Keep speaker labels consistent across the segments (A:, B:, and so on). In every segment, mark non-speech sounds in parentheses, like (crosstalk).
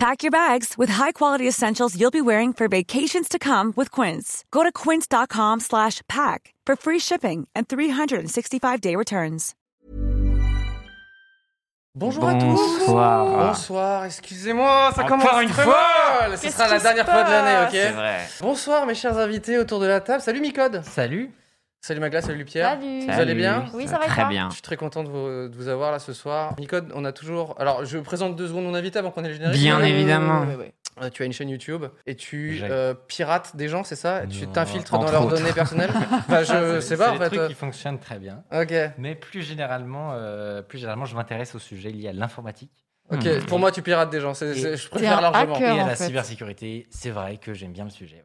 A: Pack your bags with high-quality essentials you'll be wearing for vacations to come with Quince. Go to quince.com slash pack for free shipping and 365-day returns.
B: Bonjour à tous.
C: Bonsoir.
B: Bonsoir, excusez-moi, ça
C: Encore
B: commence
C: une
B: très
C: fois
B: mal. Ce
D: Qu'est-ce
B: sera la
D: qui se
B: dernière fois de
C: C'est
B: l'année, ok
C: vrai.
B: Bonsoir mes chers invités autour de la table. Salut Micode.
C: Salut.
B: Salut Magla, salut Pierre.
D: Salut.
B: Vous allez bien
D: Oui, ça va et
C: Très
D: toi
C: bien.
B: Je suis très content de vous, de vous avoir là ce soir. Micode, on a toujours. Alors, je présente deux secondes mon invité avant qu'on ait le générique.
C: Bien
B: Euh,
C: évidemment.
B: euh, tu as une chaîne YouTube et tu
E: J'ai-
B: euh, pirates des gens, c'est ça Tu
E: Non,
B: t'infiltres dans
C: entre
B: leurs
C: autres.
B: données
C: (laughs)
B: personnelles Enfin, je
E: Ah, c'est-
B: sais Euh, pas en
E: c'est
B: fait.
E: des trucs qui fonctionnent très bien.
B: Ok,
E: Mais plus généralement, euh, plus généralement je m'intéresse aux sujets liés à l'informatique
B: ok.
C: Hmm.
B: Pour moi, tu pirates des gens. c'est- c'est- je
D: T'es un
B: préfère largement.
E: et
D: hacker
E: à
D: en
E: la
D: fait.
E: cybersécurité. C'est vrai que j'aime bien le sujet.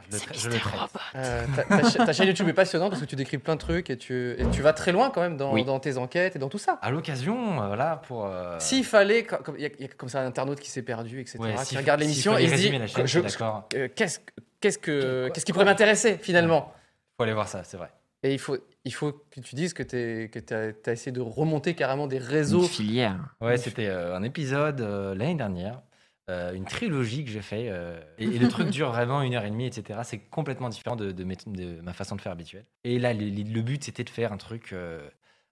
B: Voilà.
E: Je, le tra- je le traite.
B: Euh, ta, ta cha- ta chaîne YouTube est passionnante parce que tu décris plein de trucs et tu, et tu vas très loin quand même dans,
C: Oui.
B: dans tes enquêtes et dans tout ça.
E: À l'occasion, euh, voilà, pour. euh,
B: S'il fallait, co- comme il y, a- il y a comme ça un internaute qui s'est perdu, etc.,
E: ouais,
B: qui
E: s'il-
B: regarde
E: s'il
B: l'émission
E: fallait
B: et se dit
E: résumer la chaîne,
B: je-
E: je suis d'accord.
B: euh, qu'est-ce que- qu'est-ce que qu'est-ce qui pourrait m'intéresser finalement
E: Faut aller voir ça, c'est vrai.
B: Et il faut il faut que tu dises que tu que as essayé de remonter carrément des
C: Une
B: réseaux.
C: filière.
E: Ouais, c'était euh, un épisode euh, l'année dernière, euh, une trilogie que j'ai fait. euh, et,
B: (laughs)
E: et le truc dure vraiment une heure et demie, etc. C'est complètement différent de, de mes- de ma façon de faire habituelle. Et là, les- les- le but, c'était de faire un truc, euh,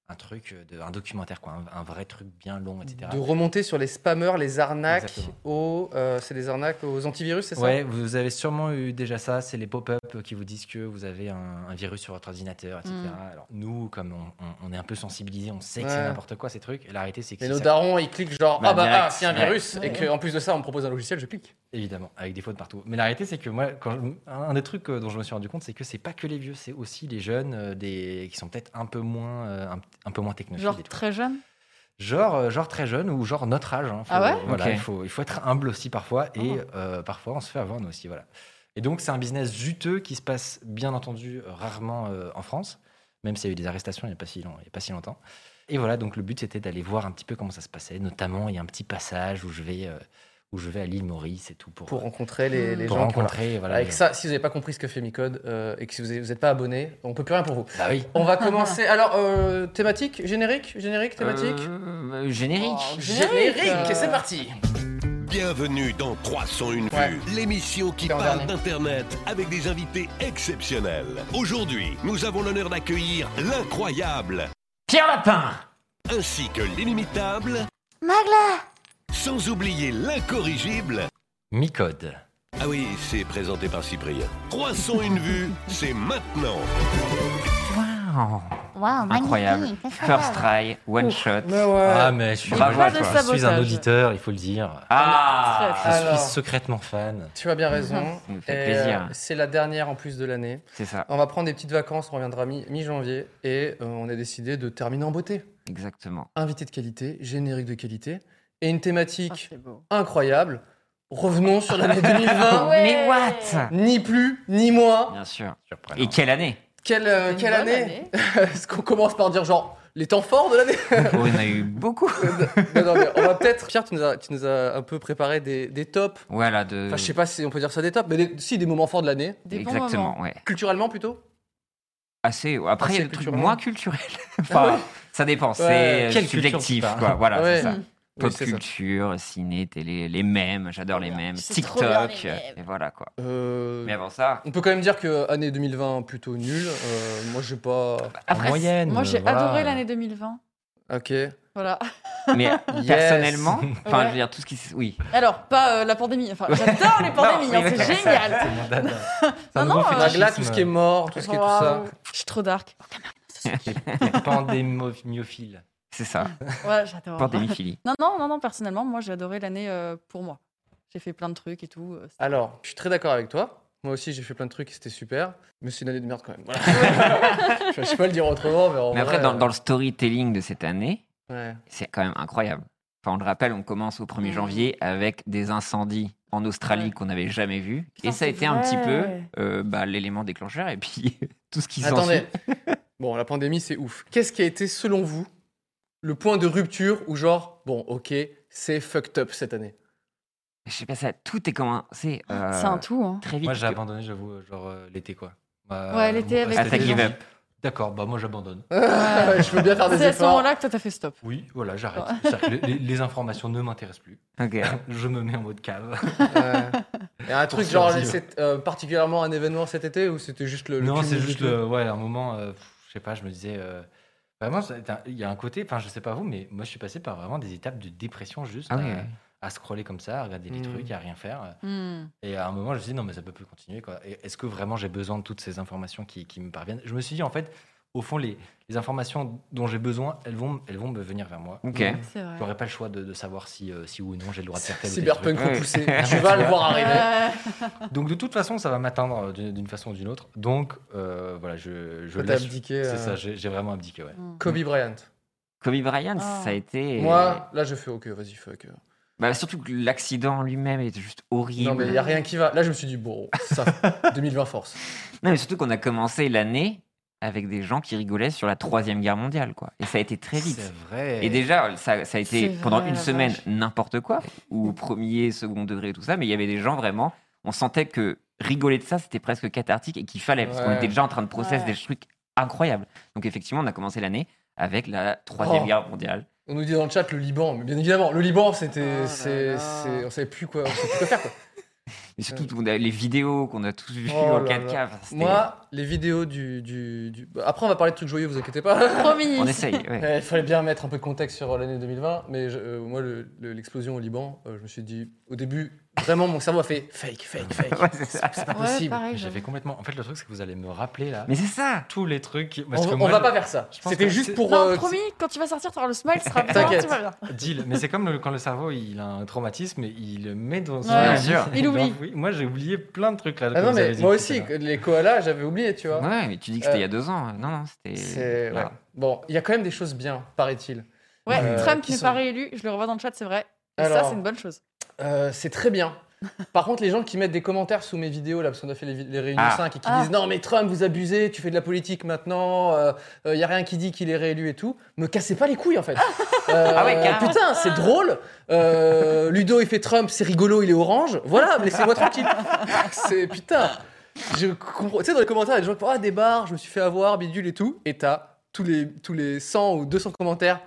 E: un truc, euh, de, un documentaire, quoi, un, un vrai truc bien long, etc.
B: De remonter sur les spammers, les arnaques
E: Exactement.
B: aux euh, c'est des arnaques aux antivirus, c'est ça
E: Ouais, vous avez sûrement eu déjà ça, c'est les pop-up qui vous disent que vous avez un, un virus sur votre ordinateur, etc.
D: Mm.
E: Alors nous, comme on, on- on est un peu sensibilisés, on sait que
B: Ouais.
E: c'est n'importe quoi ces trucs. Et la réalité, c'est que
B: Mais
E: c'est
B: nos
E: ça-
B: darons, ils cliquent genre
C: Bah,
B: ah bah
C: direct.
B: ah, c'est un
C: Ouais.
B: virus et que en plus de ça on me propose un logiciel, je clique.
E: Évidemment, avec des fautes partout. Mais la réalité, c'est que moi, quand je- un un des trucs euh, dont je me suis rendu compte, c'est que c'est pas que les vieux, c'est aussi les jeunes, euh, des qui sont peut-être un peu moins, euh, un, un peu moins technophiles.
D: Genre
E: et tout.
D: très jeune.
E: genre, euh, genre très jeunes ou genre notre âge. hein. Faut-
D: Ah ouais
E: voilà,
C: Ok.
E: il faut, il faut être humble aussi parfois et
D: Ah.
E: euh, parfois on se fait avoir nous aussi, voilà. Et donc c'est un business juteux qui se passe bien entendu euh, rarement euh, en France, même s'il y a eu des arrestations il n'y a pas si long- il y a pas si longtemps. Et voilà, donc le but c'était d'aller voir un petit peu comment ça se passait. Notamment, il y a un petit passage où je vais, euh, où je vais à l'île Maurice et tout pour,
B: pour rencontrer les, les
E: pour
B: gens.
E: rencontrer. Voilà,
B: Avec
E: les-
B: ça, si vous n'avez pas compris ce que fait Micode euh, et que si vous n'êtes pas abonné, on peut plus rien pour vous.
E: Bah oui.
D: (laughs)
B: On va commencer. Alors, euh, thématique, générique, générique, thématique.
C: Euh, générique.
B: Oh. générique,
D: générique,
B: c'est parti.
F: Bienvenue dans 301 vues,
B: Ouais.
F: l'émission qui
B: Dans le
F: parle
B: dernier.
F: d'Internet avec des invités exceptionnels. Aujourd'hui, nous avons l'honneur d'accueillir l'incroyable
C: Pierre Lapin.
F: ainsi que l'inimitable Magla. Sans oublier l'incorrigible.
E: Mi-code.
F: Ah oui, c'est présenté par Cyprien. 301 (laughs) vues, c'est maintenant.
C: Wow.
G: Wow,
C: Incroyable.
G: Oh.
D: Ah,
G: magnifique. Oh.
C: First try, one shot.
B: Mais ouais.
E: Ah, mais je suis,
C: Bravo
E: moi,
C: à
E: je
C: toi.
E: suis un
D: sabotage.
E: auditeur, il faut le dire. Je
C: Ah.
D: Très,
B: Alors.
E: suis secrètement fan.
B: Tu as bien
D: Mhm.
B: raison.
C: Ça me fait
B: Et,
C: plaisir.
B: euh, c'est la dernière en plus de l'année.
C: C'est ça,
B: On va prendre des petites vacances, on reviendra mi- mi-janvier et euh, on a décidé de terminer en beauté.
C: exactement.
B: Invité de qualité, générique de qualité et une thématique
D: c'est beau.
B: incroyable. Revenons sur
D: (laughs)
B: l'année 2020.
D: Ah Ouais.
C: Mais what
B: Ni plus, ni moins.
C: Bien sûr.
E: Surprenant.
C: Et
B: (laughs)
C: quelle année
B: Quelle, euh,
D: Une
B: quelle
D: bonne
B: année Est-ce qu'on commence par dire genre les temps forts de l'année
C: Oh, Il y en a eu beaucoup.
B: Non, non, mais on va peut-être. Pierre, tu nous as, tu nous as un peu préparé des, des tops.
C: Voilà, de.
B: Enfin, je sais pas si on peut dire ça des tops, mais des- si des moments forts de l'année.
D: Des bons
C: Exactement,
D: moments.
C: ouais.
B: Culturellement plutôt
C: Assez. Après, il y a
B: Assez
C: des trucs
B: culturellement. (laughs)
C: moins culturels. enfin, ça dépend. C'est euh,
E: Quelle culture
C: subjectif,
E: tu parles
C: quoi. Voilà,
B: Ouais.
C: c'est ça.
D: Mm.
C: Pop
B: Oui, c'est ça.
C: culture, ciné, télé, les mêmes. J'adore les mêmes.
G: C'est trop Oh, bien,
C: TikTok.
G: les
C: euh,
G: mèmes.
C: Et voilà, quoi.
B: Euh,
C: Mais avant ça.
B: On peut quand même dire que année 2020 plutôt nulle. Euh, moi, j'ai pas.
E: en
C: Après,
E: moyenne.
D: Moi,
E: euh,
D: j'ai
E: voilà.
D: adoré l'année 2020.
C: Ah,
B: Ok.
D: Voilà.
C: Mais personnellement, enfin,
D: Ouais.
C: je veux dire, tout ce qui. s- Oui.
D: (laughs) Alors, pas euh, la pandémie. Enfin, j'adore les pandémies,
C: Non,
D: hein, c'est (laughs)
C: mais-
D: génial.
E: C'est mon dada.
D: (laughs)
E: C'est
D: Non,
E: un nouveau
C: bah,
D: non, euh,
B: Magla,
E: fétichisme.
B: tout ce qui est mort, tout ce qui est tout ça.
D: Waouh. Je suis trop dark.
E: Les pandémiophiles.
C: C'est ça.
D: Ouais, j'adore.
C: Pandémie
D: Non, non, non, non, personnellement, moi, j'ai adoré l'année euh, pour moi. J'ai fait plein de trucs et tout. euh, c'était-
B: Alors, je suis très d'accord avec toi. Moi aussi, j'ai fait plein de trucs et c'était super. Mais c'est une année de merde quand même. Voilà. je sais pas le dire autrement, mais en
C: Mais après,
B: vrai,
C: dans,
B: euh,
C: dans le storytelling de cette année,
B: ouais.
C: c'est quand même incroyable. Enfin, on le rappelle, on commence au 1er
D: Mm.
C: janvier avec des incendies en Australie
D: Ouais.
C: qu'on n'avait jamais vus.
D: Putain,
C: et ça a
D: c'est
C: été un
D: vrai.
C: petit peu euh, bah, l'élément déclencheur et puis (laughs) tout ce qui s'ensuit.
B: Attendez, (laughs) Bon, la pandémie, c'est ouf. Qu'est-ce qui a été, selon vous, le point de rupture où, genre, bon, ok, c'est fucked up cette année
C: Je sais pas ça, tout est commencé. euh,
D: C'est un tout, (laughs) hein.
C: Très vite.
E: Moi, j'ai
C: que-
E: abandonné, j'avoue, euh, genre euh, l'été, quoi. Bah,
D: Ouais, l'été
E: bon,
D: avec
E: c'était
C: Ah, t'as
E: des
C: give
E: gens-
C: up.
E: D'accord, bah moi, j'abandonne.
B: Je veux bien faire des
D: Ah. C'est à ce
B: efforts.
D: moment-là que toi, t'as fait stop.
E: Oui, voilà, j'arrête. C'est-à-dire que Les, les- les informations ne m'intéressent plus.
C: Ok.
E: Je me mets en mode cave.
B: Ouais. Et un truc,
E: Pour
B: genre,
E: survivre.
B: c'est euh, particulièrement un événement cet été ou c'était juste le. le
E: non,
B: cumul
E: c'est
B: de
E: juste
B: tout
E: le, ouais, un moment, euh, pff, je sais pas, je me disais. euh, vraiment, ça- t'as- il y a un côté, enfin, je sais pas vous, mais moi, je suis passé par vraiment des étapes de dépression juste
C: Ah
E: à,
C: oui, ouais.
E: à scroller comme ça, à regarder les
B: Mm.
E: trucs, à rien faire.
D: Hmm.
E: Et à un moment, je me suis dit, non, mais ça peut plus continuer. quoi. Et Est-ce que vraiment j'ai besoin de toutes ces informations qui, qui me parviennent Je me suis dit, en fait, au fond, les, les informations dont j'ai besoin, elles vont, elles vont me venir vers moi.
D: (laughs)
C: Ok.
D: C'est vrai.
E: J'aurais pas le choix de, de savoir si, euh, si ou non j'ai le droit de faire tel ou tel truc.
B: Cyberpunk
C: Ouais.
E: (laughs)
B: repoussé. tu vas le voir arriver.
D: Euh,
E: Donc de toute façon, ça va m'atteindre euh, d'une d'une façon ou d'une autre. Donc euh, voilà, je, je
B: Toi, t'as
E: laisse-
B: abdiqué. euh,
E: C'est ça, j'ai j'ai vraiment abdiqué. Ouais.
D: hmm.
B: Kobe Bryant.
C: Kobe Bryant,
D: Ah.
C: ça a été.
B: Moi, là, je fais OK, vas-y, fuck. euh.
C: Bah, surtout que l'accident lui-même était juste horrible.
B: Non, mais il n'y a rien qui va. Là, je me suis dit, bon,
E: (laughs)
B: ça, 2020 force.
C: Non, mais surtout qu'on a commencé l'année avec des gens qui rigolaient sur la Troisième Guerre mondiale, quoi. Et ça a été très
E: C'est
C: vite.
E: vrai.
C: Et déjà, ça, ça a été
D: C'est
C: pendant
D: vrai,
C: une
D: la
C: semaine
D: vache.
C: n'importe quoi, ou premier, second degré, tout ça, mais il y avait des gens vraiment, on sentait que rigoler de ça, c'était presque cathartique et qu'il fallait, parce qu'on
B: Ouais.
C: était déjà en train de process
D: Ouais.
C: des trucs incroyables. Donc effectivement, on a commencé l'année avec la Troisième
B: Oh.
C: Guerre mondiale.
B: On nous dit dans le chat le Liban, mais bien évidemment, le Liban, c'était.
D: Oh là
B: c'est
D: là.
B: c'est- on savait plus quoi, on savait plus quoi faire.
E: (laughs)
B: Quoi.
C: Et surtout, on a les vidéos qu'on a tous vues
B: Oh
C: en
B: là
C: 4K.
B: là.
C: enfin, c'était-
B: Moi, les vidéos du, du, du- bah, Après, on va parler de trucs joyeux, vous inquiétez pas. (laughs)
D: Promis.
C: On essaye, ouais.
B: Eh, Il fallait bien mettre un peu de contexte sur euh, l'année 2020, mais je- euh, moi, le- le- l'explosion au Liban, euh, je me suis dit, au début, vraiment, mon cerveau a fait fake, fake, fake.
E: (laughs)
C: Ouais, c'est ça.
B: C'est pas
D: Ouais,
B: possible.
D: pareil,
E: J'avais complètement. En fait, le truc, c'est que vous allez me rappeler là
C: Mais c'est ça
E: tous les trucs.
B: on
E: Parce que
B: on
E: moi,
B: va
E: je-
B: pas faire ça.
E: je pense
B: C'était
E: que
B: juste
E: c'est-
B: pour.
D: Non,
B: euh,
D: promis, quand tu vas sortir, tu auras le smile,
B: (laughs)
D: ce sera bien.
B: T'inquiète.
D: tu vas bien.
E: Deal. Mais c'est comme le- quand le cerveau il a un traumatisme et il le met dans son.
D: Ouais.
C: Bien sûr.
D: Il oublie.
E: Oui, Moi, j'ai oublié plein de trucs là.
B: Ah
E: que
B: non,
E: vous
B: mais
E: avez dit
B: moi
E: tout à
B: aussi,
E: l'heure.
B: les koalas, j'avais oublié, tu vois.
C: Ouais, mais tu dis que c'était il y a deux ans. Non, non, c'était.
B: C'est-
C: Voilà.
B: ouais. Bon, il y a quand même des choses bien, paraît-il.
D: Ouais,
B: Euh,
D: Trump
B: qui
D: n'est
B: sont-
D: pas réélu, je le revois dans le chat, c'est vrai. Et
B: Alors.
D: ça, c'est une bonne chose.
B: Euh, c'est très bien. Par contre, les gens qui mettent des commentaires sous mes vidéos, là, parce qu'on a fait les, vi- les réunions
C: Ah.
B: 5 et qui
D: Ah.
B: disent non, mais Trump, vous abusez, tu fais de la politique maintenant, il n'y a rien qui dit qu'il est réélu et tout, me cassez pas les couilles en fait. Euh,
C: (laughs) Ah ouais, carrément.
B: putain, c'est drôle. Euh, Ludo, il fait Trump, c'est rigolo, il est orange. Voilà, mais laissez-moi tranquille. C'est putain. Je comprends. Tu sais, dans les commentaires, il y a des gens qui font Ah, des bars, je me suis fait avoir, bidule et tout. Et t'as tous les, tous les 100 ou 200 commentaires.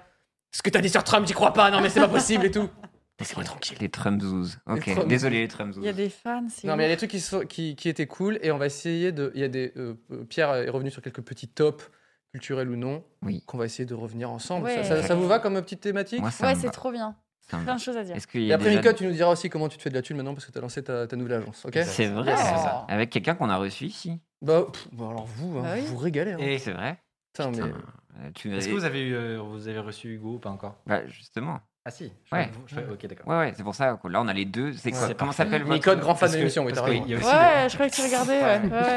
B: Ce que t'as dit sur Trump, j'y crois pas, non, mais c'est pas possible et tout. Laissez-moi tranquille.
C: Les Trumpzoos. Ok,
B: Trumpzoos.
C: désolé les Trumpzoos.
D: Il y a des fans, c'est.
B: Non, mais il y a
D: ouf.
B: des trucs qui, sont- qui, qui étaient cool et on va essayer de. Il y a des. euh, euh, Pierre est revenu sur quelques petits tops, culturels ou non,
C: Oui.
B: qu'on va essayer de revenir ensemble.
D: Ouais.
B: Ça, ça- ça vous va comme petite thématique
C: Moi, ça
D: Ouais,
C: me
D: c'est
C: va,
D: trop bien.
C: ça me va.
D: Plein de choses à dire.
C: Est-ce qu'il y
B: Et
C: a
B: après,
C: déjà-
B: Mika, tu nous diras aussi comment tu te fais de la thune maintenant parce que tu as lancé ta, ta nouvelle agence, ok Ah.
C: C'est vrai.
D: Yes.
C: Avec quelqu'un qu'on a reçu ici.
B: bah, pff, bah, alors vous, hein,
D: Bah oui.
B: vous vous régalez. hein.
C: Et c'est vrai.
B: Putain, mais-
C: Putain, euh, tu...
E: Est-ce que vous avez, eu, euh, vous avez reçu Hugo ou pas encore
C: Bah, justement.
E: Ah si. Je
C: Ouais.
E: je fais- Ok, d'accord.
C: Ouais, ouais, c'est pour ça. que Là, on a les deux. C'est
B: Ouais,
C: quoi
B: c'est
C: Comment ça s'appelle votre-
B: Mika, grand fan
E: Parce
B: de
E: que-
B: l'émission, oui,
E: parce
B: t'as
E: qu'il
B: raison.
E: y a aussi
D: Ouais, je croyais que tu regardais, ouais.
B: (laughs)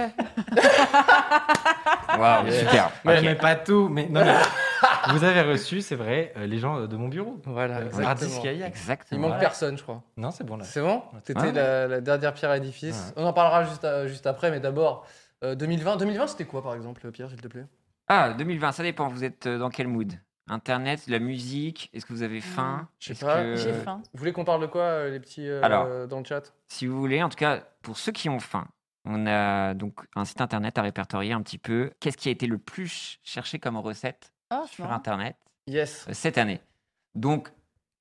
D: ouais.
C: Waouh,
B: Yeah.
C: super.
E: Ah, Mais,
C: ok.
E: mais pas tout. Mais, non, mais
B: (laughs)
E: vous avez reçu, c'est vrai, euh, les gens euh, de mon bureau.
B: Voilà,
E: Euh,
B: exactement.
E: Ardis Kayak.
B: Il
C: Exactement.
B: manque personne, je crois.
E: Non, c'est bon là.
B: C'est bon T'étais
C: Ouais.
B: la, la dernière pierre à l'édifice. On en parlera juste, à- juste après, mais d'abord, euh, 2020. 2020, c'était quoi, par exemple, Pierre, s'il te plaît
C: Ah, 2020, ça dépend. Vous êtes euh, dans quel mood Internet, la musique Est-ce que vous avez faim
B: Je sais
C: Est-ce
B: pas.
C: que-
D: J'ai faim.
B: Vous voulez qu'on parle de quoi, euh, les petits, euh,
C: Alors.
B: dans le chat
C: si vous voulez, en tout cas, pour ceux qui ont faim, on a donc un site internet à répertorier un petit peu qu'est-ce qui a été le plus cherché comme recette
D: Ah, c'est
C: sur
D: marrant.
C: internet
B: Yes.
C: euh, cette année. Donc,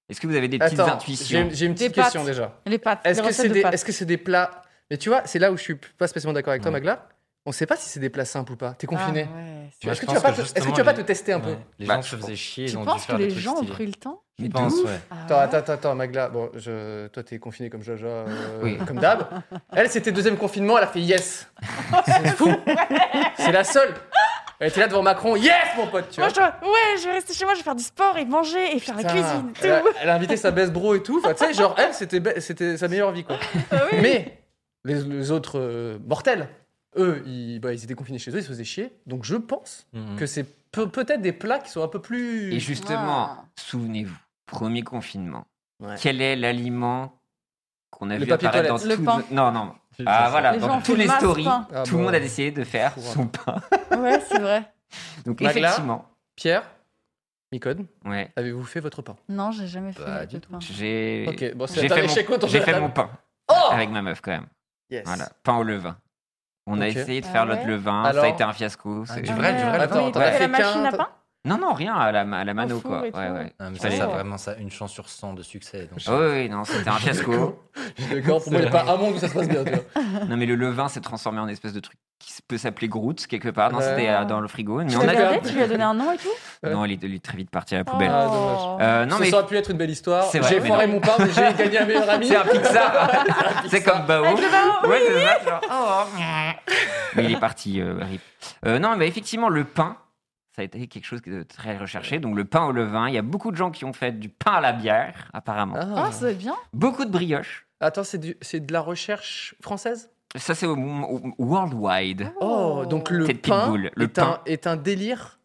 C: est-ce que vous avez des petites
B: Attends,
C: intuitions
B: j'ai j'ai une petite
D: Des
B: question
D: pâtes.
B: déjà.
D: Les pâtes.
B: Est-ce
D: les
B: que c'est
D: recettes
B: des,
D: de pâtes.
B: est-ce que c'est des plats Mais tu vois, c'est là où je suis pas spécialement d'accord avec toi,
E: Ouais.
B: Magla. On sait pas si c'est des plats simples ou pas. T'es confiné.
D: Ah, ouais, c'est-
B: Tu-
E: Moi,
B: Est-ce
E: je
B: que, tu
E: pense
B: vas pas
E: que
B: te- est-ce que
E: justement,
B: tu vas pas
E: les-
B: te tester un peu
E: Ouais, Les
C: Bah,
E: gens
C: je
E: se faisaient
C: pense.
E: chier.
D: Tu
E: ils ont dû
D: penses que
E: faire des
D: les
E: trucs
D: gens ont
E: stylés.
D: pris le temps
E: Je
C: Mais
E: pense,
C: de ouf.
E: ouais.
D: Ah
B: Attends,
D: ouais.
B: attends, attends, attends, Magla. Bon, je... toi, t'es confiné comme Jaja, euh,
C: Oui.
B: comme d'hab. Elle, c'était deuxième confinement, elle a fait yes. C'est fou. C'est la seule. Elle était là devant Macron. Yes, mon pote, tu vois.
D: Moi, je dois- Ouais, je vais rester chez moi, je vais faire du sport et manger et faire la
B: Putain,
D: cuisine.
B: elle, a,
D: Tout. (laughs)
B: elle a invité sa best bro et tout. Enfin, tu sais, genre, elle, c'était, be- c'était sa meilleure vie, quoi.
D: Ah
B: Mais les, les autres euh, mortels, eux, ils, bah, ils étaient confinés chez eux, ils se faisaient chier. Donc je pense
E: Mhm.
B: que c'est peu- peut-être des plats qui sont un peu plus.
C: Mm. Et justement,
D: Ah.
C: souvenez-vous, premier confinement,
B: Ouais.
C: quel est l'aliment qu'on a
B: Le
C: vu
B: papier
C: apparaître dans
B: toilette.
D: Le
C: tout
D: pain.
C: Non, non.
E: J'ai fait
C: Ah
E: ça.
C: voilà,
D: Les gens
C: dans
D: ont
C: tous
D: fait
C: les
D: masse
C: stories,
D: pain.
B: Ah
C: tout le
B: bon.
C: monde a essayé de faire son pain.
D: Ouais, c'est vrai.
C: Donc
B: Magla
C: effectivement,
B: Pierre, Micode,
C: ouais,
B: avez-vous fait votre pain
D: Non, j'ai jamais fait
E: Bah,
D: de
E: dis
D: pain.
C: j'ai
B: Ok, bon, c'est
C: j'ai fait
B: un
C: mon-
B: échec autour de
C: j'ai
B: la
C: fait
B: table.
C: mon pain
B: Oh
C: avec ma meuf quand même.
B: Yes.
C: Voilà, pain au levain. On a
B: Ok.
C: essayé de
D: Ah
C: faire
D: ouais
C: l'autre levain,
B: Alors
C: ça a été un fiasco. c'est-
E: du
D: Ah
E: vrai,
D: ouais,
E: du vrai,
D: mais
B: attends,
D: t'as
B: t'en as
D: fait la
B: fait
D: machine
B: qu'un,
D: à
B: t'en-
D: pain
C: Non, non, rien, à la, à la mano,
D: Au four
C: quoi.
D: et tout.
C: Ouais, ouais.
E: Ah, mais
C: Ça
E: ça,
C: y est.
E: ça a vraiment ça, une chance sur 100 de succès. donc-
C: Ah oui, oui, non, c'était
B: (laughs)
C: un fiasco.
B: Je suis D'accord, pour moi, il n'y a pas un monde où ça se passe bien. tu vois.
C: non, mais le levain s'est transformé en espèce de truc qui s- peut s'appeler Groot quelque part. Non,
B: Ouais.
C: c'était euh, dans le frigo. Mais
B: Je
C: on
D: T'as
B: t'ai
C: a...
B: fait
C: (laughs)
D: regardé, tu lui as donné un Oh. nom et tout
C: Non, il est, il est très vite parti à la poubelle.
B: Ah, dommage.
C: Euh, non,
B: Ça
C: mais
B: aurait pu être une belle histoire.
C: C'est vrai,
B: J'ai
C: mais
B: foiré
C: non.
B: mon pain, mais j'ai gagné un meilleur ami.
C: (laughs) c'est un Pixar. (laughs) c'est comme Bao.
D: Avec Ah, le baron,
C: Ouais, c'est ça, genre, oh, oh. Mais il est parti, euh, rip. Euh, non, mais effectivement, le pain, ça a été quelque chose de très recherché. Donc, le pain au levain, il y a beaucoup de gens qui ont fait du pain à la bière, apparemment.
B: Ah.
D: Ah, ça doit être bien.
C: Beaucoup de brioches.
B: Attends, c'est du- c'est de la recherche française
C: Ça, c'est au- au- worldwide.
B: Oh, donc le
C: Tête
B: pain,
C: pitbull, le
B: est,
C: pain.
B: Un, est un délire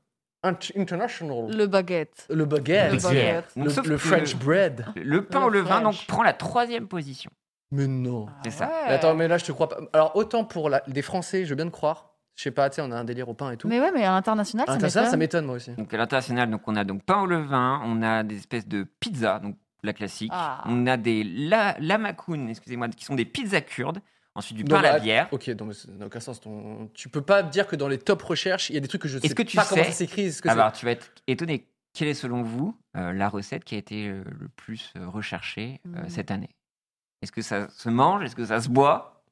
B: int- international.
D: Le baguette.
B: Le, baguette,
D: Le
B: le,
D: baguette.
C: Donc, sauf
B: le
C: que
B: French bread.
C: Le pain
D: Le
C: au levain
D: French. Ah
C: donc prend la troisième position.
B: Mais non.
C: C'est ça.
D: ouais.
B: Mais Attends, mais là, je te crois pas. Alors, autant pour la- des Français, je veux bien te croire. Je sais pas, tu sais, on a un délire au pain et tout.
D: Mais ouais, mais à l'international, ça
B: Ah, t'as ça, ça
D: m'étonne.
B: m'étonne, moi aussi.
C: Donc à l'international, donc on a donc pain au levain, on a des espèces de pizzas, donc la classique.
D: Ah.
C: On a des la, lamakounes, excusez-moi, qui sont des pizzas kurdes. Ensuite du pain
B: Non,
C: à la
B: mais-
C: bière.
B: bah, Ok, donc ça n'a aucun sens. Ton- Tu peux pas dire que dans les top recherches, il y a des trucs que je sais Ah bah.
C: Est-ce que tu
B: pas comment
C: sais-
B: ça s'écrit. ce que c'est.
C: Alors tu vas être étonné. Quelle est selon vous euh, la recette qui a été euh, le plus euh, recherchée euh,
D: Hmm.
C: cette année Est-ce que ça se mange Est-ce que ça se boit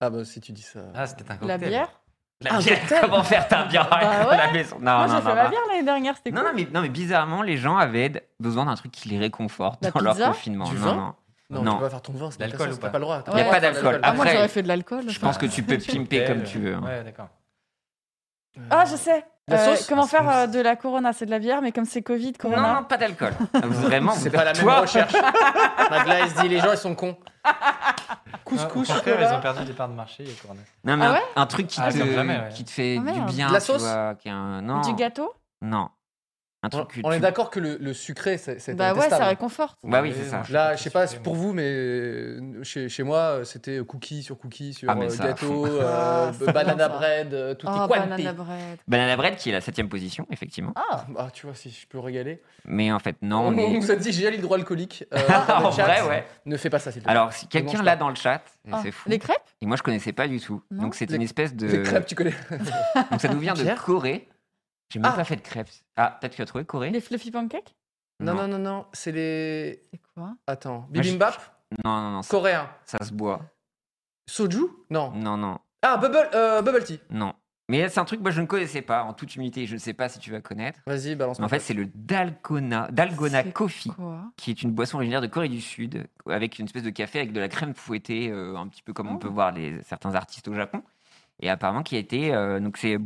B: Ah bah si tu dis ça.
E: Ah, c'était un cocktail.
D: La bière
C: La bière, Comment faire ta bière
D: Ah, Bah
C: à la
D: ouais.
C: maison Non,
D: Moi,
C: Ah, non,
D: j'ai
C: non,
D: fait ma
C: non.
D: bière l'année dernière, c'était
C: Non,
D: cool.
C: non, mais, non, mais bizarrement, les gens avaient besoin d'un truc qui les réconforte
D: La
C: dans leur
D: pizza
C: confinement.
B: Du
C: non,
B: vin
C: non.
B: Non,
C: non.
B: tu peux pas faire ton vin, c'est
E: D'alcool
B: intéressant,
E: ou
B: t'as
E: pas
B: pas le droit. t'as
D: Il y a
B: pas
D: pas
B: le droit de faire
C: d'alcool.
D: Ah, moi,
C: Après-
D: j'aurais fait de l'alcool.
C: Je pense que tu
D: (laughs)
C: peux pimper
B: euh,
C: comme tu veux. hein.
E: Ouais, d'accord.
D: Ah, je sais.
B: La
D: Euh,
B: sauce
D: comment faire
E: sauce.
D: euh, de la Corona C'est de la bière, mais comme c'est Covid,
C: Non,
D: Corona.
C: non, pas
D: (laughs)
C: d'alcool. Vraiment,
B: C'est
C: vous-
B: pas la même (laughs)
C: toi,
B: recherche. Magla, elle se dit les gens ils sont cons. Ah,
E: Au
B: Couscous,
E: contraire, ils ont
B: chocolat.
E: perdu des parts de marché. les Cornets.
C: Non, mais
D: Ah
C: un-
D: ouais
C: un truc qui,
E: Ah,
C: te,
E: comme jamais, ouais.
C: qui te fait
D: Ah,
C: du
D: merde.
C: bien.
B: De la
C: tu
B: sauce
C: vois, qui est un- Non.
D: Du gâteau
C: Non. Un
B: On,
C: truc que
B: on
C: tu-
B: est d'accord que le, le sucré, c'est c'est
D: Bah ouais, ça
B: détestable.
D: réconforte.
C: Bah oui, c'est ça.
B: Là, je sais pas pour vous, mais euh, chez, chez moi, c'était cookie sur cookie, sur
C: Ah, mais
B: euh,
C: ça, à
B: gâteau,
C: fond.
B: euh,
D: Ah, c'est
B: banana
D: bien, ça.
B: bread, euh, tout
D: Oh,
B: est quanti.
D: banana bread.
C: Banana bread qui est Ben, la septième position, effectivement.
D: Ah,
B: Ah, tu vois, si je peux régaler.
C: Mais en fait, non.
B: (laughs) On,
C: on est-
B: nous a dit j'ai l'hydro alcoolique.
C: (laughs)
B: euh, dans le
C: en
B: chat.
C: vrai, ouais.
B: Ne fais pas ça, s'il te plaît.
C: Alors, si quelqu'un
B: manges
C: là
B: pas.
C: dans le chat,
D: ah.
C: c'est fou.
D: Les crêpes
C: Et moi, je connaissais pas du tout.
D: Non.
C: Donc, c'est
B: Les-
C: une espèce de.
B: Les crêpes, tu connais.
C: Donc, ça nous vient de
B: Pierre
C: Corée. J'ai même
B: Ah.
C: pas fait de crêpes. Ah, peut-être que tu as trouvé Corée
D: Les fluffy pancakes
B: Non, non, non, non, c'est les.
D: C'est quoi
B: Attends,
C: Moi, je-
B: bibimbap
C: Non, non, non, ça,
B: coréen.
C: ça se boit.
B: Soju Non.
C: Non, non,
B: Ah, bubble, euh, bubble tea.
C: non. Mais c'est un truc, moi, je ne connaissais pas, en toute humilité, je ne sais pas si tu vas connaître.
B: Vas-y, balance.
C: Mais en fait, c'est le Dalgona, Dalgona
D: C'est
C: Coffee,
D: Quoi
C: qui est une boisson originaire de Corée du Sud, avec une espèce de café avec de la crème fouettée, euh, un petit peu comme on
D: Oh.
C: peut voir les, certains artistes au Japon. Et apparemment, qui a été. euh, donc, c'est.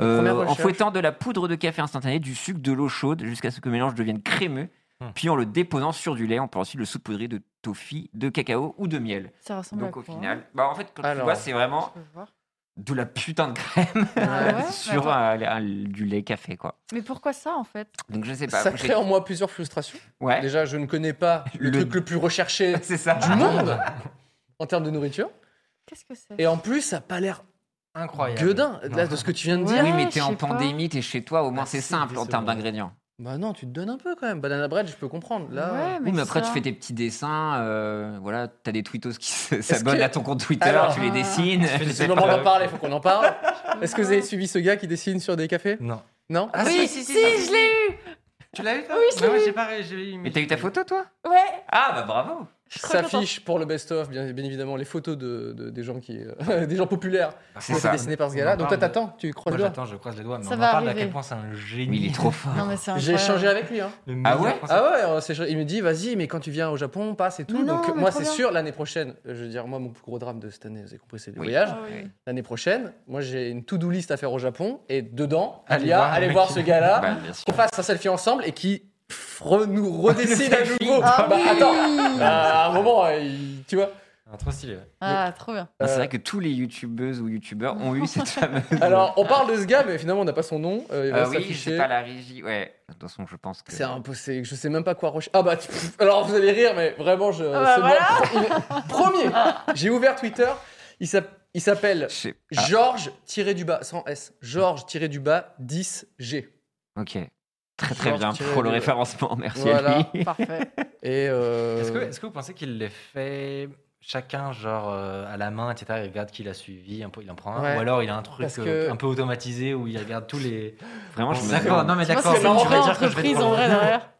C: euh,
B: Première
C: en
B: recherche.
C: fouettant de la poudre de café instantané, du sucre, de l'eau chaude, jusqu'à ce que le mélange devienne crémeux.
E: Hmm.
C: Puis en le déposant sur du lait, on peut ensuite le saupoudrer de toffee, de cacao ou de miel.
D: Ça ressemble à
C: Donc au
D: quoi
C: final, bah en fait quand tu
B: Alors.
C: vois, c'est
D: Je
C: vraiment
D: peux voir.
C: de la putain de crème
D: Ah ouais
C: (laughs) sur euh,
D: Attends.
C: un- un- du lait café quoi.
D: Mais pourquoi ça en fait
C: Donc je sais pas.
B: ça
C: j'ai-
B: crée en moi plusieurs frustrations. (laughs)
C: Ouais.
B: Déjà, je ne connais
C: (laughs)
B: pas le,
C: Le-
B: truc le plus
C: (laughs)
B: recherché
C: C'est ça.
B: du monde en termes de nourriture.
D: Qu'est-ce que c'est
B: Et en plus, ça n'a pas l'air
E: Incroyable. (laughs)
B: gueudin là, de ce que tu viens de dire.
C: oui,
D: Ouais,
C: mais t'es
D: je
C: en
D: sais pas.
C: pandémie, t'es chez toi, au moins
E: Ah,
C: c'est
E: si,
C: simple en termes
E: décevant.
C: d'ingrédients.
B: Bah non, tu te donnes un peu quand même. Banana bread, je peux comprendre. Là, euh,
D: Ouais,
C: Oui, mais après
D: ça-
C: tu fais tes petits dessins, euh, voilà, t'as des tweetos qui se- s'abonnent
B: que-
C: à ton compte Twitter,
B: Alors-
C: tu les
E: (laughs)
C: dessines.
E: fais des
C: je sais
B: c'est le
C: pas.
B: moment d'en parler, faut qu'on en parle. Est-ce que vous avez suivi ce gars qui dessine sur des cafés
E: Non.
B: Non
E: Ah,
D: Oui, si, je l'ai eu
E: Tu l'as eu toi
D: Oui, je l'ai
E: Non,
D: eu.
E: j'ai pas ré- j'ai eu.
C: Mais t'as eu ta photo toi
D: Ouais
C: Ah bah bravo.
D: Je suis trop
B: Ça
D: contente.
B: affiche pour le best-of, bien, bien évidemment, les photos de, de- des gens qui, euh, (laughs) des gens populaires qui
C: C'est
B: ont été
C: ça.
B: dessinés par ce
E: On
B: gars-là.
E: en
B: Donc toi,
E: parle.
B: t'attends, tu crois
E: Moi,
B: le doigt.
E: j'attends, je croise les doigts. Mais
D: Ça
E: on en
D: va
E: parle à
D: arriver.
E: quel point c'est un génie.
C: Mais il est trop fort.
D: Non, mais c'est
B: J'ai
D: incroyable.
B: échangé avec lui. Hein.
E: Le meilleur
C: ouais
E: concept.
B: Ah ouais, euh, c'est chou- il me dit vas-y, mais quand tu viens au Japon, passe et tout.
D: Mais non,
B: Donc euh,
D: mais
B: moi
D: trop
B: c'est
D: bien.
B: sûr l'année prochaine, euh, je veux dire moi mon plus gros drame de cette année, vous avez compris, c'est les
C: Oui.
B: voyages.
D: Ah oui.
B: L'année prochaine, moi j'ai une to-do list à faire au Japon et dedans,
E: Allez
B: il y a
E: voir le
B: allez
E: mec
B: voir
E: qui-
B: ce gars-là,
C: Bah, bien sûr.
B: qu'on fasse un selfie ensemble et qui re- nous
D: (laughs)
B: redessine à
C: selfie.
B: nouveau.
D: Ah
B: Bah,
D: oui
B: attends, euh, à un moment, euh, il- tu vois.
E: Ah, Trop stylé. ouais.
D: Ah, trop
C: (laughs)
D: bien.
C: Ah, C'est
B: Euh,
C: vrai que tous les youtubeuses ou youtubeurs ont eu cette fameuse.
B: Alors on parle de ce gars, mais finalement on n'a pas son nom. euh, il va
E: Ah
C: Euh, oui,
B: s'afficher.
C: c'est pas la régie. Ouais. De toute façon, je pense que.
B: C'est un peu, c'est- je sais même pas quoi rechercher. Ah bah, tu- pff, alors vous allez rire, mais vraiment, je.
D: Ah bah
B: c'est moi. Premier, j'ai ouvert Twitter. Il s'appelle. Il s'appelle
C: Je sais- Ah,
B: Georges tiré du bas, sans S. Georges tiré du bas 10G.
C: ok. Très très
B: Georges
C: bien
B: tiré
C: pour le
B: du-
C: référencement, merci à
B: Voilà.
C: lui. (laughs)
D: Parfait.
B: Et euh,
E: Est-ce que, est-ce que vous pensez qu'il les fait chacun, genre euh, à la main, etc. Il regarde qui l'a suivi, un peu, il en prend un.
B: Ouais.
E: Ou alors il a un truc
B: Parce
E: euh,
B: que-
E: un peu automatisé où il regarde tous les.
C: Vraiment, je me
E: D'accord, non,
D: Moi,
E: mais d'accord.
D: c'est
B: c'est marrant,
D: une
B: tu
D: vraie
B: vas
D: entreprise en vrai
E: (laughs)
D: derrière.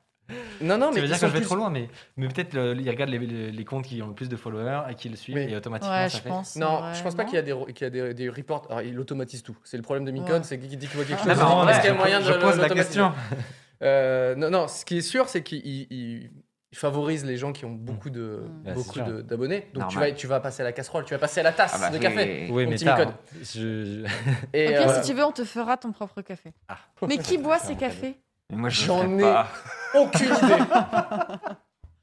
B: Non, non,
E: Ça
B: mais ils
E: veut dire
B: sont
E: que je vais
B: tous-
E: trop loin, mais, mais peut-être le- il regarde les, les- les comptes qui ont le plus de followers et qui le suivent,
B: Oui.
E: et automatiquement
D: Ouais,
E: ça
D: je
E: fait.
D: pense.
B: Non,
D: ouais,
B: je pense pas
D: non.
B: qu'il y a des, qu'il y a des, des reports. Alors, il automatise tout. C'est le problème de Mincon,
D: Ouais.
B: c'est qu'il dit qu'il voit quelque
C: Ah,
B: chose.
C: non, mais en
B: Est-ce
C: vrai,
B: qu'il y a moyen
E: bah, je
B: de
E: pose la
B: l'automatiser
E: question.
B: Euh, non, non, ce qui est sûr, c'est qu'il il- il- il favorise les gens qui ont beaucoup de
D: Mm.
E: Bah, c'est
B: beaucoup
E: sûr.
B: de- d'abonnés. Donc tu
C: Normal.
B: vas, tu vas passer à la casserole, tu vas passer à la tasse
C: Ah bah,
B: de
C: oui,
B: café.
C: oui, oui.
E: Oui,
B: Mon
E: mais
B: petit
E: tard.
B: Micode.
E: Je- je-
B: Et
D: Au pire,
B: euh,
D: si tu veux, on te fera ton propre
B: (laughs)
D: café.
E: Ah.
D: Mais qui boit ces cafés
C: Mais Moi, je
B: J'en
C: le ferais
B: ai-
C: pas.
B: aucune idée.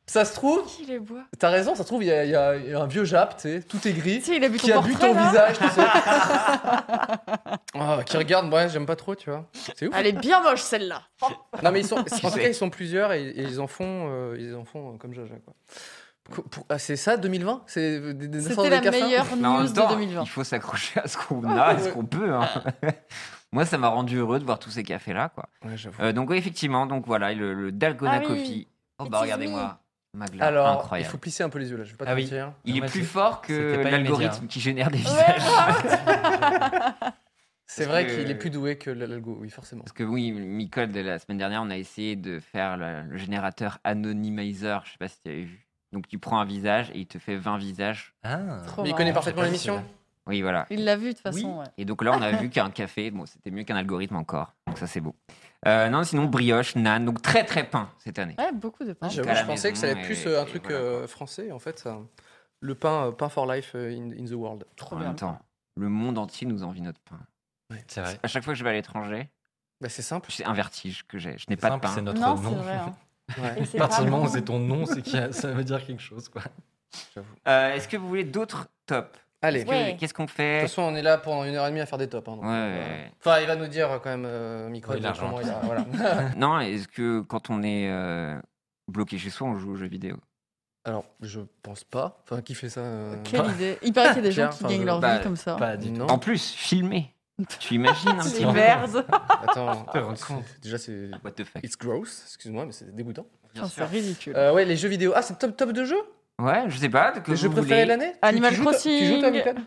B: ça se trouve,
D: Qui les boit
B: t'as raison, ça se trouve, il y, a- il y a il y a un vieux Jap, tu sais, tout aigri.
D: Tu sais, il a bu ton
B: qui a
D: portrait.
B: bu ton
D: là.
B: visage, tu sais.
D: (laughs)
B: Ah, qui regarde, moi j'aime pas trop, tu vois. C'est ouf.
D: Elle est bien moche celle-là.
B: (laughs) Non mais ils sont, en tout
C: sais.
B: cas ils sont plusieurs et, et ils en font, euh, ils en font euh, comme Jaja quoi. Pour- pour- ah, c'est ça 2020, c'est euh, des, des naissances
D: C'était
B: des
D: la
B: cafards
D: meilleure
C: Mais en
D: news
C: même temps,
D: de 2020.
C: il faut s'accrocher à ce qu'on (laughs) a, et ce
B: ouais.
C: qu'on peut.
D: (laughs)
C: hein. Moi, ça m'a rendu heureux de voir tous ces cafés-là. quoi.
B: Ouais, j'avoue.
C: Euh, donc, oui, effectivement, donc voilà, le, le Dalgona
D: Ah oui.
C: Coffee. Oh,
D: It
C: bah,
D: is
C: regardez-moi. Magla,
B: Alors il
C: incroyable.
B: faut plisser un peu les yeux là, je vais pas te
E: Ah oui.
B: mentir.
C: Il
E: Non,
C: est
E: mais
C: plus
E: c'est-
C: fort que
E: c'était pas immédiat,
C: l'algorithme
E: hein.
C: qui génère des
D: Ouais,
C: visages.
B: C'est
C: Parce
B: vrai
C: que-
B: qu'il est plus doué que l'algo, oui forcément.
C: Parce que oui, Micode, la semaine dernière, on a essayé de faire le, le générateur anonymizer. Je sais pas si tu avais vu. Donc, tu prends un visage et il te fait 20 visages.
E: Ah.
D: Trop
B: Mais il
D: marrant.
B: connaît
E: marrant.
B: parfaitement l'émission.
C: Oui, voilà.
D: Il l'a vu de toute façon.
E: Oui.
D: ouais.
C: Et donc là, on a vu qu'un café, bon, c'était mieux qu'un algorithme encore. Donc ça, c'est beau. Euh, non, sinon, brioche, nan, donc très très pain cette année.
D: Ouais, beaucoup de pain.
C: Ah,
B: J'avoue,
C: qu'à la
B: je pensais que ça allait
C: maison
B: être plus
C: et-
B: euh, un
C: et
B: truc
C: voilà,
B: euh, français en fait. ça. Le pain, euh, pain for life euh, in, in the world.
D: Trop
C: en
D: bien.
C: même temps, le monde entier nous envie notre pain.
E: C'est vrai.
C: À chaque fois que je vais à l'étranger,
B: Bah, c'est
D: (laughs)
B: simple.
C: c'est un vertige que j'ai. Je n'ai
E: C'est
C: pas
E: simple,
C: de pain.
E: c'est notre
D: Non, c'est
E: nom.
D: vrai.
E: (laughs)
D: hein.
B: Ouais.
D: Et
E: À
D: c'est
E: partir du
D: pas
E: moment où
D: bon.
E: c'est ton nom, c'est qu'il y a- ça veut dire quelque chose. Quoi.
C: Euh, Est-ce que vous voulez d'autres tops
B: Allez.
C: Est-ce que-
D: Ouais.
C: Qu'est-ce qu'on
B: De
C: fait
B: toute façon, on est là pendant une heure et demie à faire des tops. hein, donc,
C: Ouais,
B: euh,
C: ouais.
B: Enfin, il va nous dire euh, quand même, euh, micro,
E: Oui,
B: donc,
E: l'argent.
B: comment il a- voilà.
C: Non, est-ce que quand on est euh, bloqué chez soi, on joue aux jeux vidéo
B: Alors, je pense pas. Enfin, qui fait ça euh,
D: Quelle idée. Il paraît qu'il y a des gens
B: Pierre,
D: qui
B: enfin,
D: gagnent
B: je-
D: leur
C: bah,
D: vie comme ça.
E: Pas du tout.
B: Non.
C: En plus, filmé. Tu imagines un petit
D: C'est
C: peu
D: merde.
B: Attends,
E: te rends
B: c'est-
E: compte.
B: déjà c'est.
C: What the fuck
B: It's gross, excuse-moi, mais c'est dégoûtant.
C: bien
D: C'est
C: sûr.
D: ridicule.
B: Euh, ouais, les jeux vidéo. Ah, c'est top top de jeux
C: Ouais, je sais pas. que
B: Les
C: vous
B: jeux préférés de
C: voulez.
B: l'année Tu-
D: Animal
B: tu joues, toi- Tu joues, toi,
D: Crossing.
B: Mickaël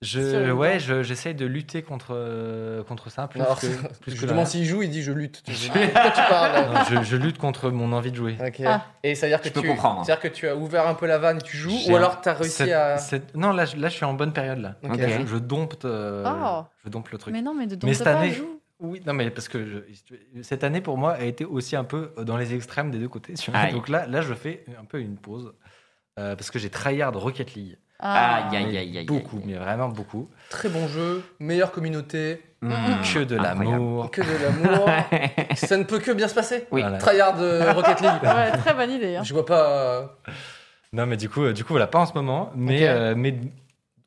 E: Je, ouais, je- j'essaye de lutter contre, euh, contre ça. Plus
B: Non,
E: que,
B: (laughs)
E: plus
B: Je
E: que
B: demande
E: la-
B: s'il joue, il dit je (laughs) lutte. Tu sais de quoi tu parles
E: Non, je, je lutte contre mon envie de jouer.
B: Ok.
D: Ah.
B: Et ça veut dire que
C: Je peux
B: tu,
C: comprendre.
B: c'est-à-dire que tu as ouvert un peu la vanne, et tu joues,
E: J'ai
B: ou
E: un-
B: alors t'as réussi
E: Cette-
B: à.
E: cette- Non, là, je- là, je suis en bonne période. Là,
B: Ok.
E: Là, je, je dompte, euh,
D: Oh.
E: je dompte le truc.
D: Mais non, mais de
E: Mais
D: Don't
E: cette
D: Pas
E: année-
D: joue.
E: Oui, non, mais parce que je- cette année pour moi a été aussi un peu euh, dans les extrêmes des deux côtés. tu vois.
C: Aïe.
E: Donc là, là, je fais un peu une pause euh, parce que j'ai tryhard Rocket League.
D: Ah.
C: Aïe, aïe, aïe, aïe, aïe.
E: Beaucoup, mais vraiment beaucoup.
B: Très bon jeu, meilleure communauté,
C: Mmh,
E: que de l'amour.
B: que de (laughs) l'amour.
C: incroyable.
B: ça ne peut que bien se passer.
C: Oui.
E: Voilà.
B: Tryhard euh, Rocket League.
D: Ouais, très bonne
B: (laughs)
D: idée. hein.
B: Je vois pas. euh,
E: Non, mais du coup, euh, du coup, voilà, pas en ce moment, mais,
B: Ok.
E: euh, mais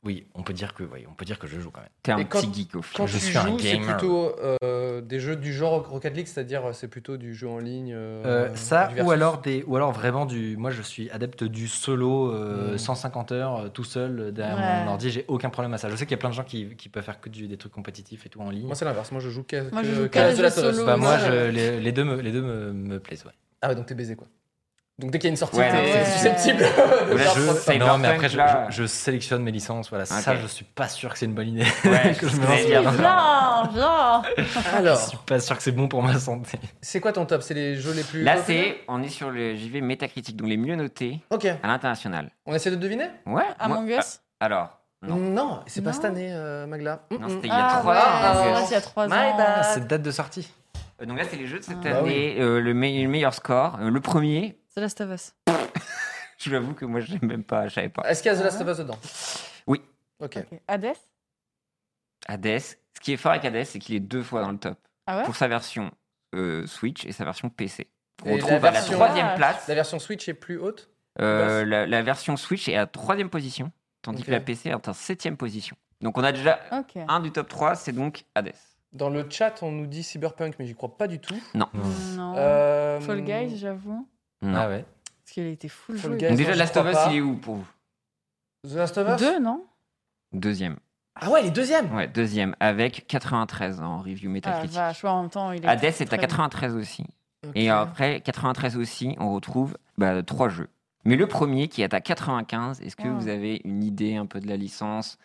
E: oui, on peut dire que, oui, on peut dire que je joue quand même.
C: T'es un
B: Et quand-
C: petit geek au fond.
B: Quand
E: Je
B: tu
E: suis un
B: joues, c'est
E: gamer.
B: plutôt euh, des jeux du genre Rocket League, c'est-à-dire euh, c'est plutôt du jeu en ligne. euh,
E: Euh, ça,
B: du
E: ou
B: versus.
E: alors, des, ou alors vraiment du. Moi, je suis adepte du solo euh,
B: Mm.
E: 150 heures euh, tout seul euh, derrière
D: Ouais.
E: mon ordi. J'ai aucun problème à ça. Je sais qu'il y a plein de gens qui, qui peuvent faire que du- des trucs compétitifs et tout en ligne.
B: Moi, c'est l'inverse. Moi, je joue qu'à
D: Moi,
B: que-
D: je joue
B: qu'à
D: qu'à
B: la
D: des
B: Sola
D: jeux
B: Sauce.
D: solo.
E: Bah, moi,
D: Ouais.
E: je, les, les deux, me, les deux me, me plaisent. Ouais.
B: Ah ouais, donc t'es baisé quoi. Donc dès qu'il y a une sortie,
C: Ouais,
B: t'es
C: non,
B: t'es
D: ouais.
B: susceptible. de
E: Bah,
C: Ou là,
B: faire
C: je-
B: prendre-
C: c'est
E: non, mais
C: Cyberpunk,
E: après, je,
C: là.
E: je- je sélectionne mes licences. Voilà, ça,
C: Ok.
E: je suis pas sûr que c'est une bonne idée.
C: Ouais,
E: (laughs) que je
C: c'est
E: me lance
C: ce que
E: là-dedans.
C: j'allais dire.
D: Viens, viens.
E: Je
B: Alors,
E: suis pas sûr que c'est bon pour ma santé.
B: c'est quoi ton top C'est les jeux les plus.
C: Là, c'est, on est sur le JV Métacritique, donc les mieux notés
B: Ok,
C: à l'international.
B: on essaie de deviner
C: Ouais. moi-
D: Among Us.
C: ah, Alors,
B: Mm.
C: non.
B: c'est pas
D: Non.
B: cette année, euh, Magla.
C: Non,
B: Mm-mm.
C: c'était il y a
D: Ah,
C: trois
D: ouais,
C: Among
D: c'est
C: Us.
D: vrai, il y a trois
B: My
D: ans.
B: bad.
E: Cette date de sortie.
C: Euh, Donc là, c'est les jeux de cette
D: Ah.
C: année. euh, le, me- le meilleur score, euh, le premier,
D: The Last of Us.
C: je vous avoue que moi, je l'ai même pas, je savais pas.
B: Est-ce qu'il y a The
D: Ah.
B: Last of Us dedans
C: Oui.
B: Ok.
D: Ok. Hades
C: Hades, ce qui est fort avec Hades, c'est qu'il est deux fois dans le top.
D: Ah ouais
C: Pour sa version euh, Switch et sa version PC. On
B: Et
C: retrouve à
B: la
C: la
B: version-
C: troisième
D: Ah.
C: place.
B: La version Switch est plus haute
C: Euh,
B: Basse.
C: la, la version Switch est à troisième position, tandis
B: Ok.
C: que la PC est en septième position. Donc on a déjà
D: Ok.
C: un du top 3, c'est donc Hades.
B: Dans le chat, on nous dit Cyberpunk, mais j'y crois pas du tout.
D: Mm. Non.
B: Euh,
D: Fall Guys, j'avoue.
C: Non.
E: Ah ouais.
D: Parce qu'il a été full
B: Fall
D: joué.
B: Guys.
C: Donc
B: non,
C: déjà,
B: j'y
C: Last
B: crois
C: of Us,
B: pas.
C: il est où pour vous
B: The Last of Us
D: Deux, non
C: Deuxième.
B: Ah ouais, il est deuxième
C: Ouais, deuxième, avec 93 en review
D: Ah,
C: Metacritic.
D: vache, ouais, en même temps, il est.
C: Hades est à
D: très bon.
C: 93 aussi.
B: Ok.
C: Et euh, après, 93 aussi, on retrouve bah, trois jeux. Mais le premier qui est à 95, est-ce que
D: Wow.
C: vous avez une idée un peu de la licence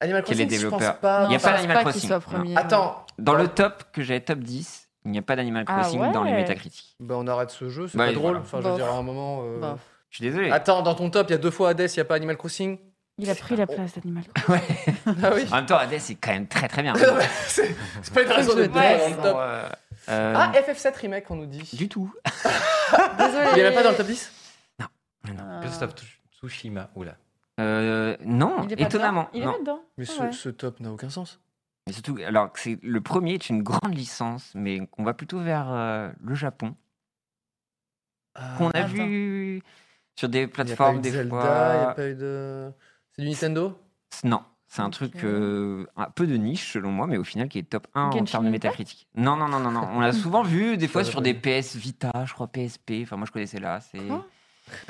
B: Animal
C: Quel est
B: Crossing, je pense
C: développeur
B: pas.
D: Non,
C: y a
D: je
C: pas
D: pense
C: d'Animal
D: qu'il
C: Crossing,
D: soit
C: non.
D: premier.
B: Attends,
C: Dans le top que j'ai, top 10, il n'y a pas d'Animal
D: Ah
C: Crossing dans les
D: ouais.
C: Metacritic.
B: bah on arrête ce jeu, c'est
C: Bah,
B: pas
C: et
B: drôle.
C: voilà.
B: Enfin, je veux
D: Bof.
B: dire, à un moment. euh,
D: Bah,
C: Je suis désolé.
B: Attends, dans ton top, il y a deux fois Hades, il n'y a pas Animal
D: (laughs)
B: Crossing
D: Il a pris la place d'Animal Crossing.
C: Ouais.
B: Ah oui (laughs)
C: En même temps, Hades, c'est quand même très très bien.
B: C'est c'est pas une raison de
D: Ouais,
B: te mettre dans le
C: Bon,
B: top.
C: euh, euh,
B: Ah, FF7 Remake, on nous dit.
C: du tout.
D: Désolé.
B: Il n'y avait pas dans le top 10
D: Ah.
E: Ghost of Tsu- Tsushima, oula.
C: Euh, non,
D: Il est pas
C: étonnamment.
D: dedans. Il est
C: non.
D: pas dedans.
B: Mais ce,
D: Ah ouais.
B: ce top n'a aucun sens.
C: Mais surtout, alors que c'est le premier est une grande licence, mais qu'on va plutôt vers euh, le Japon, qu'on a
D: attends.
C: vu sur
B: Ah, Il n'y
C: des
B: a pas eu
C: plateformes
B: de
C: des
B: Zelda, il n'y a
C: fois.
B: pas eu de. C'est du
C: (laughs)
B: Nintendo
C: Non, c'est un truc
D: Ok.
C: euh, un peu de niche selon moi, mais au final qui est top 1 en
D: Genshin
C: termes de
D: Impact
C: métacritique. Non, non, non, non, non.
B: (laughs)
C: On l'a souvent vu des fois
B: Ça,
C: sur
B: j'avais
C: des PS Vita, je crois PSP. Enfin, moi je connaissais là. C'est
D: Quoi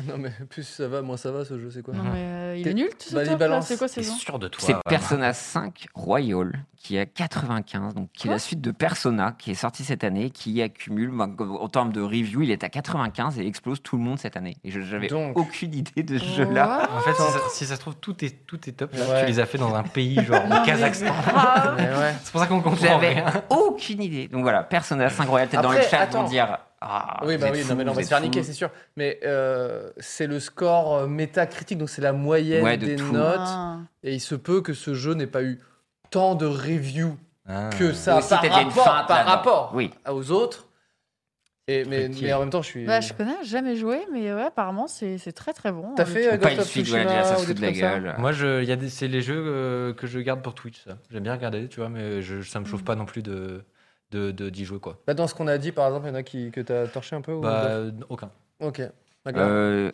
B: Non, mais plus ça va, moins ça va ce jeu, c'est quoi
D: Non, mais euh, il
B: T'es-
D: est nul, tu
B: Vas-y,
D: sais. toi, là,
B: balance.
D: C'est quoi ces
E: T'es
D: gens
E: sûr de toi
C: c'est
E: vraiment
C: Persona 5 Royal qui est à 95, donc qui est la
D: Quoi
C: suite de Persona qui est sorti cette année, qui accumule bah, en termes de review, il est à 95 et explose tout le monde cette année. Et je j'avais
B: Donc.
C: aucune idée de ce jeu-là.
D: What
E: En fait, si ça, si ça se trouve, tout est, tout est top. là.
B: Ouais.
E: Tu les as fait dans un pays, genre
D: Non,
E: au
D: mais
E: Kazakhstan.
D: c'est grave.
B: Mais ouais.
E: C'est pour ça qu'on comprend
C: J'avais
E: rien.
C: aucune idée. Donc voilà, Persona 5 Royal, peut-être dans le
B: Après,
C: chat
B: attends.
C: vont dire. Ah,
B: oui,
C: vous
B: bah
C: êtes
B: oui,
C: fous,
B: non, mais là, on
C: vous
B: va se
C: êtes
B: faire niquer,
C: fous.
B: c'est sûr. Mais euh, c'est le score euh, métacritique, donc c'est la moyenne
C: Ouais, de
B: des
C: tout.
B: notes.
D: Ah.
B: Et il se peut que ce jeu n'ait pas eu tant de reviews
E: Ah.
B: que ça
C: Aussi,
B: par
C: t'étais une
B: rapport,
C: feinte
B: par
C: là-dedans.
B: rapport
C: Oui.
B: aux autres. Et, mais,
E: Ok.
B: mais en même temps, je suis.
D: Bah, je connais, jamais joué, mais ouais, apparemment, c'est c'est très très bon.
B: T'as
D: hein, le
B: fait
D: truc.
B: euh,
C: Pas
B: Ghost
C: une
B: of
C: suite,
B: Tsushima
C: ouais, déjà, ça se
B: ou
C: fout
B: des
C: de
B: trucs
C: la
B: comme ça
C: gueule.
E: Moi, je, il y a des- c'est les jeux euh, que je garde pour Twitch. ça. J'aime bien regarder, tu vois, mais je, ça me
D: Mm.
E: chauffe pas non plus de de- de- d'y jouer quoi.
B: Bah, dans ce qu'on a dit, par exemple, il y en a qui, que t'as torché un
D: Oh,
B: peu ou...
E: Bah euh, aucun.
B: Ok, d'accord.
C: Euh,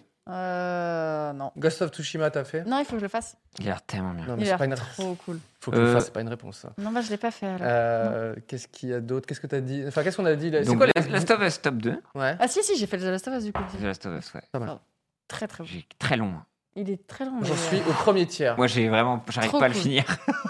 D: Euh. Non.
B: Ghost of Tsushima, t'as fait
D: Non, il faut que je le fasse.
C: il a l'air tellement bien.
B: Non,
D: Il
B: mais
D: a
B: c'est pas
D: l'air
B: une...
D: trop cool.
B: Faut que tu le
C: Euh,
B: fasses, c'est pas une réponse. ça.
D: Non, bah, je l'ai pas fait alors.
B: Euh, qu'est-ce qu'il y a d'autre Qu'est-ce que t'as dit Enfin, qu'est-ce qu'on a dit là C'est
C: Donc,
B: quoi les...
C: Last- Last of Us top 2.
B: Ouais.
D: Ah, si, si, j'ai fait le The Last of Us du coup.
C: The Last of Us, ouais.
D: Très très bon.
C: J'ai très long. hein.
D: Il est très long. mais,
B: J'en suis
D: euh,
B: au premier tiers.
C: Moi, j'ai vraiment. J'arrive pas
D: Trop
C: à le
D: cool.
C: finir.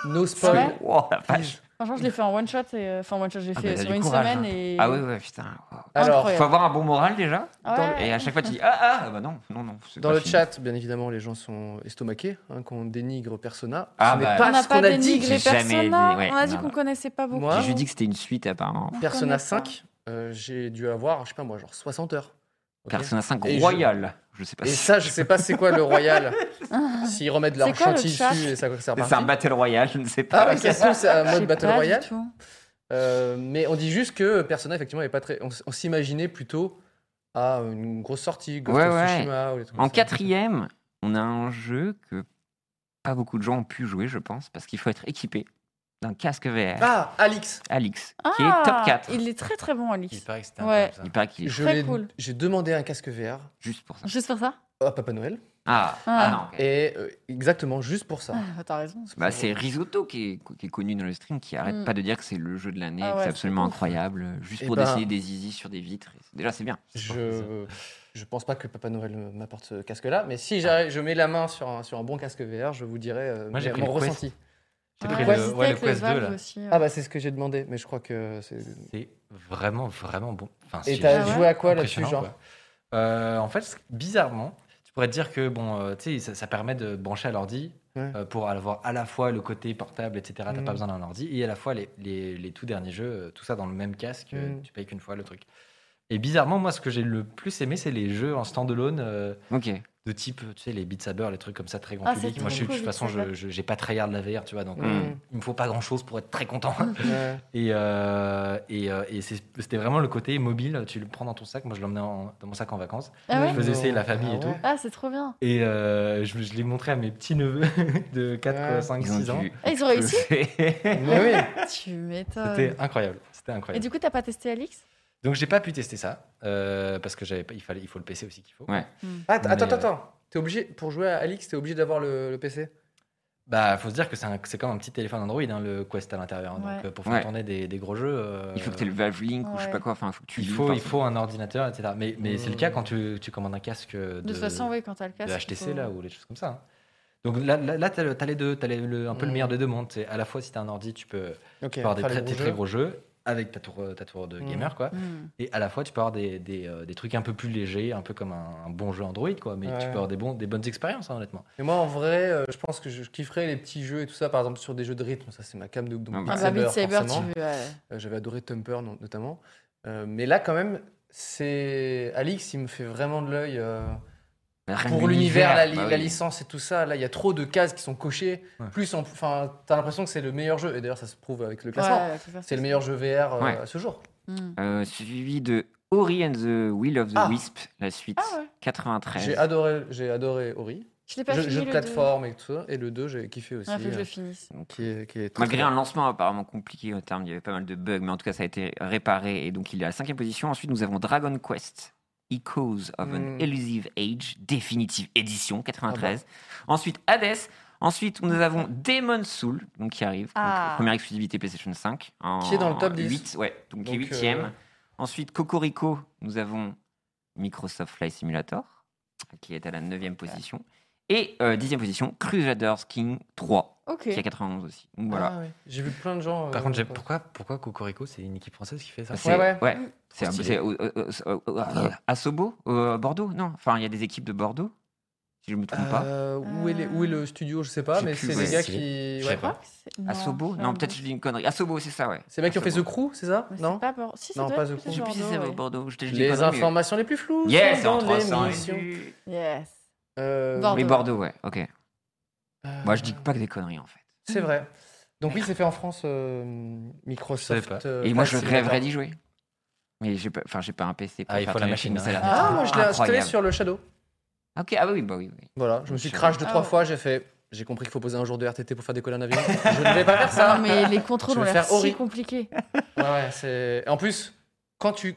B: No
D: C'est vrai
B: spoil.
C: (laughs) Wow, la vache.
B: please.
D: Franchement, je l'ai fait en one shot. Et... euh, Enfin, one shot, j'ai
C: Ah,
D: fait
C: bah, t'as
D: sur
C: du
D: une
C: courage,
D: semaine.
C: hein.
D: Et...
C: Ah oui, ouais, putain. wow.
B: Alors,
C: Faut avoir un bon moral déjà.
D: Ouais.
C: Et à chaque fois, tu dis Ah ah Bah non, non, non. c'est
B: dans
C: pas
B: le
C: fini.
B: chat, bien évidemment, les gens sont estomaqués hein, qu'on dénigre Persona.
C: Ah,
B: Ce n'est
C: bah,
D: On
B: pas
D: n'a
B: ce qu'on a
D: pas
B: dit.
C: J'ai
D: dénigré
C: jamais
D: Persona.
C: dit, ouais,
D: on a dit
C: non,
D: qu'on
C: non.
D: connaissait pas beaucoup.
B: Moi,
C: J'ai juste dit que c'était une suite apparemment.
D: On connaît
B: Persona
D: pas.
B: 5, euh, j'ai dû avoir, je sais pas moi, genre 60 heures. Ok
C: Persona 5
B: Et je-
C: Royal. Je... sais pas
B: Et
C: si-
B: ça, je sais pas c'est quoi le
D: (laughs)
B: royal.
D: Ah.
B: S'ils remettent de leur
D: C'est quoi le
B: chantilly
D: chat
B: dessus et ça ça
C: C'est un
B: repartit.
C: Battle Royale, je ne sais pas.
B: Ah oui, ça se trouve, c'est un
D: Je sais
B: mode Battle
D: pas du
B: Royale.
D: tout.
B: Euh, mais on dit juste que Persona, effectivement, est pas très. On, s- on s'imaginait plutôt à une grosse sortie, Ghost
C: Ouais,
B: of
C: ouais.
B: Tsushima ou des trucs
C: En
B: comme ça.
C: quatrième, on a un jeu que pas beaucoup de gens ont pu jouer, je pense, parce qu'il faut être équipé d'un casque VR,
B: Ah, Alix
C: Alix,
D: Ah,
C: qui est top 4. Il,
D: Il est très très bon,
E: Il
D: Alix.
E: paraît que c'était
D: Ouais.
E: incroyable,
C: paraît qu'il est
B: Je
D: Très
B: l'ai-
D: cool.
B: J'ai demandé un casque VR
C: juste pour ça.
D: Juste pour ça
B: à Papa Noël.
C: Ah,
D: Ah.
C: ah non. ok.
B: Et euh, exactement juste pour ça.
D: Ah, T'as raison.
C: Bah, c'est Risotto qui est, qui est connu dans le stream, qui arrête
D: Mm.
C: pas de dire que c'est le jeu de l'année,
D: Ah
C: que
D: ouais,
C: c'est
D: c'est
C: absolument
D: ouf.
C: incroyable, juste
B: Eh
C: pour
B: ben-
C: dessiner des easy sur des vitres. Déjà, c'est bien.
B: Je,
E: hein.
B: je pense pas que Papa Noël m'apporte ce casque-là, mais si j'arrive- je mets la main sur un, sur un bon casque VR, je vous dirai euh,
E: Ah. Moi, j'ai
B: mes-
E: pris
B: mon
E: le Quest.
B: ressenti.
E: ça.
D: Ouais,
E: J'ai pris
D: Ah, ouais,
E: le,
D: j'hésitais
E: ouais, le
D: avec les
E: Quest 2 là.
D: Valve aussi, euh.
B: Ah bah c'est ce que j'ai demandé, mais je crois que c'est...
E: C'est vraiment vraiment bon. Enfin,
B: Et
E: si-
B: t'as
D: Ah ouais
B: joué à quoi là-dessus,
E: Impressionnant,
B: genre
E: quoi. Euh, En fait, c- bizarrement, tu pourrais te dire que bon, euh, tu sais, ça, ça permet de brancher à l'ordi
B: Ouais.
E: euh, pour avoir à la fois le côté portable, etc. T'as
B: Mhm.
E: pas besoin d'un ordi et à la fois les, les- les tout derniers jeux, euh, tout ça dans le même casque. euh,
B: Mhm.
E: Tu payes qu'une fois le truc. Et bizarrement, moi, ce que j'ai le plus aimé, c'est les jeux en standalone. euh,
C: Ok.
E: de type, tu sais, les Beat Saber, les trucs comme ça, très grand
D: Ah, c'est
E: public. Moi, je, suis- de
D: trop
E: toute
D: cool,
E: façon,
D: Beat
E: je,
D: Saber.
E: je- j'ai pas très de la VR, tu vois, donc
B: Mm.
E: euh, il me faut pas grand chose pour être très content.
B: Ouais.
E: et euh, et, euh, et c'est- c'était vraiment le côté mobile, tu le prends dans ton sac. Moi, je l'emmenais en- dans mon sac en vacances.
D: Ah ouais
E: Je faisais essayer la famille
B: Ah
E: et tout.
B: ouais.
D: Ah, c'est trop bien.
E: Et euh, je, je l'ai montré à mes petits neveux (laughs) de 4,
B: Ouais.
E: 5,
C: Ils ont
E: 6 ans.
C: dû
D: Ah, ils
B: (laughs)
D: ont réussi
C: exploser.
B: Mais oui
D: Tu m'étonnes.
E: C'était incroyable. C'était
D: Et
E: incroyable.
D: du coup, t'as pas testé Alix
E: Donc, j'ai pas pu tester ça euh, parce que j'avais pas, il, fallait, il faut le PC aussi qu'il faut.
C: Ouais.
B: Ah,
E: (laughs)
B: t-
E: Mais,
B: Attends,
E: euh,
B: attends, attends. T'es obligé, pour jouer à Alix, t'es obligé d'avoir le, le PC
E: Bah, faut se dire que c'est un- c'est comme un petit téléphone Android, hein, le Quest à l'intérieur. hein.
D: Ouais.
E: Donc, euh, pour faire
C: Ouais.
E: tourner des, des gros jeux.
C: Il faut que
E: euh,
C: tu aies le Valve Link ou je sais
D: Ouais.
C: pas quoi. Enfin, faut que tu
E: il
C: linkes
E: faut,
C: par-
E: il faut un ordinateur, etc. Mais, mais c'est le
B: Mm.
E: cas quand tu, tu commandes un casque euh,
B: Euh,
E: de,
D: De toute Mmh. façon, oui, quand t'as le
E: de
D: casque.
E: HTC
D: faut-
E: là ou les choses comme ça. hein. Donc là, là, là, t'as le- t'as les deux, t'as les- le- un peu le
B: Mm.
E: meilleur des deux mondes. C'est à la fois si t'as un ordi, tu peux
B: Ok,
E: avoir des
B: faire les
E: très,
B: gros
E: des très
B: jeux.
E: gros jeux avec ta tour, ta tour de
B: Mm.
E: gamer, quoi.
D: Hmm.
E: Et à la fois, tu peux avoir des, des, euh, des trucs un peu plus légers, un peu comme un, un bon jeu Android, quoi. Mais
B: Ouais.
E: tu peux avoir des, bons, des bonnes expériences, hein, honnêtement.
B: Mais moi, en vrai, euh, je pense que je, je kifferais les petits jeux et tout ça, par exemple sur des jeux de rythme. Ça, c'est ma cam de ouf. Donc,
C: Ah
B: Beat
D: Ah bah,
B: Saber,
D: Beat Saber, tu
B: forcément.
D: veux. ouais.
B: Euh, J'avais adoré Tumper non- notamment. Euh, mais là, quand même, c'est. Alix, il me fait vraiment de l'œil. euh,
C: Bah,
B: Pour l'univers, la, li- la licence et tout ça, là, il y a trop de cases qui sont cochées.
E: Ouais.
B: Plus, en- enfin, t'as l'impression que c'est le meilleur jeu. Et d'ailleurs, ça se prouve avec le classement.
D: Ouais, faut faire
B: C'est
D: ça.
B: le meilleur jeu VR euh,
C: Ouais.
B: à ce jour.
D: Mm.
C: Euh, suivi de Ori and the Will of the
B: Ah.
C: Wisp, la suite.
D: Ah ouais.
C: 93.
B: J'ai adoré, j'ai adoré Ori.
D: Je l'ai pas
B: Jeu,
D: fini.
B: jeu de
D: le
B: plateforme et tout ça. Et le 2, j'ai kiffé aussi.
D: deux. Ouais, faut que je
B: euh,
D: le finisse.
B: qui est, qui est très,
C: Malgré
B: très
C: un
B: bien.
C: lancement apparemment compliqué en termes, il y avait pas mal de bugs, mais en tout cas ça a été réparé et donc il est à la cinquième position. Ensuite nous avons Dragon Quest. Echoes of an
B: Mm.
C: Elusive Age, définitive édition 93.
B: Ah bah.
C: Ensuite Hades. Ensuite nous avons Demon's Soul, donc qui arrive, donc,
D: Ah.
C: première exclusivité PlayStation 5. en-
B: Qui est dans le top
C: en
B: 10.
C: huit, ouais, donc, qui est
B: Donc,
C: huitième.
B: euh,
C: Ensuite Cocorico, nous avons Microsoft Flight Simulator, qui est à la neuvième position. Et euh, dixième position, Crusaders King 3,
D: Ok.
C: qui est à 91 aussi. Donc voilà.
B: Ah ouais. J'ai vu plein de gens.
E: Par
B: euh,
E: contre, j'ai-
B: ouais.
E: pourquoi, pourquoi Cocorico, c'est une équipe française qui fait ça
C: C'est-
B: ouais.
C: C'est un-
E: Stylé.
C: c'est au- au- au- au-
B: Ah.
C: à Sobo, euh, à Bordeaux, non Enfin, il y a des équipes de Bordeaux, si je ne me trompe pas.
B: Euh, où, est les- où est le studio Je sais pas,
C: J'ai
B: mais
C: plus,
B: c'est
C: ouais.
B: des gars
E: Stylé.
B: qui.
E: Je
B: ouais.
E: sais pas.
C: À Sobo Non, peut-être je dis une connerie. À Sobo, Ah, c'est ça, ouais.
B: C'est les mecs qui ont fait The
C: Asobo.
B: Crew, c'est ça
D: Non,
B: Non
D: pas pour... si, ça
B: Non,
D: doit
B: pas The
D: être
C: Je
D: plus
C: sais plus si c'est
D: Bordeaux, ouais.
C: Bordeaux. Je t'ai- je dis
B: Les
C: conneries, mais-
B: informations les plus floues.
C: Yes,
B: sont
C: c'est en
B: dans
C: 300.
B: l'émission.
D: Yes.
B: Euh,
D: Bordeaux.
C: Oui, Bordeaux, ouais, ok.
B: euh,
C: Moi, je dis pas que des conneries, en fait.
B: C'est vrai. Donc oui, c'est fait en France, euh, Microsoft.
E: Je savais
B: euh,
C: Et moi, je
B: Flight Simulator.
C: rêverais d'y jouer. Mais j'ai pas, enfin, j'ai pas un PC pour
E: Ah, il
C: faire
E: faut la
C: tourner le
E: machine,
C: film, mais ça a l'air
B: Ah, moi, je l'ai installé
C: incroyable.
B: sur le Shadow.
C: Ok, ah oui, bah oui, oui.
B: Voilà, je me suis
C: Shadow.
B: crash de
D: Ah
B: trois
D: ouais.
B: fois, j'ai fait... J'ai compris qu'il faut poser un jour de RTT pour faire décoller un avion. (laughs) je ne vais pas faire ça.
D: Non, mais les contrôles
B: Je
D: ont
B: vais
D: l'air
B: faire
D: si
B: Ori.
D: compliqués.
B: Ouais, ouais, c'est... En plus, quand tu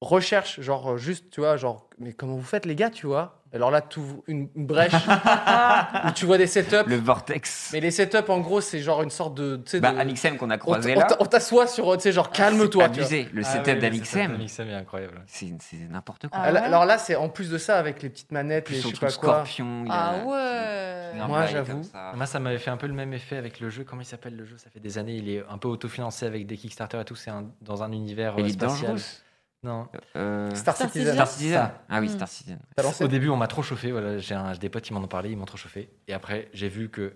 B: recherches, genre, euh, juste, tu vois, genre, mais comment vous faites, les gars, tu vois Alors là, tout, une, une
D: (laughs)
B: brèche où tu vois des setups.
C: Le Vortex.
B: Mais les setups, en gros, c'est genre une sorte de... tu sais,
C: Bah,
B: de-
C: Amixem qu'on a
B: on t-
C: croisé
B: on
C: là.
B: t- on t'assoit sur, tu sais, genre, calme-toi. tu vois.
C: Ah, Abusé. Le
E: Ah
C: setup
E: oui, oui,
C: d'Amixem.
E: le setup d'Amixem est incroyable.
C: C'est c'est n'importe quoi.
D: Ah
B: Alors-
D: ouais
B: Alors là, c'est en plus de ça, avec les petites manettes,
C: Plus
B: les je sais
C: surtout
B: pas quoi.
C: Scorpion. il y a-
B: euh,
D: Ah ouais.
C: Normal,
B: Moi,
C: il est comme
B: j'avoue.
C: ça.
E: Moi, ça m'avait fait un peu le même effet avec le jeu. Comment il s'appelle le jeu Ça fait des années. Il est un peu autofinancé avec des Kickstarter et tout. C'est un- dans un univers euh,
C: Elite
E: spatial.
C: Dangerous.
E: Non.
C: Euh,
B: Star
D: Star
B: Citizen. Hmm.
D: Citizen.
C: Star Citizen. Ah oui, Star Citizen.
B: T'as lancé
E: Au début, on m'a trop chauffé. Voilà, j'ai un- j'ai des potes qui m'en ont parlé, ils m'ont trop chauffé. Et après, j'ai vu que,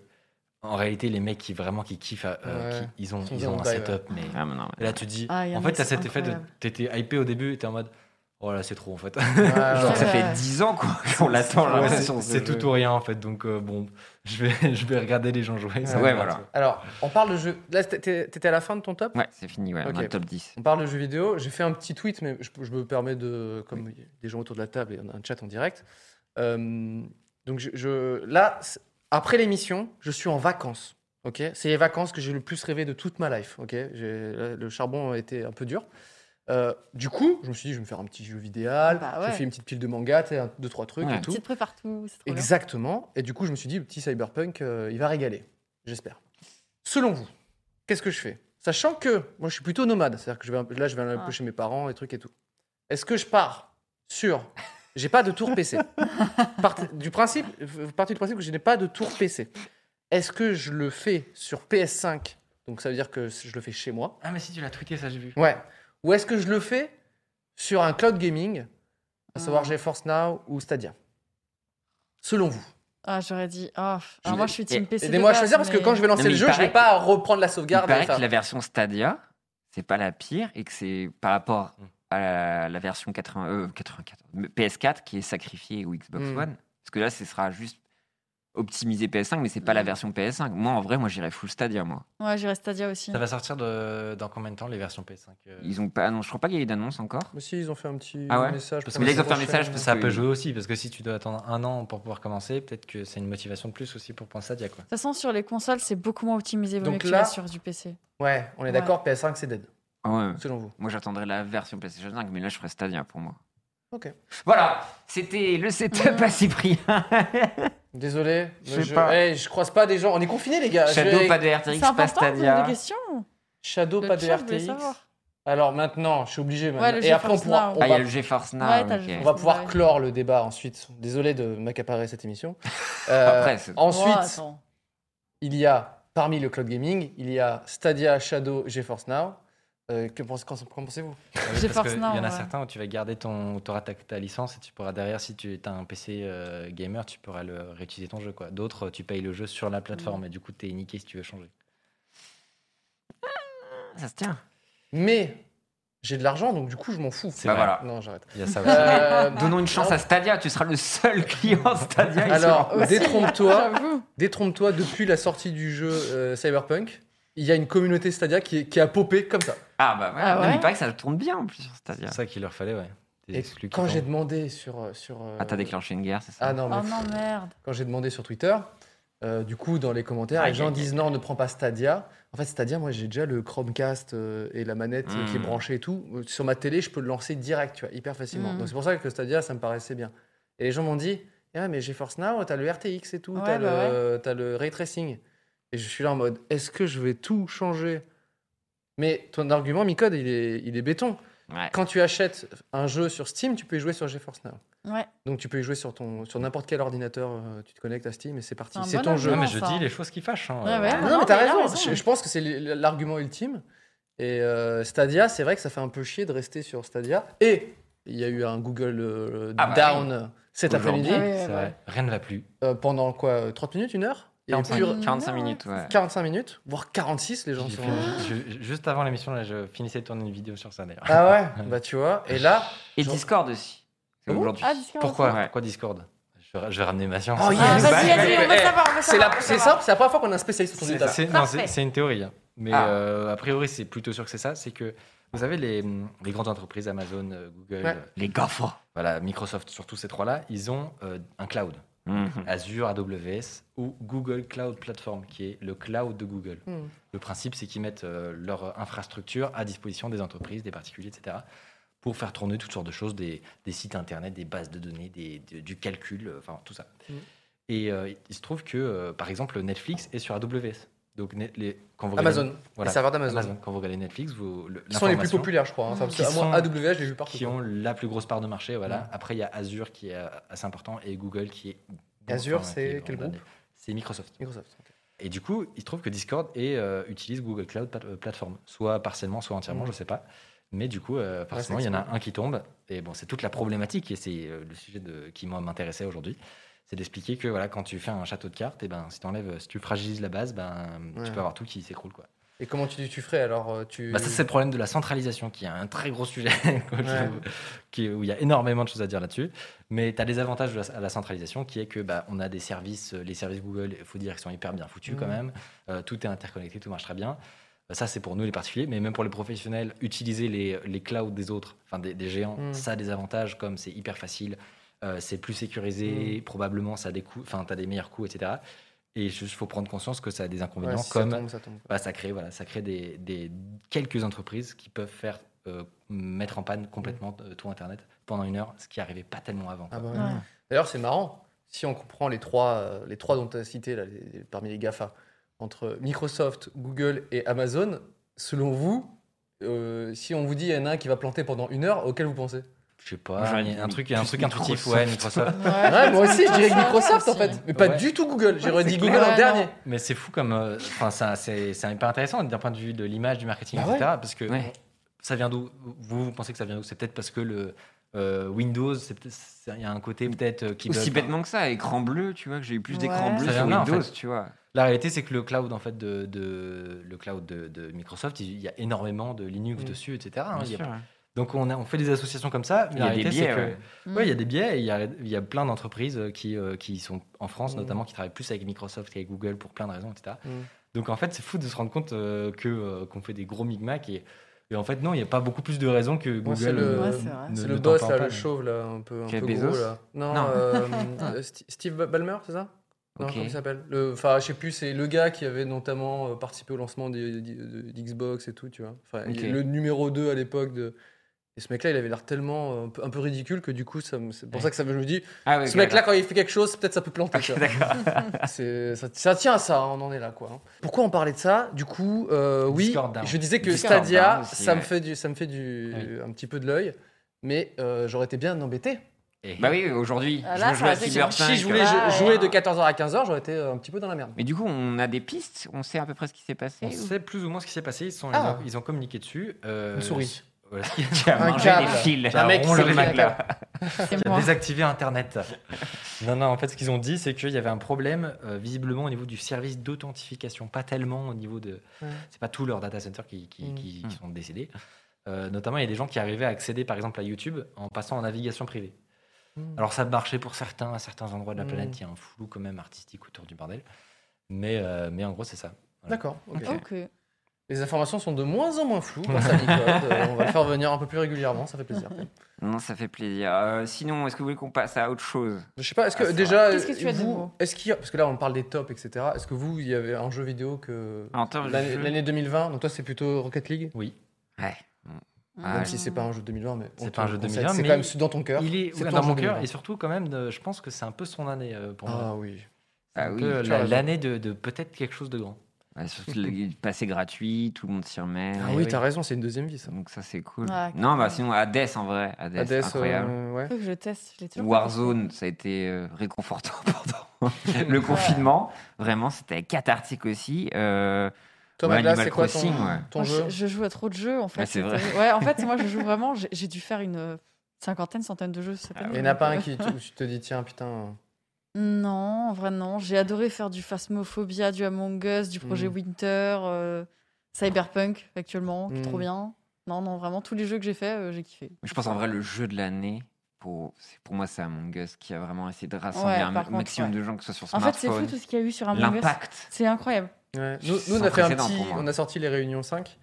E: en réalité, les mecs qui vraiment qui kiffent, euh,
B: Ouais.
E: qui- ils ont,
B: Ils
E: ils
B: ont
E: ont un
B: die,
E: setup. Mais
C: Ah, mais non,
E: Et là, tu te dis,
D: Ah, il y en
E: en
D: a
E: fait,
D: qui
E: t'as
D: sont
E: cet effet de,
D: incroyables.
E: t'étais hypé au début, et t'es en mode, oh là, c'est trop en fait.
B: Ouais,
C: (laughs) Genre,
B: ouais.
C: ça
D: Ouais.
C: fait 10 ans quoi, qu'on (laughs) l'attend.
B: Ouais,
C: là,
E: c'est-
C: sur ce
E: c'est
C: jeu.
E: tout ou rien en fait. Donc euh, bon, (laughs) je vais, je vais regarder les gens jouer. ça
C: Ouais,
E: me
C: voilà.
E: marre.
B: Alors, on parle de jeu. Là, t'étais t'étais à la fin de ton top
C: Ouais, c'est fini, ouais, on a
B: Ok.
C: le top 10.
B: On parle de jeux vidéo. J'ai fait un petit tweet, mais je, je me permets de. Comme il y a des gens autour de la table et on a un chat en direct. Euh, donc, je, je- là, c'est- après l'émission, je suis en vacances. ok C'est les vacances que j'ai le plus rêvé de toute ma life. ok J'ai- là, le charbon a été un peu dur. Euh, du coup, je me suis dit, je vais me faire un petit jeu vidéal.
D: Bah
B: Je
D: ouais.
B: fais une petite pile de manga, tu sais, un- deux, trois trucs
C: Ouais.
B: et tout.
D: Petite prépare tout, c'est trop bien.
B: Exactement. Et du coup, je me suis dit, le petit cyberpunk, euh, il va régaler. J'espère. Selon vous, qu'est-ce que je fais Sachant que moi, je suis plutôt nomade. C'est-à-dire que je vais un peu- là, je vais un
D: Ah.
B: peu chez mes parents et trucs et tout. Est-ce que je pars sur. J'ai pas de tour PC. Part- du principe, euh, partez du principe que je n'ai pas de tour PC. Est-ce que je le fais sur PS5 Donc ça veut dire que je le fais chez moi.
E: Ah mais si tu l'as tweeté, ça j'ai vu.
B: Ouais. Ou est-ce que je le fais sur un cloud gaming, à savoir GeForce Now ou Stadia Selon vous.
D: Ah, j'aurais dit. ah, pff.
C: Je
D: Alors, moi,
C: l'ai-
D: je suis team
C: Et-
D: PC. de
B: Aidez-moi à
D: base,
B: choisir parce que
D: mais-
B: quand je vais lancer
C: Non, mais
B: le
C: il
B: jeu, je vais
C: paraît
B: pas reprendre la
C: Il
B: sauvegarde. et
C: paraît
B: faire-
C: que la version Stadia, c'est pas la pire et que c'est par rapport à la, la version 80, euh, 84, mais PS4 qui est sacrifiée ou Xbox
B: Mm.
C: One. Parce que là, ce sera juste optimisé PS5, mais c'est pas la
D: Mm.
C: version PS5. Moi, en vrai, moi, j'irais full Stadia, moi.
D: Ouais, j'irais Stadia aussi.
E: Ça va sortir de- dans combien de temps les versions PS5 euh,
C: Ils ont pas, non, je crois pas qu'il y ait eu d'annonce encore.
B: Mais si, ils ont fait un petit
C: Ah ouais
B: message.
E: Parce
B: pour
E: que
B: la
E: là, ils ont
C: fait un
B: prochaine.
C: message parce
E: Ça
C: que-
E: peut jouer aussi parce que si tu dois attendre un an pour pouvoir commencer, peut-être que c'est une motivation de plus aussi pour penser à Dia quoi.
D: De toute façon, sur les consoles, c'est beaucoup moins optimisé. Vaut
B: Donc
D: mieux que tu
B: là-
D: vas sur du PC.
B: Ouais, on est
D: Ouais.
B: d'accord, PS5 c'est dead,
C: Ah ouais.
B: selon vous.
C: Moi, j'attendrai la version PlayStation 5, mais là, je ferai Stadia pour moi.
B: Ok.
C: Voilà, c'était le setup à Cyprien.
B: Désolé,
C: Je
B: mais
C: sais pas.
B: Eh, je croise pas des gens. On est confinés, les gars.
C: (laughs) Shadow,
B: Je-
C: pas de
D: C'est
C: RTX, pas
D: important de poser
C: Stadia.
D: des questions.
B: Shadow,
D: Le
B: pas de
D: chat, je voulais
B: RTX.
D: savoir.
B: Alors maintenant, je suis obligé. maintenant.
D: Ouais, le
B: Et après, on
D: GeForce
B: pourra,
D: Now.
B: on
C: Ah, il y
B: va-
C: a le GeForce Now.
D: Ouais, t'as
C: ok.
D: le
B: on
D: GeForce
B: va pouvoir
D: Ouais.
B: clore le débat ensuite. Désolé de m'accaparer cette émission.
C: (laughs)
B: Euh,
C: Après, c'est-
B: ensuite,
D: Oh, attends.
B: il y a, parmi le cloud gaming, il y a Stadia, Shadow, GeForce Now. Euh, que pense- qu'en qu'en pensez-vous
D: J'ai
E: parce qu'il y
D: forcément,
E: en a
D: ouais.
E: certains où tu vas garder ton, auras ta, ta licence et tu pourras derrière, si tu as un PC euh, gamer, tu pourras le réutiliser ton jeu. quoi. D'autres, tu payes le jeu sur la plateforme
D: Mm.
E: et du coup, t'es niqué si tu veux changer.
C: ça se tient.
B: Mais j'ai de l'argent, donc du coup, je m'en fous.
E: C'est
C: Bah
E: vrai.
C: voilà.
B: Non,
E: (laughs)
B: j'arrête.
E: Il y
D: (laughs)
E: a ça aussi.
B: Euh,
C: Donnons une chance à Stadia, tu seras le seul client Stadia. il
B: Alors,
D: Aussi.
B: détrompe-toi.
D: J'avoue.
B: Détrompe-toi, depuis la sortie du jeu euh, Cyberpunk, il y a une communauté Stadia qui, est- qui a popé comme ça.
C: sera- Ah bah ouais.
D: Ah
C: Non,
D: ouais
C: mais il paraît que ça tourne bien en plus sur Stadia.
E: C'est ça qu'il leur fallait, ouais. Des
B: Et
E: exclus qui
B: quand j'ai
E: tombent.
B: demandé sur. euh, sur euh,
C: Ah, t'as déclenché une guerre, c'est ça
B: Ah non,
D: Oh
B: mais
D: non, merde.
B: quand j'ai demandé sur Twitter, euh, du coup, dans les commentaires,
C: Aïe,
B: les gens
C: aïe,
B: disent non, ne prends pas Stadia. En fait, Stadia, moi, j'ai déjà le Chromecast euh, et la manette euh, qui est
C: Mm.
B: branchée et tout. Euh, Sur ma télé, je peux le lancer direct, tu vois, hyper facilement.
D: Mm.
B: Donc, c'est pour ça que Stadia, ça me paraissait bien. Et les gens m'ont dit, eh ouais, mais GeForce Now, t'as le RTX et tout,
D: Ouais,
B: t'as,
D: bah
B: le, t'as le ray tracing. Et je suis là en mode, est-ce que je vais tout changer Mais ton argument, Micode, il est, il est béton.
C: Ouais.
B: Quand tu achètes un jeu sur Steam, tu peux y jouer sur GeForce Now.
D: Ouais.
B: Donc tu peux y jouer sur ton sur n'importe quel ordinateur, euh, tu te connectes à Steam et c'est parti.
D: C'est un
B: C'est
D: bon
B: ton jeu.
E: Non, mais je
D: Enfin.
E: dis les choses qui fâchent. hein.
D: Ouais, ouais.
E: Euh,
D: Ah,
B: non, mais t'as
D: mais il a
B: raison.
D: raison.
B: Je, je pense que c'est l- l'argument ultime. Et euh, Stadia, c'est vrai que ça fait un peu chier de rester sur Stadia. Et il y a eu un Google euh,
C: Ah bah
B: down cet
C: Aujourd'hui.
B: après-midi.
D: Ah oui,
E: c'est
D: ouais,
E: vrai.
D: ouais.
E: Rien ne va plus.
B: Euh, pendant quoi euh, 30 minutes, une heure Il y a eu
C: 45,
B: plus- Ah
D: Mm.
C: 45
D: Non, ouais,
C: minutes, ouais.
B: 45 minutes, voire 46, les gens
E: J'ai
B: sont.
E: fait
D: Ah.
E: une- je- je- juste avant l'émission, là, je finissais de tourner une vidéo sur ça d'ailleurs.
B: Ah ouais Bah tu vois. Et là,
C: Et
B: Genre-
C: Discord aussi. C'est
B: Ah bon
C: aujourd'hui.
D: Ah, Discord.
E: Pourquoi
C: Ouais.
E: Pourquoi Discord je vais, je vais ramener ma science.
B: Oh,
D: Ah,
B: yes.
D: vas-y,
C: Bah,
D: vas-y, on
B: eh,
D: va savoir. on va
B: c'est
D: savoir,
B: la-
D: on va
B: c'est
D: savoir.
B: simple, c'est la première fois qu'on a un spécialiste autour du
C: C'est
B: table.
E: C'est- non,
D: Parfait.
E: c'est c'est une théorie. hein. Mais
C: Ah.
E: euh, a priori, c'est plutôt sûr que c'est ça. C'est que vous avez les, les grandes entreprises, Amazon, euh, Google,
B: Ouais.
E: euh,
C: Les GAFA.
E: voilà, Microsoft, surtout ces trois-là, ils ont euh, un cloud.
C: Mhm.
E: Azure, AWS ou Google Cloud Platform, qui est le cloud de Google.
B: Hmm.
E: Le principe, c'est qu'ils mettent euh, leur infrastructure à disposition des entreprises, des particuliers, etc., pour faire tourner toutes sortes de choses, des, des sites internet, des bases de données, des- de- du calcul, euh, enfin tout ça.
B: Mm.
E: Et euh, il se trouve que, euh, par exemple, Netflix est sur AWS. Donc, net- les, quand vous regardez-
B: Amazon,
E: voilà,
B: les serveurs d'Amazon.
E: Amazon. Quand vous regardez Netflix, vous, le-
B: Ils sont les plus
E: l'information-
B: populaires, je crois. hein. Enfin, parce que
E: Qui
B: moi,
E: sont-
B: AWS, je l'ai vu partout.
E: qui ont la plus grosse part de marché. Voilà.
B: Mm.
E: Après, il y a Azure qui est euh, assez important et Google qui est.
B: Azure,
E: qui
B: c'est
E: est
B: quel
E: vraiment-
B: groupe
E: C'est Microsoft.
B: Microsoft. ok.
E: Et du coup, il se trouve que Discord est, euh, utilise Google Cloud Plat- euh, Platform, soit partiellement, soit entièrement,
B: Mm.
E: je sais pas. Mais du coup, euh, forcément, il y en a un qui tombe. Et bon, c'est toute la problématique et c'est euh, le sujet de, qui moi m'intéressait aujourd'hui. C'est d'expliquer que voilà, quand tu fais un château de cartes, et ben, si, t'enlèves- si tu fragilises la base, ben,
B: Ouais.
E: tu peux avoir tout qui s'écroule. quoi.
B: Et comment tu, tu ferais alors euh, tu...
E: Bah, ça, c'est le problème de la centralisation, qui est un très gros sujet, (laughs) quoi, je
B: Ouais.
E: trouve, qui- où il y a énormément de choses à dire là-dessus. Mais tu as des avantages de la, à la centralisation, qui est que bah, on a des services, euh, les services Google, il faut dire qu'ils sont hyper bien foutus quand
B: Mhm.
E: même. Euh, tout est interconnecté, tout marche très bien. Euh, Ça, c'est pour nous les particuliers, mais même pour les professionnels, utiliser les, les clouds des autres, enfin des, des géants,
B: Mhm.
E: ça a des avantages comme c'est hyper facile, euh, c'est plus sécurisé, probablement ça a des coûts, enfin tu as des meilleurs coûts, etc. Et il faut prendre conscience que ça a des
B: Ouais,
E: inconvénients
B: si ça
E: comme
B: tombe, ça tombe.
E: bah, ça crée, voilà, ça crée des, des- quelques entreprises qui peuvent faire euh, mettre en panne complètement euh, tout Internet pendant une heure, ce qui arrivait pas tellement avant.
B: Mm. Ah
E: quoi.
B: bah ouais.
D: Ouais.
B: D'ailleurs, c'est marrant. Si on comprend les trois, euh, les trois dont tu as cité là, les- parmi les GAFA, entre Microsoft, Google et Amazon, selon vous, euh, si on vous dit il y en a un qui va planter pendant une heure, auquel vous pensez
E: Je sais
C: Moi,
E: pas,
C: j'aurais
E: un
C: dit
E: truc, un
C: plus
E: truc intuitif,
C: Microsoft.
E: ouais, Microsoft. (laughs)
D: Ouais.
B: Ouais, Moi aussi, je (laughs) dirais
D: Microsoft
B: Microsoft en
D: aussi.
B: fait, mais pas
E: Ouais.
B: du tout Google. J'aurais dit Google
D: clair.
B: en
D: Ouais,
B: dernier.
D: non.
E: Mais c'est fou comme, euh, enfin, ça, c'est, c'est hyper intéressant d'un point de vue de l'image, du marketing,
B: Bah
E: etc. Parce que
C: Ouais.
E: ça vient d'où vous, vous pensez que ça vient d'où C'est peut-être parce que le euh, Windows, c'est peut-être- c'est- il y a un côté peut-être euh, qui.
C: Aussi
E: bug.
B: hein.
C: bêtement que ça, écran bleu, tu vois, que j'ai eu plus d'écran
D: Ouais.
C: bleu
E: Ça
C: sur
E: vient là, en
C: Windows,
E: fait.
C: tu vois.
E: La réalité, c'est que le cloud, en fait, de, de- le cloud de, de Microsoft, il y a énormément de Linux
B: Mm.
E: dessus, etc. hein.
C: Bien
E: Il y a
C: sûr.
E: Donc on, a- on fait des associations comme ça.
C: Il
E: mais
C: y
E: la
C: a des
E: réalité,
C: biais,
E: c'est que-
C: ouais.
D: Mm.
E: Ouais,
B: Mm.
E: il y a des biais. et Il y a, il y a plein d'entreprises euh, qui, euh, qui sont en France,
B: Mm.
E: notamment, qui travaillent plus avec Microsoft qu'avec Google pour plein de raisons, etc.
B: Mm.
E: Donc en fait, c'est fou de se rendre compte euh, que, euh, qu'on fait des gros micmacs. Et, et en fait, non, il n'y a pas beaucoup plus de raisons que
B: Moi,
E: Google.
B: c'est le-
E: euh,
D: Ouais, c'est vrai.
E: ne-
B: C'est
E: ne
B: le
E: t'en
B: boss,
E: parle
B: là,
E: pas,
B: le
E: mais-
B: chauve, là, un peu, un
C: Jeff
B: peu gros,
C: Bezos
B: là. Non,
C: Non.
B: euh,
C: (laughs)
B: euh, Sti- Steve Ballmer, c'est ça Non,
C: Ok.
B: comment il s'appelle Le- Enfin, je sais plus, c'est le gars qui avait notamment euh, participé au lancement des- des- de- d'Xbox et tout, tu vois. Enfin, il-
C: Ok.
B: le numéro 2 à l'époque de. Et ce mec-là, il avait l'air tellement euh, un peu, un peu ridicule que du coup, ça me- c'est pour
E: Ouais.
B: ça que ça me, je me dis,
C: Ah oui,
B: ce mec-là, quand il fait quelque chose, peut-être ça peut planter.
C: (laughs)
B: tu vois.
C: D'accord.
B: Ah, C'est- ça, ça tient à ça, hein, on en est là quoi. Pourquoi on parlait de ça Du coup, euh, oui,
E: Discord down.
B: je disais que
C: Discord
B: Stadia,
C: down aussi,
B: ça, me
C: ouais.
B: fait du, ça me fait du,
E: Ah
B: un petit peu de l'œil, mais euh, j'aurais été bien embêté.
E: Et-
C: Bah oui, aujourd'hui,
D: Ah,
C: je
D: là,
C: me
D: ça
C: joue à
D: aurait été
C: Cyberpunk.
B: Si je voulais
C: euh,
D: Ah,
B: je- jouer
D: ouais.
B: de 14h à 15h, j'aurais été euh, un petit peu dans la merde.
C: Mais du coup, on a des pistes, on sait à peu près ce qui s'est passé.
E: On
C: ou-
E: sait plus ou moins ce qui s'est passé. Ils, sont,
B: Ah.
E: ils, ont, ils ont communiqué dessus. Euh,
B: Une souris. Ah,
E: voilà ce qui-
C: Qui a
B: Un
C: mangé
B: câble.
C: des fils.
E: Un mec,
C: On
E: c'est
C: le
E: le
C: mec,
E: mec,
C: là.
D: C'est
E: qui
D: moi.
E: a désactivé Internet. non, non, en fait, ce qu'ils ont dit, c'est qu'il y avait un problème, euh, visiblement, au niveau du service d'authentification. Pas tellement au niveau de.
B: Ouais.
E: C'est pas tous leurs data centers qui, qui-
B: Mm.
E: qui-
C: Mm.
E: qui sont décédés. Euh, notamment, il y a des gens qui arrivaient à accéder, par exemple, à YouTube en passant en navigation privée.
B: Mm.
E: Alors, ça marchait pour certains, à certains endroits de la
B: Mm.
E: planète. Il y a un flou, quand même, artistique autour du bordel. Mais, euh, mais en gros, c'est ça. Voilà.
B: D'accord. ok.
C: Ok.
D: Ok.
B: Les informations sont de moins en moins floues grâce à Nicode. Euh, on va le faire venir un peu plus régulièrement, ça fait plaisir.
C: Non, ça fait plaisir. Euh, sinon, est-ce que vous voulez qu'on passe à autre chose
B: Je sais pas, est-ce que
C: Ah, c'est
B: déjà,
D: Qu'est-ce que tu as de
B: vous,
D: nouveau
B: est-ce qu'il y a- parce que là on parle des tops, etc. Est-ce que vous, il y avait un jeu vidéo que
C: En termes de
B: l'année
C: jeu-
B: l'année 2020, donc toi c'est plutôt Rocket League
E: Oui.
C: Ouais.
B: Même
C: Ah,
B: si c'est pas un jeu de 2020, mais on
E: C'est
B: te
E: pas un
B: le
E: jeu de
B: conseille.
E: 2020,
B: C'est
E: mais
B: quand même su- dans ton cœur.
E: Il est
B: C'est
E: ouais,
B: ton
E: dans
B: jeu
E: mon
B: de
E: cœur
B: 2020.
E: et surtout quand même, de- je pense que c'est un peu son année euh, pour moi.
B: Ah oui.
E: C'est un
C: Ah oui,
E: peu
B: tu
E: la-
B: as raison.
E: l'année de, de peut-être quelque chose de grand.
C: Ouais, Bah, surtout le passé gratuit, tout le monde s'y remet.
B: Ah
E: Ouais,
B: oui,
E: oui.
B: t'as raison, c'est une deuxième vie ça.
C: Donc ça, c'est cool.
D: Ouais,
C: non, bah
D: carrément.
C: sinon, Hades en vrai. Hades,
B: Hades,
C: incroyable.
B: euh, ouais.
D: Faut que je teste. Je l'ai toujours pas testé.
C: Warzone, ça a été euh, réconfortant (laughs) pendant le confinement. Vraiment, c'était cathartique aussi. Euh,
B: Toi,
C: Ouais,
B: Magla,
C: Animal
B: c'est quoi ton,
C: Crossing, ouais.
B: ton
D: Moi,
B: jeu
D: je, je joue à trop de jeux en fait.
C: Ouais, c'est vrai.
D: terrible. Ouais, en fait, moi je joue vraiment. J'ai j'ai dû faire une euh, cinquantaine, centaine de jeux. ça s'appelle.
C: Ah
B: Il n'y en a pas un qui, tu, tu te dis, tiens, putain.
D: Non, en vrai, non. J'ai adoré faire du Phasmophobia, du Among Us, du projet
B: Mm.
D: Winter, euh, Cyberpunk actuellement, qui est trop
B: Mm.
D: bien. Non, non, vraiment, tous les jeux que j'ai fait, euh, j'ai kiffé.
C: je pense en vrai, le jeu de l'année, pour, c'est- pour moi, c'est Among Us qui a vraiment essayé de rassembler
D: Ouais,
C: un
D: par contre,
C: maximum
D: ouais.
C: de gens, que ce soit sur
D: En fait, c'est fou
C: smartphone.
D: tout ce qu'il y a eu sur Among Us.
C: L'impact.
D: C'est incroyable.
B: Ouais. Nous,
C: C'est
B: nous, on
C: sans
B: a fait un
C: précédent
B: petit.
C: pour moi.
B: On a sorti les réunions 5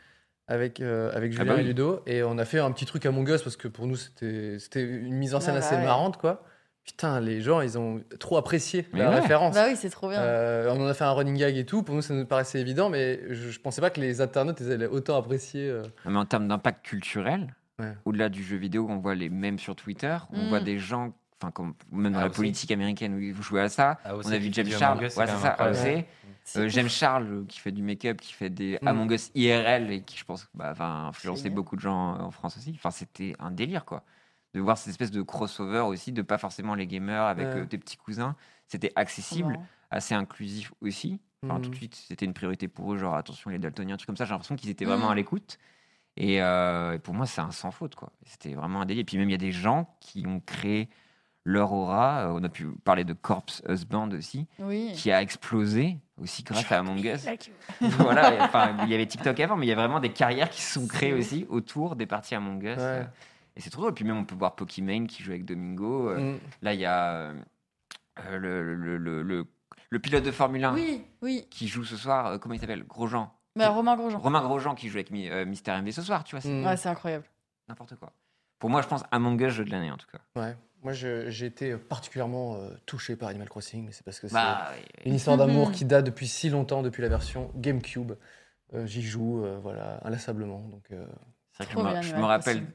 B: avec, euh, avec
C: Ah
B: Julien
C: bah oui.
B: et Ludo et on a fait un petit truc à Us parce que pour nous, c'était c'était une mise en scène
D: Ah bah
B: assez
D: ouais.
B: marrante, quoi. Putain, les gens, ils ont trop apprécié
C: Mais
B: la
C: ouais.
B: référence.
D: Bah oui, c'est trop bien.
B: Euh, on en a fait un running gag et tout. Pour nous, ça nous paraissait évident, mais je, je pensais pas que les internautes ils allaient autant apprécier. euh.
C: Non, mais en termes d'impact culturel,
B: Ouais.
C: au-delà du jeu vidéo, on voit les mêmes sur Twitter, on
D: Mm.
C: voit des gens, enfin, comme- même dans
E: Ah,
C: la
E: aussi.
C: politique américaine, où vous jouez à ça. On a vu James Charles, ouais, c'est ça, AOC.
D: C'est
C: Euh,
D: ouf.
C: James Charles euh, qui fait du make-up, qui fait des
B: Mm.
C: Among Us IRL et qui, je pense, bah, va influencer
D: Génial.
C: beaucoup de gens euh, en France aussi. Enfin, c'était un délire, quoi. De voir cette espèce de crossover aussi, de pas forcément les gamers avec
B: Ouais.
C: euh, des petits cousins. C'était accessible, assez inclusif aussi. Enfin, tout de
B: Mhm.
C: suite, c'était une priorité pour eux, genre attention les daltoniens, un truc comme ça. J'ai l'impression qu'ils étaient vraiment
D: Mm.
C: à l'écoute. Et, euh, et pour moi, c'est un sans faute, quoi. C'était vraiment un délire. Et puis même, il y a des gens qui ont créé leur aura. Euh, On a pu parler de Corpse Husband aussi
D: Oui.
C: qui a explosé aussi grâce à Among Us. (laughs) voilà, et, enfin, il y avait TikTok avant, mais il y a vraiment des carrières qui se sont créées aussi autour des parties Among Us.
B: Ouais.
C: euh, Et c'est trop drôle. Puis même, on peut voir Pokimane qui joue avec Domingo.
D: Hmm.
C: euh,
B: Mm.
C: Là, il y a euh, euh, le, le, le, le- le pilote de Formule 1
D: Oui, oui.
C: qui joue ce soir. euh, comment il s'appelle Grosjean.
D: Bah, Romain Grosjean.
C: Romain Grosjean qui joue avec Mi- euh, Mister MV ce soir, tu vois. C'est
B: Mm.
D: Ouais, c'est incroyable.
C: n'importe quoi. Pour moi, je pense Among Us, jeu de l'année en tout cas.
B: Ouais. Moi, je- j'ai été particulièrement euh, touché par Animal Crossing, mais c'est parce que c'est
C: Bah, oui,
B: une histoire d'amour
D: Mhm.
B: qui date depuis si longtemps, depuis la version GameCube. Euh, J'y joue, euh, voilà, inlassablement. Donc,
C: (laughs)
B: euh,
C: c'est vrai que
D: Trop
C: je me-
D: bien,
C: je
D: Animal
C: me rappelle
D: Crossing.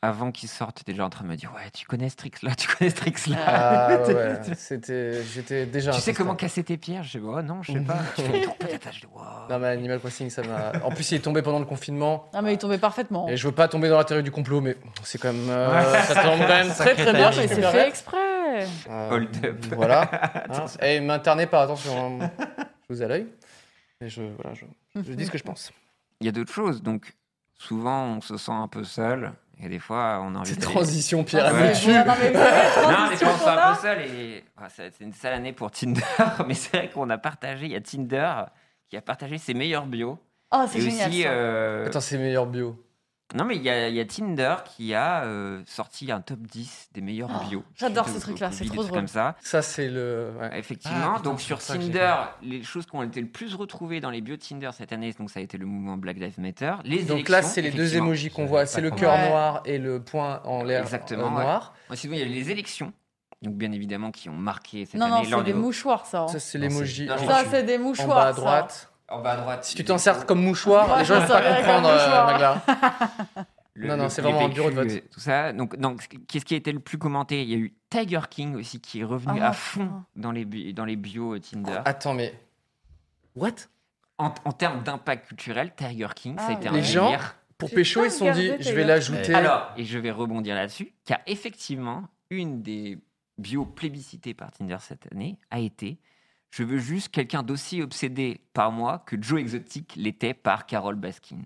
C: avant qu'il sorte, t'es déjà en train de me dire Ouais, tu connais ce trick là, tu connais ce trick là.
B: ah, ouais, c'était, j'étais déjà.
C: Tu sais
B: insistant.
C: comment casser tes pierres Je sais pas, oh non, je sais pas. Je (laughs) fais une tour peut-être, je dis, waouh.
B: Non mais Animal Crossing, ça
C: (laughs)
B: m'a. En plus, il est tombé pendant le confinement.
D: Ah, mais il tombait parfaitement.
B: Et je veux pas tomber dans la théorie du complot, mais c'est quand même, euh, ça tombe quand
C: (laughs)
B: même très très bien.
D: Ah, mais
B: je
D: c'est
B: te
D: fait
B: dirais.
D: exprès.
B: Euh,
C: Hold up.
B: Voilà.
C: (laughs)
B: hein. Et m'interner par attention. hein. Je vous ai l'œil. Et je, voilà, je, je dis ce que je pense.
C: Il y a d'autres choses, donc souvent on se sent un peu seul, et des fois on a envie
B: Cette
C: d'aller-
B: transition, Pierre.
D: Ah,
C: Ouais.
D: c'est- ouais, (laughs) non, mais vous savez, les
C: Non, des
D: transitions
C: fois on se sent
D: qu'on a.
C: un peu seul, et enfin, c'est c'est une sale année pour Tinder, (laughs) mais c'est vrai qu'on a partagé, il y a Tinder qui a partagé ses meilleurs bios.
D: Ah,
C: Et
D: c'est génial.
C: aussi.
D: ça.
C: euh,
B: Attends, c'est meilleur bio.
C: Non, mais il y, a il y a Tinder qui a euh, sorti un top 10 des meilleurs
D: Oh,
C: bios.
D: j'adore
C: Qui
D: ce
C: te-
D: truc-là, c'est
C: publie des
D: trop
C: trucs
D: drôle.
C: Comme ça.
B: Ça, c'est le. ouais.
C: Effectivement,
E: Ah, putain,
C: donc
E: c'est
C: sur
E: pour ça que j'ai
C: Tinder, les choses qui ont été le plus retrouvées dans les bio Tinder cette année, donc ça a été le mouvement Black Lives Matter. Les
B: Donc
C: élections,
B: là, c'est les deux
C: effectivement.
B: émojis qu'on voit. C'est le
E: Ouais.
B: cœur noir et le point en l'air
C: Exactement,
B: euh,
C: ouais.
B: noir.
C: Ensuite, il y a les élections, donc bien évidemment qui ont marqué cette
D: Non, non,
C: année. Là, on
D: c'est des
C: est au-
D: mouchoirs, ça. hein.
B: Ça, c'est
E: Non, c'est-
B: l'émoji
C: non,
B: en,
C: c'est
D: Ça,
C: tu-
D: c'est des
B: en
D: mouchoirs.
B: bas à
D: ça.
B: droite.
C: En bas à droite.
B: Si tu t'en sers comme mouchoir,
D: Ouais,
B: les gens
D: je
B: vont pas
D: servirais comme
B: comprendre, euh,
D: mouchoir.
B: Magla.
C: le-
B: Non, non,
C: le-
B: c'est
C: les
B: vraiment un
C: PQ,
B: bureau de vote.
C: euh, Tout ça. Donc, donc, ce qui- qu'est-ce qui a été le plus commenté Il y a eu Tiger King aussi qui est revenu
D: Ah,
C: à fond
D: putain.
C: dans les, bi- dans les bios euh, Tinder.
B: Attends, mais. What
C: En, en termes d'impact culturel, Tiger King, ça a
D: Ah,
C: été
D: ouais.
C: un
B: Les gens-
C: délire.
B: Pour
D: J'ai
B: Pécho,
D: pas
B: ils se sont dit,
D: regardé
B: je vais
D: Taylor.
B: l'ajouter.
C: Alors, et je vais rebondir là-dessus, car effectivement, une des bios plébiscitées par Tinder cette année a été Je veux juste quelqu'un d'aussi obsédé par moi que Joe Exotic l'était par Carole Baskin.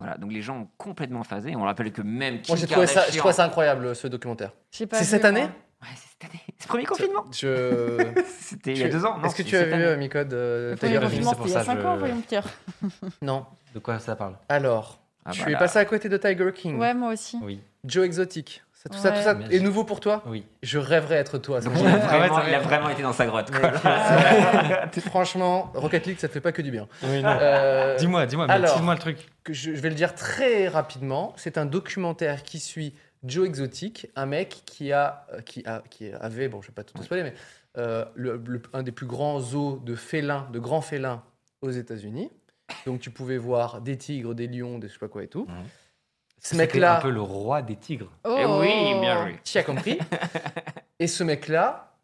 C: Voilà, donc les gens ont complètement phasé. On rappelle que même Kim
B: Moi, j'ai trouvé ça, je
C: Kardashian-
B: trouve ça incroyable, ce documentaire.
D: J'ai pas
B: C'est
D: vu,
B: cette
D: moi.
B: année
C: Ouais, c'est cette année. (laughs) C'est le premier confinement.
B: Je.
C: C'était (laughs) il y a deux ans. non,
B: Est-ce que
C: c'est
B: tu as
C: cette
B: vu
C: année.
B: euh, Micode euh,
D: Le
B: Tiger
D: premier
B: King
E: D'ailleurs,
D: confinement,
E: c'est pour
D: c'était il y a
E: ça que
D: 5 ans,
E: je-
D: voyons, Pierre.
B: Non.
E: De quoi ça parle
B: Alors,
C: Ah,
B: tu
C: voilà.
B: es passé à côté de Tiger King,
D: Ouais, moi aussi.
E: Oui,
B: Joe Exotic. Ça, tout ça, tout
D: Ouais.
B: ça
E: Merci.
B: est nouveau pour toi
E: oui.
B: Je rêverais être toi. ça,
C: Donc,
B: j'ai-
C: il
E: (laughs)
C: a vraiment-
E: Ouais, ça-
C: il a vraiment été dans sa grotte. quoi.
B: T'es- Franchement, Rocket League, ça te fait pas que du bien.
E: oui non.
B: Euh,
E: Dis-moi, dis-moi, mais
B: alors-
E: tease-moi le truc.
B: que je, je vais le dire très rapidement. C'est un documentaire qui suit Joe Exotic, un mec qui a, euh, qui a, qui avait, bon, je vais pas tout spoiler, mais euh, le- le- un des plus grands zoos de félins, de grands félins aux États-Unis. Donc tu pouvais voir des tigres, des lions, des je sais pas quoi et tout.
E: Mhm.
B: Ce
E: C'était
B: mec-là,
E: un peu le roi des tigres.
C: Eh
B: oh.
C: oui, bien joué.
B: qui a
C: (laughs)
B: compris Et ce mec-là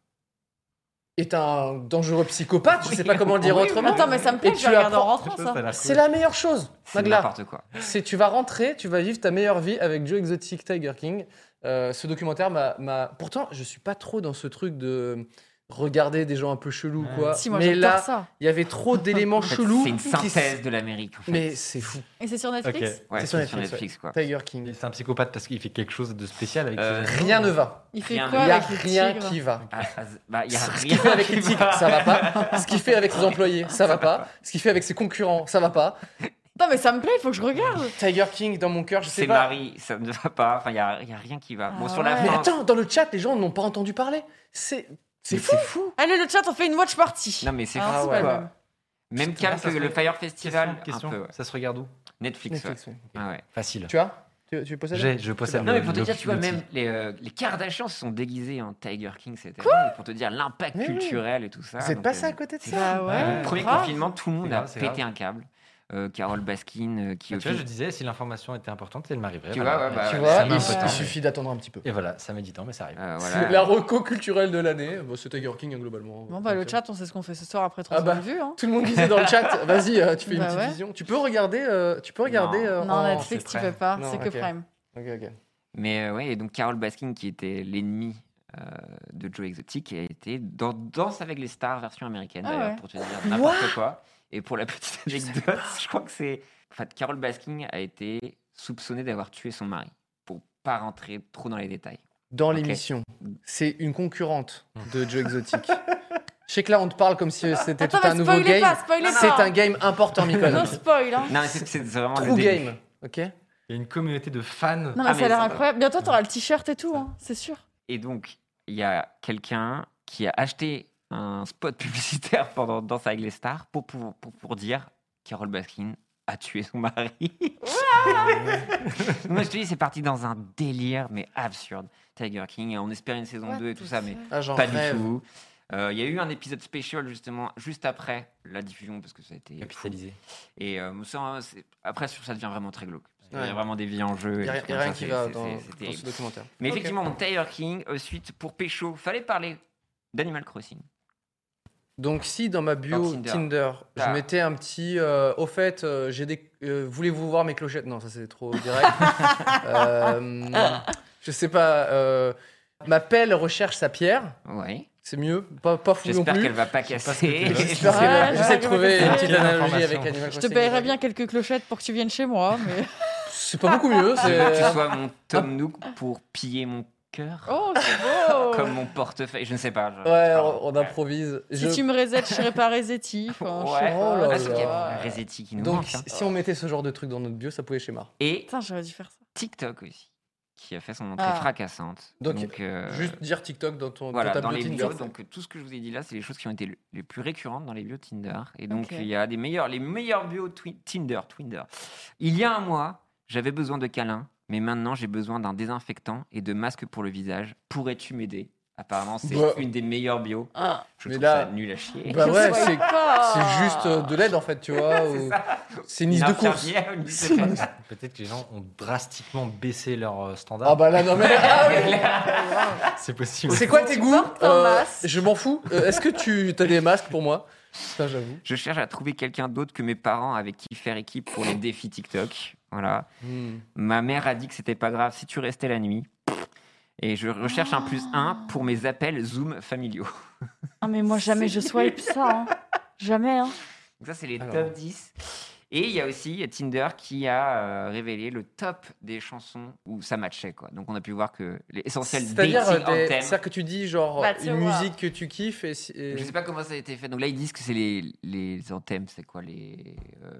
B: est un dangereux psychopathe. Je sais pas comment le dire
C: Oui, oui.
B: autrement.
D: Attends, mais ça me
B: Et
D: plaît,
B: tu
D: je regarde en hein.
B: apprends-
D: rentrant, ça.
B: C'est la meilleure chose,
C: C'est
B: Magla.
C: n'importe quoi.
B: C'est tu vas rentrer, tu vas vivre ta meilleure vie avec Joe Exotic Tiger King. Euh, ce documentaire m'a, m'a- Pourtant, je suis pas trop dans ce truc de regarder des gens un peu chelous,
E: Ouais.
B: quoi.
D: Si, moi,
B: Mais
D: j'adore
B: là,
D: ça.
B: il y avait
D: (laughs)
B: trop d'éléments
C: En fait,
B: chelous.
C: c'est une
B: qui-
C: synthèse de l'Amérique. En fait.
B: Mais c'est fou.
D: Et c'est sur Netflix
B: c'est
C: Ouais, c'est
B: sur
C: sur
B: Netflix,
C: Netflix, quoi.
B: Tiger King.
E: C'est un psychopathe parce qu'il fait quelque chose de spécial avec
C: Euh,
E: ses-
B: Rien ne va.
D: Il fait
C: Rien.
D: quoi
B: Il y a
D: avec les
B: rien
D: tigres
B: qui va.
C: Ah, ah, bah, y a
B: Ce
C: rien
B: qu'il fait avec
C: qui
B: les tigres,
C: va.
B: ça va pas. Ce qu'il fait avec ses employés, ça va pas. Ce qu'il fait avec ses concurrents, ça va pas.
D: Non, mais ça me plaît, il faut que je regarde.
B: Tiger King, dans mon cœur, je sais
C: C'est
B: pas.
C: Marie, ça ne va pas. Enfin, il n'y a, y a rien qui va. Bon,
D: Ah
C: sur la
D: ouais.
B: Mais
C: fin.
B: attends, dans le chat, les gens n'ont pas entendu parler. C'est, c'est
C: mais
B: fou.
D: Allez, le chat, on fait une watch party.
C: Non, mais c'est
D: Ah,
C: fou,
B: ouais.
D: pas le
C: quoi.
D: même.
C: Même
E: Putain,
C: calme
E: ça
C: que
E: se
C: le
E: fait-
C: Fire Festival.
E: Question,
C: un peu, ouais.
E: ça se regarde où
C: Netflix, ouais.
B: Netflix, ouais.
C: Ah ouais.
E: Facile.
B: Tu vois tu, tu possèdes
E: J'ai, je possède.
C: Non,
E: le-
C: mais pour te
E: le-
C: dire, tu vois,
E: le
C: même
E: titre.
C: les, euh, les Kardashians se sont déguisés en Tiger King cette année. pour te dire l'impact
B: Mais oui.
C: culturel et tout ça.
B: Vous êtes
C: Donc,
B: passé
C: euh,
B: à côté de
C: c'est
B: ça
D: Bah
E: Ouais.
D: ouais.
C: Premier
D: grave.
C: confinement, tout le monde
E: C'est
C: a
E: grave, c'est
C: pété
E: grave. Bah,
C: un câble. Euh, Carole Baskin, euh, qui
E: Tu
C: au
E: vois, je
C: fil-
E: disais, si l'information était importante, elle m'arriverait.
C: Tu
E: Voilà.
C: vois, ouais, bah,
B: Tu
C: ouais,
B: vois,
E: ça
B: il,
E: met un
D: su-
E: peu de temps,
B: il
E: mais-
B: suffit d'attendre un petit peu.
E: Et voilà, ça met du temps, mais ça arrive.
C: Euh,
B: C'est
C: voilà.
B: La reco culturelle de l'année, bon, c'est Tiger King hein, globalement.
D: Bon, bah, le
B: Donc, euh,
D: chat, on sait ce qu'on fait ce soir après 3
B: Ah bah.
D: ans de vue. Hein.
B: Tout le monde disait dans le
D: (laughs)
B: chat, vas-y, euh, tu fais une
D: Bah
B: petite
D: ouais.
B: vision. Tu peux regarder, euh, tu peux regarder.
C: Non.
B: euh,
D: Non,
B: en-
D: Netflix,
C: c'est
D: tu
C: prêt.
D: peux pas,
B: Non,
D: c'est que
B: ok.
D: Prime.
B: Ok, ok.
C: Mais euh, ouais, et donc Carole Baskin, qui était l'ennemi euh, de Joe Exotic, a été dans Danse avec les stars, version américaine,
D: Ah
C: d'ailleurs,
D: ouais.
C: pour te dire n'importe quoi. Et pour la petite anecdote, je crois que c'est. En fait, Carole Baskin a été soupçonnée d'avoir tué son mari, pour pas rentrer trop dans les détails.
B: Dans
C: Ok. Hmm.
B: l'émission, c'est une concurrente de Joe Exotic. Je sais que là, on te parle comme si c'était tout
D: Attends,
B: un
D: mais
B: nouveau game.
D: spoilez pas, spoilez
B: C'est
D: pas.
B: un game important, Nicolas.
D: No spoil, hein.
C: Non, mais c'est c'est vraiment le
B: True
C: début.
B: game. Ok.
E: Il y a une communauté de fans.
D: Non, mais
C: Ah,
D: ça
C: mais
D: a l'air
C: ça-
D: incroyable. Bientôt, t'auras le t-shirt et tout, hein, c'est sûr.
C: Et donc, il y a quelqu'un qui a acheté un spot (laughs) publicitaire pendant Danse avec les stars pour, pour, pour, pour dire Carole Baskin a tué son mari. (laughs) Moi, je te dis, c'est parti dans un délire, mais absurde. Tiger King, on espérait une saison 2 et tout ça, mais
B: Ah, j'en
C: pas
B: rêve.
C: du tout. Euh, Il y a eu un épisode spécial justement juste après la diffusion parce que ça a été
E: Capitalisé.
C: et euh, ça, c'est- après sur ça devient vraiment très glauque. Il y
B: Ouais.
C: a vraiment des vies en
B: Il
C: jeu. et
B: n'y a,
C: des
B: rien-
C: trucs
B: y a rien qui va
C: comme ça, c'est- c'est-
B: dans,
C: c'est
B: dans
C: terrible.
B: ce documentaire.
C: Mais
B: Ok.
C: effectivement, mon Tiger King, ensuite pour Pécho, fallait parler d'Animal Crossing.
B: Donc si dans ma bio
C: Dans
B: Tinder,
C: Tinder.
B: je
C: Ah.
B: mettais un petit euh, au fait euh, j'ai des euh, voulez-vous voir mes clochettes Non, ça c'est trop
C: (laughs)
B: direct. Euh, je sais pas euh, ma pelle recherche sa pierre,
C: Ouais.
B: c'est mieux, pas pas fou non
C: J'espère
B: plus.
C: qu'elle va pas casser. (laughs)
B: Mais
C: Et
B: J'espère
D: Ouais,
B: qu'elle va-
D: j'espère
B: J'essaie de
D: qu'elle va
B: trouver
D: casser.
B: une petite
E: Quelle
B: analogie
E: information.
B: avec Animal
D: Je te
B: Crossing.
D: paierai bien quelques clochettes pour que tu viennes chez (laughs) moi, mais.
B: C'est pas beaucoup
D: Ah,
B: mieux,
C: Je
B: c'est
C: veux que tu sois
B: Ah.
C: mon Tom Nook pour piller mon cœur.
D: Oh, c'est beau
C: Comme mon portefeuille, je ne sais pas. je-
B: Ouais,
C: pardon.
B: on, on improvise.
D: Si
B: Je-
D: tu me reset, je serai pas (laughs) resetti. Enfin, je sais
C: Ouais.
D: pas.
B: Oh là
C: Ah, c'est qu'il y a
B: là.
C: Resetti qui nous
B: Donc
C: manque, hein.
B: si on mettait ce genre de truc dans notre bio, ça pouvait chez Mar.
C: Et
D: Putain, j'aurais dû faire ça.
C: TikTok aussi, qui a fait son entrée
D: Ah.
C: fracassante.
B: Donc,
C: Donc, euh,
B: Juste dire TikTok dans ton
C: voilà,
B: dans ta
C: dans
B: bio
C: les
B: Tinder.
C: bios. Donc, tout ce que je vous ai dit là, c'est les choses qui ont été le- les plus récurrentes dans les bios Tinder. Et donc,
D: Ok.
C: il y a des meilleurs, les meilleurs bios Twi- Tinder, Twinder. Il y a un mois, j'avais besoin de câlins, mais maintenant j'ai besoin d'un désinfectant et de masque pour le visage. Pourrais-tu m'aider Apparemment, c'est
B: Bah.
C: une des meilleures bio. Je
B: Mais
C: trouve
B: là-
C: ça nul à chier. (laughs)
B: Bah ouais,
D: Soyez
B: c'est
D: Ah, pas-
B: c'est juste euh, de l'aide en fait, tu vois. ou- C'est une
C: Une
B: liste de course.
C: infirmière, une liste de courses.
E: Peut-être que les gens ont drastiquement baissé leur euh, standard.
B: Ah bah là, non mais. Ah oui.
E: C'est
C: (laughs)
E: possible.
B: C'est quoi tes goûts euh,
D: portes un masque.
B: Je m'en fous. Euh, Est-ce que tu as des masques pour moi Putain, j'avoue.
C: Je cherche à trouver quelqu'un d'autre que mes parents avec qui faire équipe pour les défis TikTok. Voilà.
B: Hmm.
C: Ma mère a dit que c'était pas grave si tu restais la nuit. Et je recherche un plus un pour mes appels Zoom familiaux. (laughs)
D: Ah, mais moi, jamais je swipe ça. hein. Jamais. Hein.
C: Donc ça, c'est les
B: Alors.
C: top 10. Et il y a aussi Tinder qui a euh, révélé le top des chansons où ça matchait. Quoi. Donc on a pu voir que l'essentiel dating
B: C'est-à-dire euh, des-
C: anthem.
B: c'est-à-dire que tu dis genre
D: Bah, tu
B: une
D: vois.
B: musique que tu kiffes et, si- et-
C: Je sais pas comment ça a été fait. Donc là, ils disent que c'est les, les anthèmes. C'est quoi les. euh,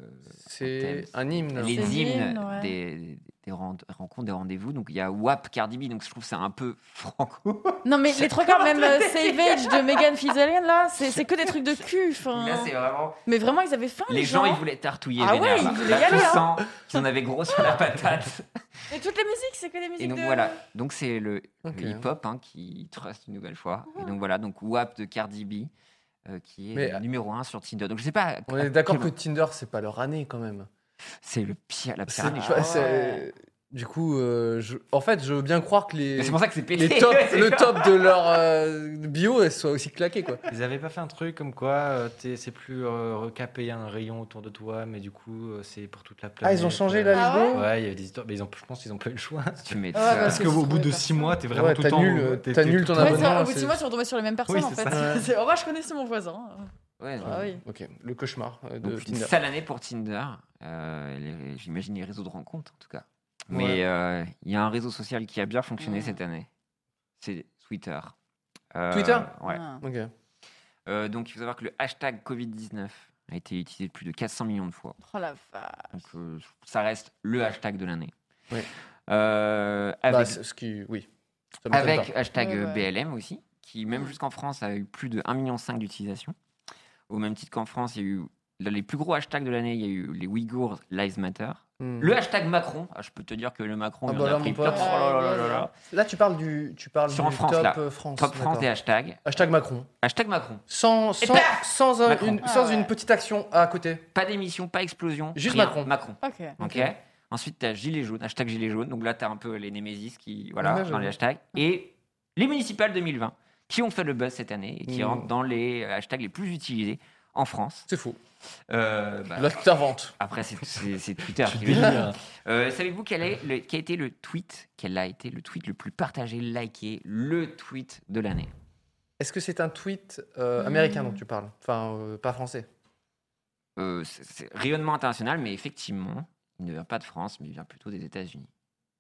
B: c'est
C: anthems
B: un hymne.
C: Les
D: C'est
C: hymnes
D: l'hymne, ouais.
C: des, des ren- rencontres, des rendez-vous. Donc il y a WAP Cardi B. Donc je trouve que c'est un peu (laughs) franco.
D: Non, mais les trucs, quand même, euh, Savage de Megan Fizalian, là, c'est c'est que des trucs de cul. enfin.
C: Là, c'est vraiment.
D: Mais vraiment, ils avaient faim, Ah, les,
C: Les gens, ils voulaient tartouiller.
D: Ah
C: vénère, Bah,
D: ouais,
C: là.
D: ils voulaient
C: Là,
D: y aller,
C: tu
D: hein.
C: sens qu'ils en avaient gros sur la
D: (laughs)
C: patate.
D: Et toutes les musiques, c'est que des musiques
C: Et donc
D: de...
C: voilà, donc c'est le, le
B: Ok.
C: hip-hop hein, qui trust une nouvelle fois.
D: Ah.
C: Et donc voilà, donc WAP de Cardi B euh, qui est
B: Mais,
C: le numéro 1 sur Tinder. Donc je sais pas.
B: On est d'accord que Tinder c'est pas leur année quand même.
C: c'est le pire, la
B: C'est
C: pire. année, je
B: pas-
C: pense.
B: c'est- Du coup, euh, je- en fait, je veux bien croire que les,
C: Mais c'est pour ça que c'est pété.
B: les
C: (laughs)
B: top,
C: ouais, c'est
B: le
C: ça.
B: top de leur euh, bio elles soient aussi claquées quoi.
E: Ils avaient pas fait un truc comme quoi euh, t'es- c'est plus euh, recapé un rayon autour de toi, mais du coup euh, c'est pour toute la planète. euh,
D: Ah ouais
E: Ouais, il y avait des histoires, mais ils ont, je pense qu'ils ont pas eu le choix.
C: Tu mets
D: parce
C: ça.
D: que- Parce qu'au bout de six
E: mois, t'es
B: vraiment Ouais, tout le t'annules, temps- euh, t'es- t'annules t'es- ton t'es-
D: Ouais,
B: abonnement.
D: c'est- au
B: c'est-
D: bout de six mois, tu retombes sur les mêmes personnes,
E: Oui,
D: en
E: c'est
D: fait.
B: ça.
D: C'est- (laughs) Oh, bah, je connaissais mon voisin.
C: Ouais,
D: Ah oui.
B: Ok, le cauchemar euh, de
C: donc une
B: Tinder.
C: sale année pour Tinder. Euh, les- J'imagine les réseaux de rencontres en tout cas.
E: Ouais.
C: Mais euh, il y a un réseau social qui a bien fonctionné
D: Mm.
C: cette année. C'est Twitter. Euh,
B: Twitter
C: Ouais.
D: Ah.
B: Ok.
C: Euh, donc il faut savoir que le hashtag Covid-19 a été utilisé plus de 400 millions de fois.
D: Oh la vache.
C: Donc euh, ça reste le hashtag de l'année.
B: Ah, Ouais.
C: Euh,
B: Bah,
C: avec
B: c'est ce qui, oui. Ça m'étonne
C: avec
B: pas.
C: hashtag
D: Ouais,
C: euh,
D: ouais.
C: BLM aussi, qui même jusqu'en France a eu plus de 1,5 million d'utilisations. Au même titre qu'en France, il y a eu dans les plus gros hashtags de l'année, il y a eu les Ouïghours Lives Matter.
B: Hmm.
C: Le hashtag Macron, ah, je peux te dire que le Macron,
B: Ah
C: il
B: bah
C: en
B: là,
C: a
B: mon
C: pris
B: pote.
C: plein. Oh là là là là.
B: Là, tu parles du, tu parles
C: Sur
B: du
C: en France,
B: top
C: là.
B: euh, France.
C: Top France
B: d'accord.
C: et hashtag.
B: Hashtag Macron.
C: Hashtag Macron.
B: Sans,
C: Et
B: sans,
C: paf
B: sans, un-
C: Macron.
B: une,
D: Ah
B: sans
D: ouais.
B: une petite action à côté.
C: Pas d'émission, pas explosion.
B: Juste
C: rien.
B: Macron.
C: Macron.
D: Ok.
C: Ok. Ensuite, tu as gilet jaune, hashtag gilet jaune. Donc là, tu as un peu les Némésis qui, voilà,
B: Ouais,
C: dans les
B: j'avoue.
C: hashtags. Et les municipales 2020, qui ont fait le buzz cette année et qui
B: Mm.
C: rentrent dans les euh, hashtags les plus utilisés en France.
B: C'est faux.
C: Euh, bah,
B: Là, tu t'inventes.
C: après, c'est- c'est
B: (laughs)
C: c'est Twitter qui le dit.
E: délires.
C: Euh, Savez-vous quel, est le- quel a été le tweet Quel a été le tweet le plus partagé, liké, le tweet de l'année
B: Est-ce que c'est un tweet euh, américain dont tu parles Enfin, euh, pas français.
C: Euh, c'est- c'est Rayonnement international, mais effectivement, il ne vient pas de France, mais il vient plutôt des États-Unis.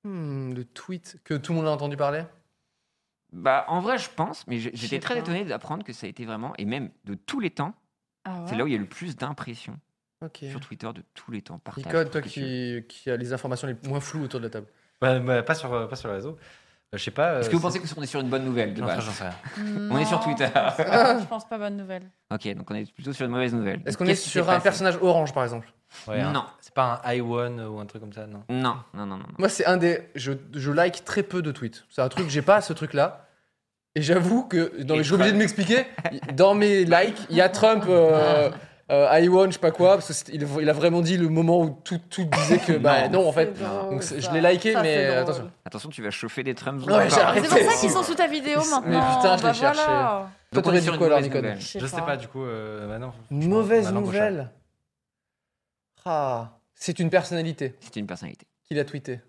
B: Hmm, le tweet que tout le monde a entendu parler
C: Bah, en vrai, je pense, mais j'ai- j'étais
D: sais
C: très
D: pas.
C: étonné d'apprendre que ça a été vraiment, et même de tous les temps,
D: Ah ouais.
C: c'est là où il y a le plus d'impressions
B: Ok.
C: sur Twitter de tous les temps. Partage,
B: Nicole, toi
C: tout ce que tu veux.
B: qui, qui as les informations les moins floues autour de la table.
E: Ouais, mais pas, sur, euh, pas sur le réseau. Euh, je sais pas.
C: Est-ce que vous pensez qu'on est sur une bonne nouvelle de
E: J'en sais-
C: base
E: j'en sais rien.
C: On est sur
D: Non,
C: Twitter. (laughs)
D: Je pense, pas, je pense pas bonne nouvelle.
C: Ok, donc on est plutôt sur une mauvaise nouvelle.
B: Est-ce qu'on est,
C: Qu'est-ce qui
B: sur
C: s'est
B: un
C: passé
B: personnage orange, par exemple
E: Ouais, hein.
C: Non.
E: C'est pas un i1 ou un truc comme ça, non
C: Non, non, non, non. non.
B: Moi, c'est un des. Je, je like très peu de tweets. C'est un truc, j'ai pas ce truc-là. Et j'avoue que dans
C: Et
B: les. Je suis obligé
C: Trump.
B: de m'expliquer. Dans mes likes, il y a Trump, euh,
C: Ah.
B: euh, I1, je sais pas quoi. Parce que c'est- il, il a vraiment dit le moment où tout, tout disait
C: (laughs)
B: que. Bah non, en fait.
D: C'est drôle,
B: donc c'est- je
D: ça.
B: l'ai liké,
D: Ça,
B: mais
D: c'est drôle.
B: attention.
C: Attention, tu vas chauffer des Trumps.
B: Ouais,
C: encore.
B: j'ai
D: C'est
B: arrêté.
D: pour ça qu'ils sont sous ta vidéo
B: Mais
D: maintenant.
B: putain, je l'ai
D: Bah
B: cherché.
D: voilà.
B: Toi,
C: Donc on
B: t'aurais
C: est
B: dit
C: sur une
B: quoi, alors,
C: mauvaise
B: Nicole
C: nouvelle.
E: Je sais pas, du coup. euh, bah non, franchement, ma
B: Mauvaise
E: langue au chat.
B: nouvelle. Ah, c'est une personnalité
C: C'était une personnalité.
B: qu'il a tweeté.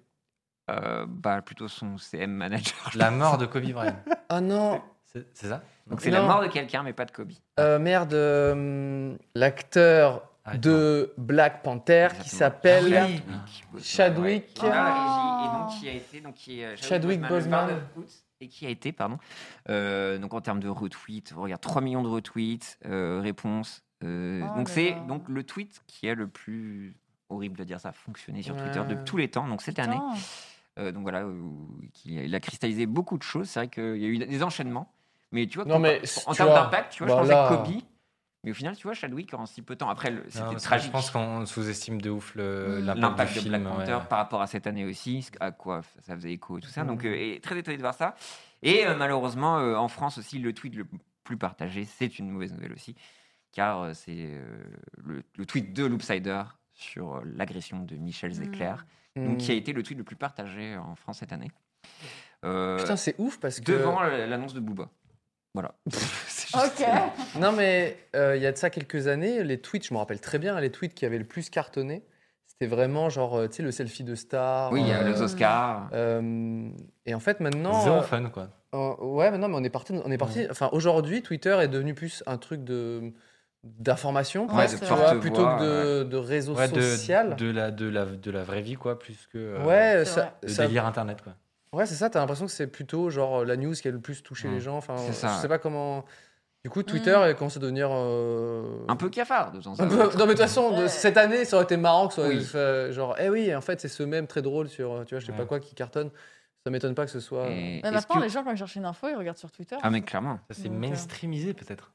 C: Euh, bah, plutôt son CM manager.
E: La mort de Kobe
C: (laughs)
E: Bryant.
B: Ah non,
E: C'est c'est ça
C: Donc c'est la
B: Non.
C: mort de quelqu'un, mais pas de Kobe.
B: euh, merde, euh, l'acteur
E: Arrête,
B: de Black Panther qui
C: Ah, Exactement. Ah
B: s'appelle.
E: Ah,
C: Chadwick
B: Chadwick.
C: Boseman, ouais, qui a régi, et donc qui a été donc qui est, euh,
B: Chadwick Boseman.
C: le 29 août, et qui a été pardon euh, donc en termes de retweets on regarde 3 millions de retweets euh, réponses euh,
D: Oh
C: donc
D: là
C: c'est
D: là.
C: donc le tweet qui a le plus horrible de dire ça fonctionné sur
B: Ouais.
C: Twitter de tous les temps donc cette année
D: Putain.
C: Euh, donc voilà où- qui il a cristallisé beaucoup de choses c'est vrai qu'il y a eu des enchaînements mais tu vois
B: Non,
C: que-
B: mais
C: en
B: tu
C: termes
B: vois,
C: d'impact tu vois
B: bah
C: je
B: là-
C: pensais que Kobe Mais au final, tu vois, Chadwick, en si peu de temps, après, le-
E: Non,
C: c'était
E: parce que
C: tragique. Mmh.
E: Je pense qu'on sous-estime de ouf le-
D: Mm.
E: l'impact
C: l'impact
E: du
C: de
E: film.
C: Black
E: ouais.
C: Panther par rapport à cette année aussi, ce- à quoi f- ça faisait écho et tout ça. Donc, euh, et très étonné de voir ça. Et euh, malheureusement, euh, en France aussi, le tweet le plus partagé, c'est une mauvaise nouvelle aussi, car euh, c'est euh, le, le tweet de Loopsider sur euh, l'agression de Michel Zecler,
B: Hmm.
C: donc qui a été le tweet le plus partagé en France cette année. Euh,
B: Putain, c'est ouf parce que.
C: devant l- l'annonce de Booba. Voilà. (laughs) C'est juste-
D: Ok.
B: Non, mais euh, il y a de ça quelques années, les tweets, je me rappelle très bien, les tweets qui avaient le plus cartonné, c'était vraiment genre, euh, tu sais, le selfie de star.
C: Oui, il y a
B: euh,
C: les Oscars.
B: euh, et en fait, maintenant.
E: Zéro
B: euh,
E: fun, quoi.
B: euh, ouais, mais non, mais on est parti. On est parti Enfin, aujourd'hui, Twitter est devenu plus un truc de d'information
D: Ouais,
B: presque,
D: de
B: tu vois,
C: porte-voix,
B: plutôt que de, de réseau
E: Ouais, de,
B: social.
E: de, la, de, la, de la vraie vie, quoi, plus que euh,
B: ouais,
D: C'est
B: ça,
E: le
B: ça-
E: délire internet, quoi.
B: ouais, c'est ça. T'as l'impression que c'est plutôt genre la news qui a le plus touché
E: Mm.
B: les gens. Enfin,
C: C'est ça,
B: je sais
C: ouais.
B: pas comment. Du coup, Twitter commence à devenir euh,
C: Un peu cafard de temps
B: (laughs)
C: en
B: Un peu-
C: temps.
B: non mais de toute façon, de-
D: Ouais.
B: cette année, ça aurait été marrant que ce soit
C: Oui.
B: euh, genre, eh oui, en fait, c'est ce même très drôle sur, euh, tu vois, je sais pas
E: Ouais.
B: quoi qui cartonne. Ça m'étonne pas que ce soit.
C: Et
D: Mais
C: est-ce
D: maintenant,
C: que-
D: les gens, quand ils cherchent une info, ils regardent sur Twitter.
C: Ah mais clairement.
E: Ça, c'est
D: Donc, euh,
E: mainstreamisé, peut-être.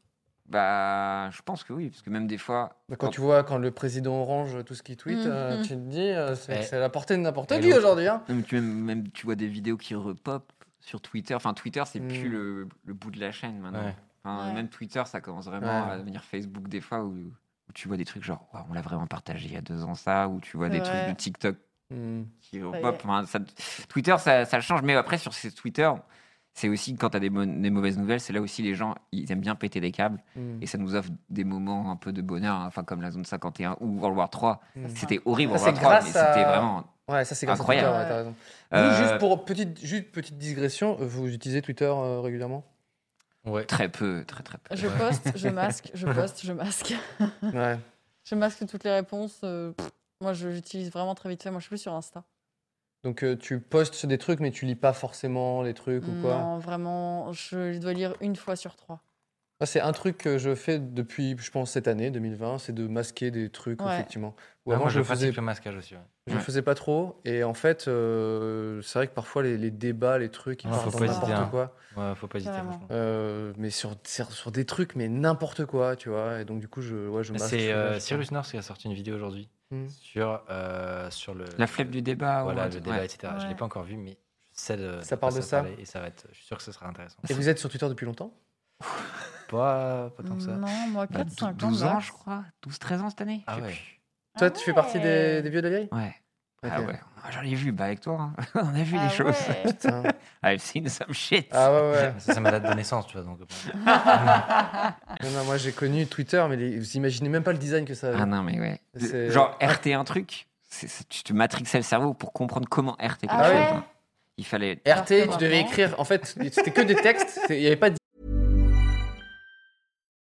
C: Bah, je pense que oui, parce que même des fois.
B: Bah, Quand tu vois quand le président orange tout ce qu'il tweet,
D: Mhm.
B: euh, tu te dis, euh, c'est
E: Ouais.
B: c'est à la portée de n'importe
E: Et
B: qui
E: l'autre.
B: aujourd'hui. hein.
C: Non, mais tu, même, même tu vois des vidéos qui repopent sur Twitter. Enfin, Twitter, c'est
B: Hmm.
C: plus le, le bout de la chaîne maintenant.
E: Ouais.
C: Enfin,
D: Ouais.
C: Même Twitter, ça commence vraiment
B: Ouais.
C: à devenir Facebook des fois où, où tu vois des trucs genre, Ouah, on l'a vraiment partagé il y a deux ans ça, ou tu vois
D: C'est
C: des
D: vrai.
C: trucs de TikTok
B: Mm.
C: qui
D: y
C: repopent.
D: est.
C: Enfin, ça- Twitter, ça, ça change, mais après, sur ces Twitter, c'est aussi quand tu as des, bonnes- des mauvaises nouvelles, c'est là aussi les gens, ils aiment bien péter des câbles
B: Mm.
C: et ça nous offre des moments un peu de bonheur, hein. enfin, comme la zone 51 ou World War 3.
B: Mm.
C: C'était horrible,
B: Ça,
C: World
B: c'est
C: War 3, mais
B: grâce à-
C: c'était vraiment
B: Ouais, ça c'est grâce à
C: Incroyable.
B: Twitter, ouais, t'as raison. Vous,
C: Euh,
B: juste pour petite, juste petite digression, euh, vous utilisez Twitter euh, régulièrement
E: Ouais.
C: Très peu, très très peu.
D: Je poste,
C: (laughs)
D: je masque, je poste, je masque.
B: Ouais.
D: Je masque toutes les réponses. euh, pff, moi, je l'utilise vraiment très vite fait. Moi, je suis plus sur Insta.
B: Donc euh, tu postes des trucs, mais tu lis pas forcément les trucs ou quoi
D: Non, vraiment, je dois lire une fois sur trois.
B: Ah, C'est un truc que je fais depuis, je pense, cette année, 2020, c'est de masquer des trucs,
D: Ouais.
B: effectivement. Ou
E: Ouais,
B: avant,
E: Ah, moi,
B: je,
E: je
B: le faisais,
E: pratique le masquage aussi. ouais.
B: je le
C: Ouais.
B: faisais pas trop. Et en fait, euh, c'est vrai que parfois, les, les débats, les trucs, ils
E: Ouais,
B: partent
E: faut
B: dans
E: pas hésiter, hein.
B: n'importe quoi.
E: Ouais, faut pas hésiter,
D: Carrément.
E: franchement.
B: Euh, mais sur, sur, sur des trucs, mais n'importe quoi, tu vois. Et donc, du coup, je, ouais, je masque.
E: C'est
B: je-
E: euh,
B: je-
E: Cyrus North qui a sorti une vidéo aujourd'hui
B: Hmm. Ah,
E: sur, euh, sur le.
C: La flemme du débat.
E: Voilà,
C: ouais,
E: le
C: ouais.
E: débat, etc. Je
D: Ouais.
E: l'ai pas encore vu, mais je sais de.
B: Ça
E: quoi
B: parle de ça
E: parlait Et ça va être. Je suis sûr que ce sera intéressant.
B: Et vous êtes sur Twitter depuis longtemps
E: Pas, pas tant que ça.
D: Non, moi,
C: Bah,
D: 4, 5 ans.
C: 12 ans,
D: max.
C: je crois. 12-13 ans cette année.
E: Ah
C: je sais
E: ouais.
C: plus.
B: Toi,
D: Ah
B: tu fais partie des,
D: ouais.
B: des vieux de la vieille
C: Ouais. Ah
B: Ok.
C: ouais. Moi, J'en ai vu, bah avec toi. hein. (laughs) On a vu
D: Ah
C: des choses.
D: ouais.
C: (laughs)
B: Putain.
C: I've seen some shit.
B: Ah ouais, ouais.
E: (laughs)
B: (laughs)
E: Ça, c'est ma date de naissance, tu vois. Donc, bon.
B: Non, non, moi, j'ai connu Twitter, mais les- vous imaginez même pas le design que ça avait.
C: Ah non, mais ouais.
B: C'est-
C: Genre, RT un truc, c'est- c'est- tu te matrixais le cerveau pour comprendre comment RT quelque
D: Ah
C: chose.
D: ouais.
C: hein. Il fallait.
B: RT,
D: Alors que
B: tu devais
D: maintenant-
B: écrire. En fait, c'était que des textes. c'est- Il n'y avait pas de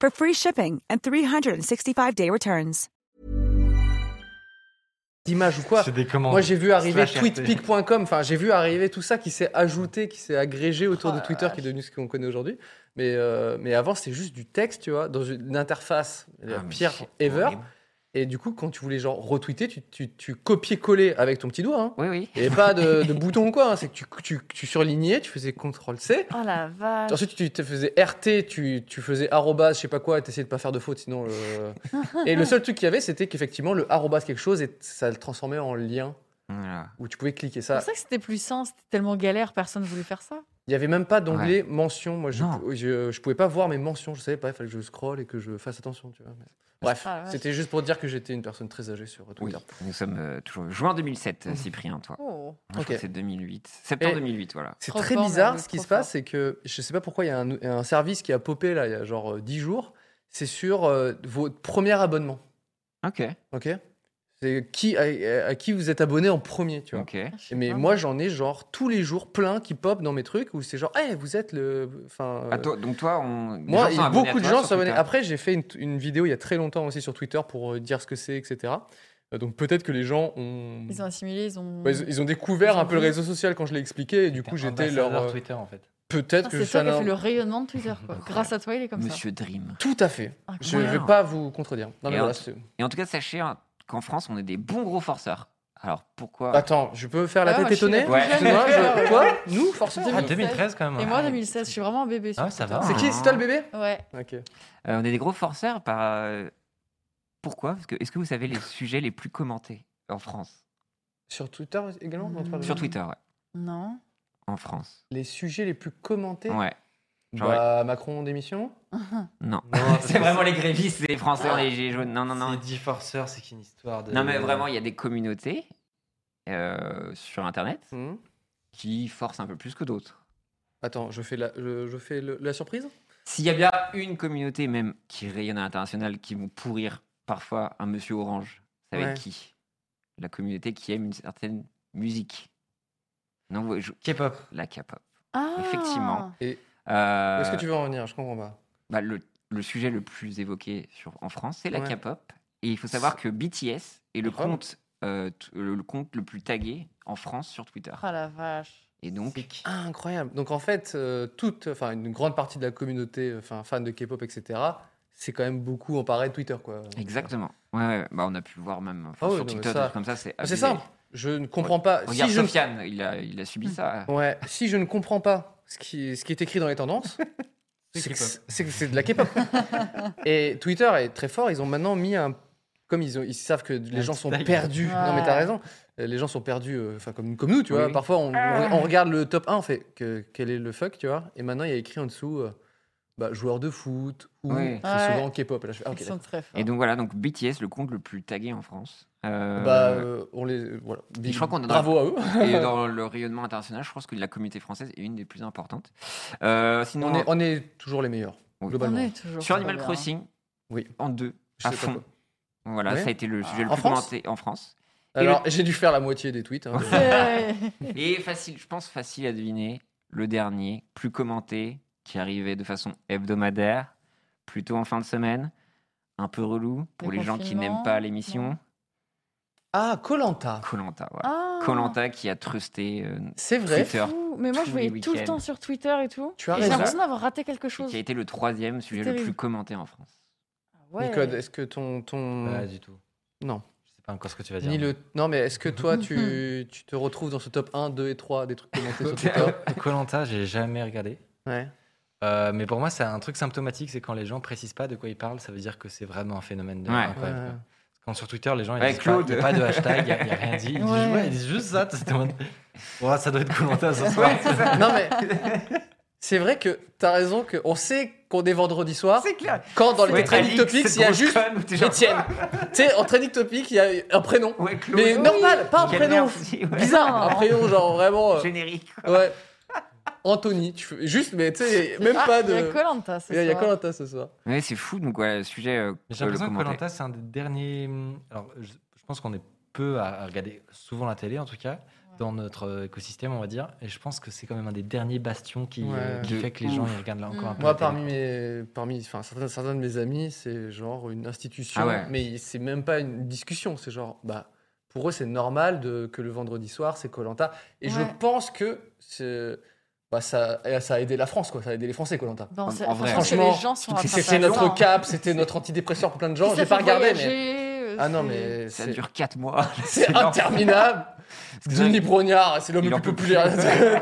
A: for free shipping and 365-day returns.
B: d'image ou quoi.
E: C'est des commandes.
B: Moi, j'ai vu arriver
E: Slash RT.
B: tweetpic.com. Enfin, j'ai vu arriver tout ça qui s'est ajouté, qui s'est agrégé autour
D: Oh
B: de
D: la
B: Twitter, qui est devenu ce qu'on connaît aujourd'hui. Mais, euh, mais avant, c'était juste du texte, tu vois, dans une interface la
C: Ah, mais
B: pire
C: c'est
B: ever.
C: horrible.
B: Et du coup, quand tu voulais genre retweeter, tu, tu, tu copiais-collais avec ton petit doigt. Hein.
C: Oui, oui.
B: Et pas de, de bouton ou quoi. hein. C'est que tu, tu, tu surlignais, tu faisais CTRL-C.
D: Oh la vache.
B: Ensuite, tu te faisais RT, tu, tu faisais arrobas, je sais pas quoi, et t'essayais de pas faire de faute, sinon. le- et le seul truc qu'il y avait, c'était qu'effectivement, le arrobas quelque chose, et ça le transformait en lien,
C: Voilà.
B: où tu pouvais cliquer
D: C'est
B: ça.
D: pour ça que c'était plus sain. C'était tellement galère. Personne voulait faire ça.
B: Il y avait même pas d'onglet mention. Moi, je,
C: Non.
B: je, je pouvais pas voir mes mentions, je savais pas, il fallait que je scrolle et que je fasse attention, tu vois. mais- Bref,
D: Ah, la vache.
B: c'était juste pour dire que j'étais une personne très âgée sur
C: Oui.
B: Twitter.
C: Nous sommes euh, toujours juin 2007, euh, Cyprien, toi.
D: Oh.
C: Moi, je
B: Ok.
C: crois que C'est 2008. Septembre
B: Mmh. Et-
C: 2008, voilà.
B: C'est
D: Trop
B: très
D: fort,
B: bizarre
D: Manu,
B: ce qui
D: trop
B: se passe,
D: fort.
B: c'est que je sais pas pourquoi il y a un, un service qui a popé là, il y a genre euh, 10 jours, c'est sur euh, votre premier abonnement.
C: Ok.
B: Ok C'est qui à, à qui vous êtes abonné en premier, tu vois.
C: Ok.
D: Ah,
B: Mais moi, j'en ai genre tous les jours plein qui pop dans mes trucs où c'est genre, eh, vous êtes le. Enfin. euh,
C: Ah, toi- donc toi, on. les
B: Moi,
C: gens
B: et
C: sont abonnés à
B: beaucoup de
C: toi
B: gens
C: sur
B: sont abonnés.
C: Twitter.
B: Après, j'ai fait une, une vidéo il y a très longtemps aussi sur Twitter pour euh, dire ce que c'est, etc. Euh, donc peut-être que les gens ont.
D: Ils ont assimilé, ils ont.
B: Mm. Ouais, ils- ils ont découvert
D: Ils ont
B: un peu le
D: vu.
B: réseau social quand je l'ai expliqué et du coup j'étais leur. euh,
E: Twitter en fait.
B: Peut-être
D: Ah,
B: que je
D: c'est
B: suis
D: toi qui as
B: un-
D: fait le rayonnement de Twitter.
C: (laughs)
D: Quoi. Grâce à toi, il est comme
C: Monsieur Dream.
B: Tout à fait.
D: ça.
B: Je
D: Incroyable.
B: vais pas vous contredire. Non, mais
C: Et
B: voilà,
C: en-
B: c'est-
C: Et en tout cas, sachez hein, qu'en France, on est des bons gros forceurs. Alors pourquoi
B: Attends, je peux faire la
D: Ah,
B: tête
D: moi, je suis
B: étonnée
D: la
C: Ouais.
B: Tu vois, je-
D: Ouais.
B: Quoi Nous, forcément.
D: Ah,
E: Ah,
D: 2016.
E: 2013 quand même.
D: Et moi, 2016, je suis vraiment un bébé. sur
E: Ah, ça
D: Twitter.
E: va.
B: C'est qui C'est toi le bébé
D: Ouais.
B: Ok.
C: Euh, On est des gros forceurs par. euh, Pourquoi Parce que est-ce que vous savez les sujets les plus commentés en France
B: Sur Twitter également on en parle
C: Sur Twitter, ouais.
D: Non.
C: En France.
B: Les sujets les plus commentés (laughs)
C: Ouais. genre-
B: Bah, Macron en démission
C: Non.
E: (laughs) Non,
C: C'est vraiment les grévistes, les Français, les gilets jaunes. Non, non, non.
E: C'est 10 forceurs, c'est qu'une histoire de.
C: Non, mais vraiment, il y a des communautés euh, sur Internet
B: Hmm.
C: qui forcent un peu plus que d'autres.
B: Attends, je fais la, je, je fais le- la surprise
C: S'il y a bien une communauté même qui rayonne à l'international, qui vont pourrir parfois un monsieur orange, ça va
B: Ouais.
C: être qui La communauté qui aime une certaine musique. Non, vous- je-
E: K-pop.
C: la K-pop.
D: Ah.
C: Effectivement.
B: Où
C: Euh,
B: Est-ce que tu veux en venir Je comprends pas.
C: bah, le, le sujet le plus évoqué sur, en France, c'est la
B: Ouais.
C: K-pop. Et il faut savoir que BTS est le
B: Ah, bravo.
C: compte, euh, t- le, le compte le plus tagué en France sur Twitter.
D: Ah la vache.
C: Et donc,
B: Ah, incroyable. Donc en fait, euh, toute, enfin une grande partie de la communauté, euh, enfin fan de K-pop, etc. C'est quand même beaucoup emparé de Twitter, quoi.
C: exactement. Ouais, ouais, Bah, on a pu le voir même
B: Ah
C: enfin,
B: oui, non,
C: sur
B: mais
C: TikTok,
B: ça-
C: des trucs comme ça, c'est
B: Ah, C'est
C: abusé.
B: simple. Je ne comprends pas.
C: Regarde
B: je Hmm. ne-
C: Sofiane, il, a, il a subi ça.
B: ouais, si je ne comprends pas ce qui, ce qui est écrit dans les
C: (laughs)
B: tendances, c'est que
E: K-pop.
B: c'est c'est que c'est de la K-pop. Et Twitter est très fort. Ils ont maintenant mis un, comme ils, ont- ils savent que les
E: Un
B: gens
E: petit
B: sont
E: tag.
B: perdus. Non mais t'as
D: Ouais.
B: raison. Euh, Les gens sont perdus. euh, Enfin comme comme nous, tu vois.
C: Oui.
B: Parfois on,
D: Ah.
B: on- on regarde le top 1, on fait que, quel est le fuck, tu vois. Et maintenant il y a écrit en dessous. euh, bah, joueur de foot ou
C: Oui.
B: c'est
D: Ouais.
B: souvent K-pop. Et là, je fais, ah, ok,
D: Ils sont très forts.
C: Et donc voilà, donc BTS, le compte le plus tagué en France. Euh,
B: Bah, euh, on les. Voilà.
C: je crois qu'on donnera-
B: Bravo à eux.
C: et
B: (laughs)
C: dans le rayonnement international, je pense que la communauté française est une des plus importantes. Euh, sinon,
B: On est, on est toujours les meilleurs,
C: Oui.
D: On
B: globalement.
D: est toujours.
C: sur
D: très
C: Animal
D: bien.
C: Crossing,
B: Oui.
C: en deux,
B: Je
C: à
B: sais pas
C: fond.
B: quoi.
C: Voilà,
B: Oui.
C: ça a été le sujet le
B: En
C: plus
B: France
C: commenté
B: (laughs)
C: en France. Et
B: Alors, j'ai dû faire la moitié des tweets. hein.
D: (laughs)
C: (laughs)
D: C'est-
C: Et facile, je pense facile à deviner, le dernier, plus commenté, qui arrivait de façon hebdomadaire, plutôt en fin de semaine, un peu relou pour
D: Le
C: les gens qui n'aiment
D: confinement,
C: pas l'émission.
D: non.
B: (laughs) ah, Colanta.
C: Colanta, voilà.
D: Ah.
C: Colanta qui a trusté euh,
B: C'est vrai.
C: Twitter,
D: Ouh, Mais moi,
C: Tous
D: je
C: les
D: voyais tout le
C: week-ends.
D: temps sur Twitter et tout.
B: Tu as
D: Et J'ai
B: raison.
D: l'impression d'avoir raté quelque
C: et
D: chose.
C: qui a été le troisième sujet le
D: terrible.
C: plus commenté en France.
D: Ouais.
B: Nicode, est-ce que ton. ton...
E: Pas du tout.
B: Non.
E: Je sais pas encore ce que tu vas dire.
B: Ni le... Non, mais est-ce que
D: (laughs)
B: toi,
D: Mhm.
B: tu, tu te retrouves dans ce top 1, 2 et 3 des trucs (laughs) commentés sur Twitter
E: (laughs) Colanta, j'ai jamais regardé.
B: Ouais.
E: Euh, mais pour moi, c'est un truc symptomatique, c'est quand les gens précisent pas de quoi ils parlent, ça veut dire que c'est vraiment un phénomène de
C: Ouais.
E: incroyable.
B: Ouais.
E: quoi. Quand sur Twitter, les gens ils
C: Ouais,
E: disent pas-
C: Claude.
E: y a pas de hashtag, il n'y a, rien dit. Ils, disent,
D: Ouais.
E: ouais, ils disent juste ça. t'es en (laughs) mode, Ouah, ça doit être Colanta ce soir.
B: Euh, non, mais. (laughs) C'est vrai que t'as raison que on sait qu'on est vendredi soir.
C: C'est clair.
B: Quand dans les
C: Ouais,
B: trending
C: Alix,
B: topics,
C: cette
B: il y a
C: grosse
B: juste
C: conne, t'es genre-
B: (laughs) Étienne. tu sais, en trending topic, il y a un prénom.
C: Ouais, Claude.
B: Mais
C: Oui.
B: normal, pas un
C: Quelle
B: prénom
C: merde, si, ouais.
B: bizarre.
D: hein.
B: Un prénom, genre vraiment. euh,
C: Générique. quoi.
B: Ouais. Anthony, tu fais juste, mais tu sais, même
D: Ah,
B: pas
D: Il y a
B: de.
D: Colanta, c'est
B: Il y a- il y a Colanta ce soir.
C: Ouais, c'est fou, donc ouais, sujet. euh,
E: Mais J'ai
C: euh, le
E: l'impression que
C: commenté.
E: Colanta, c'est un des derniers. hum, Alors, je, je pense qu'on est peu à, à regarder souvent la télé, en tout cas, dans notre euh, écosystème, on va dire. Et je pense que c'est quand même un des derniers bastions qui, euh,
B: Ouais. Mmh.
E: qui
C: De
E: fait que les
C: ouf.
E: gens ils regardent là encore un
D: Mm.
E: peu.
B: Moi,
E: la télé.
B: parmi mes, parmi, enfin, certains, certains de mes amis, c'est genre une institution,
C: Ah ouais.
B: mais c'est même pas une discussion. C'est genre, bah, pour eux, c'est normal de, que le vendredi soir, c'est Colanta. Et je
D: Ouais.
B: pense que c'est, bah, ça, eh, ça a aidé la France, quoi. Ça a aidé les Français, Colanta.
D: Bon,
C: En-
D: c'est-
C: en vrai,
D: franchement,
B: franchement,
D: les gens sont
C: c'est-
D: rattrapés
B: C'était
D: à ça,
B: notre
D: hein.
B: cap, c'était notre antidépresseur pour plein de
D: Puis
B: gens.
D: ça
B: J'ai pas
D: fait
B: regardé, mais
D: voyager, euh,
B: ah non,
D: c'est-
B: mais
C: Ça
B: c'est-
C: dure 4 mois.
B: (laughs)
C: (laughs)
B: C'est
C: énorme.
B: interminable.
C: que
B: Denis
C: c'est-
B: Brognard, c'est l'homme
C: Il
B: le
C: en
B: plus
C: peut
B: populaire
C: plus.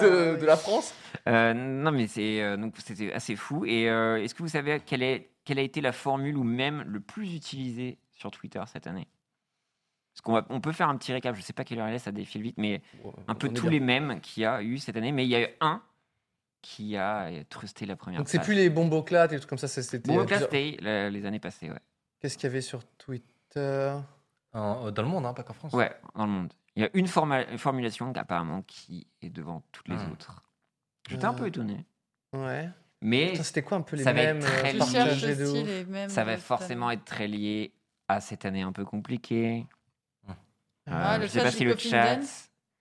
B: de, de la France.
C: Euh, non, mais c'est euh, donc c'était assez fou. Et euh, est-ce que vous savez quelle, est, quelle a été la formule ou même le plus utilisée sur Twitter cette année Parce qu'on va- on peut faire un petit récap. Je sais pas quelle heure elle est, ça défile vite, mais un peu
B: On est
C: tous
B: bien.
C: les mêmes qu'il y a eu cette année. Mais il y a eu un qui a euh, trusté la première.
B: Donc c'est
C: place.
B: plus les bomboclates et des trucs comme ça, ça, c'était.
C: Bon,
B: euh,
C: classe,
B: plusieurs-
C: c'était la- les années passées, ouais.
B: Qu'est-ce qu'il y avait sur Twitter
E: En- dans le monde, hein, pas qu'en France.
C: Ouais, dans le monde. Il y a une forma- une formulation apparemment qui est devant toutes les
E: Hmm.
C: autres. J'étais un peu
B: Euh,
C: étonné.
B: Ouais.
C: Mais
B: Putain, C'était quoi un peu les
C: ça va être
B: mêmes
C: très
D: Tu
C: Partager
D: cherches
B: partagés de
D: aussi
B: ouf
D: les mêmes.
C: ça va
D: euh,
C: forcément être très lié à cette année un peu compliquée.
E: Mhm.
D: Ah,
C: Euh,
D: le
C: je sais pas
D: chat
C: si le chat.
D: Chipopindian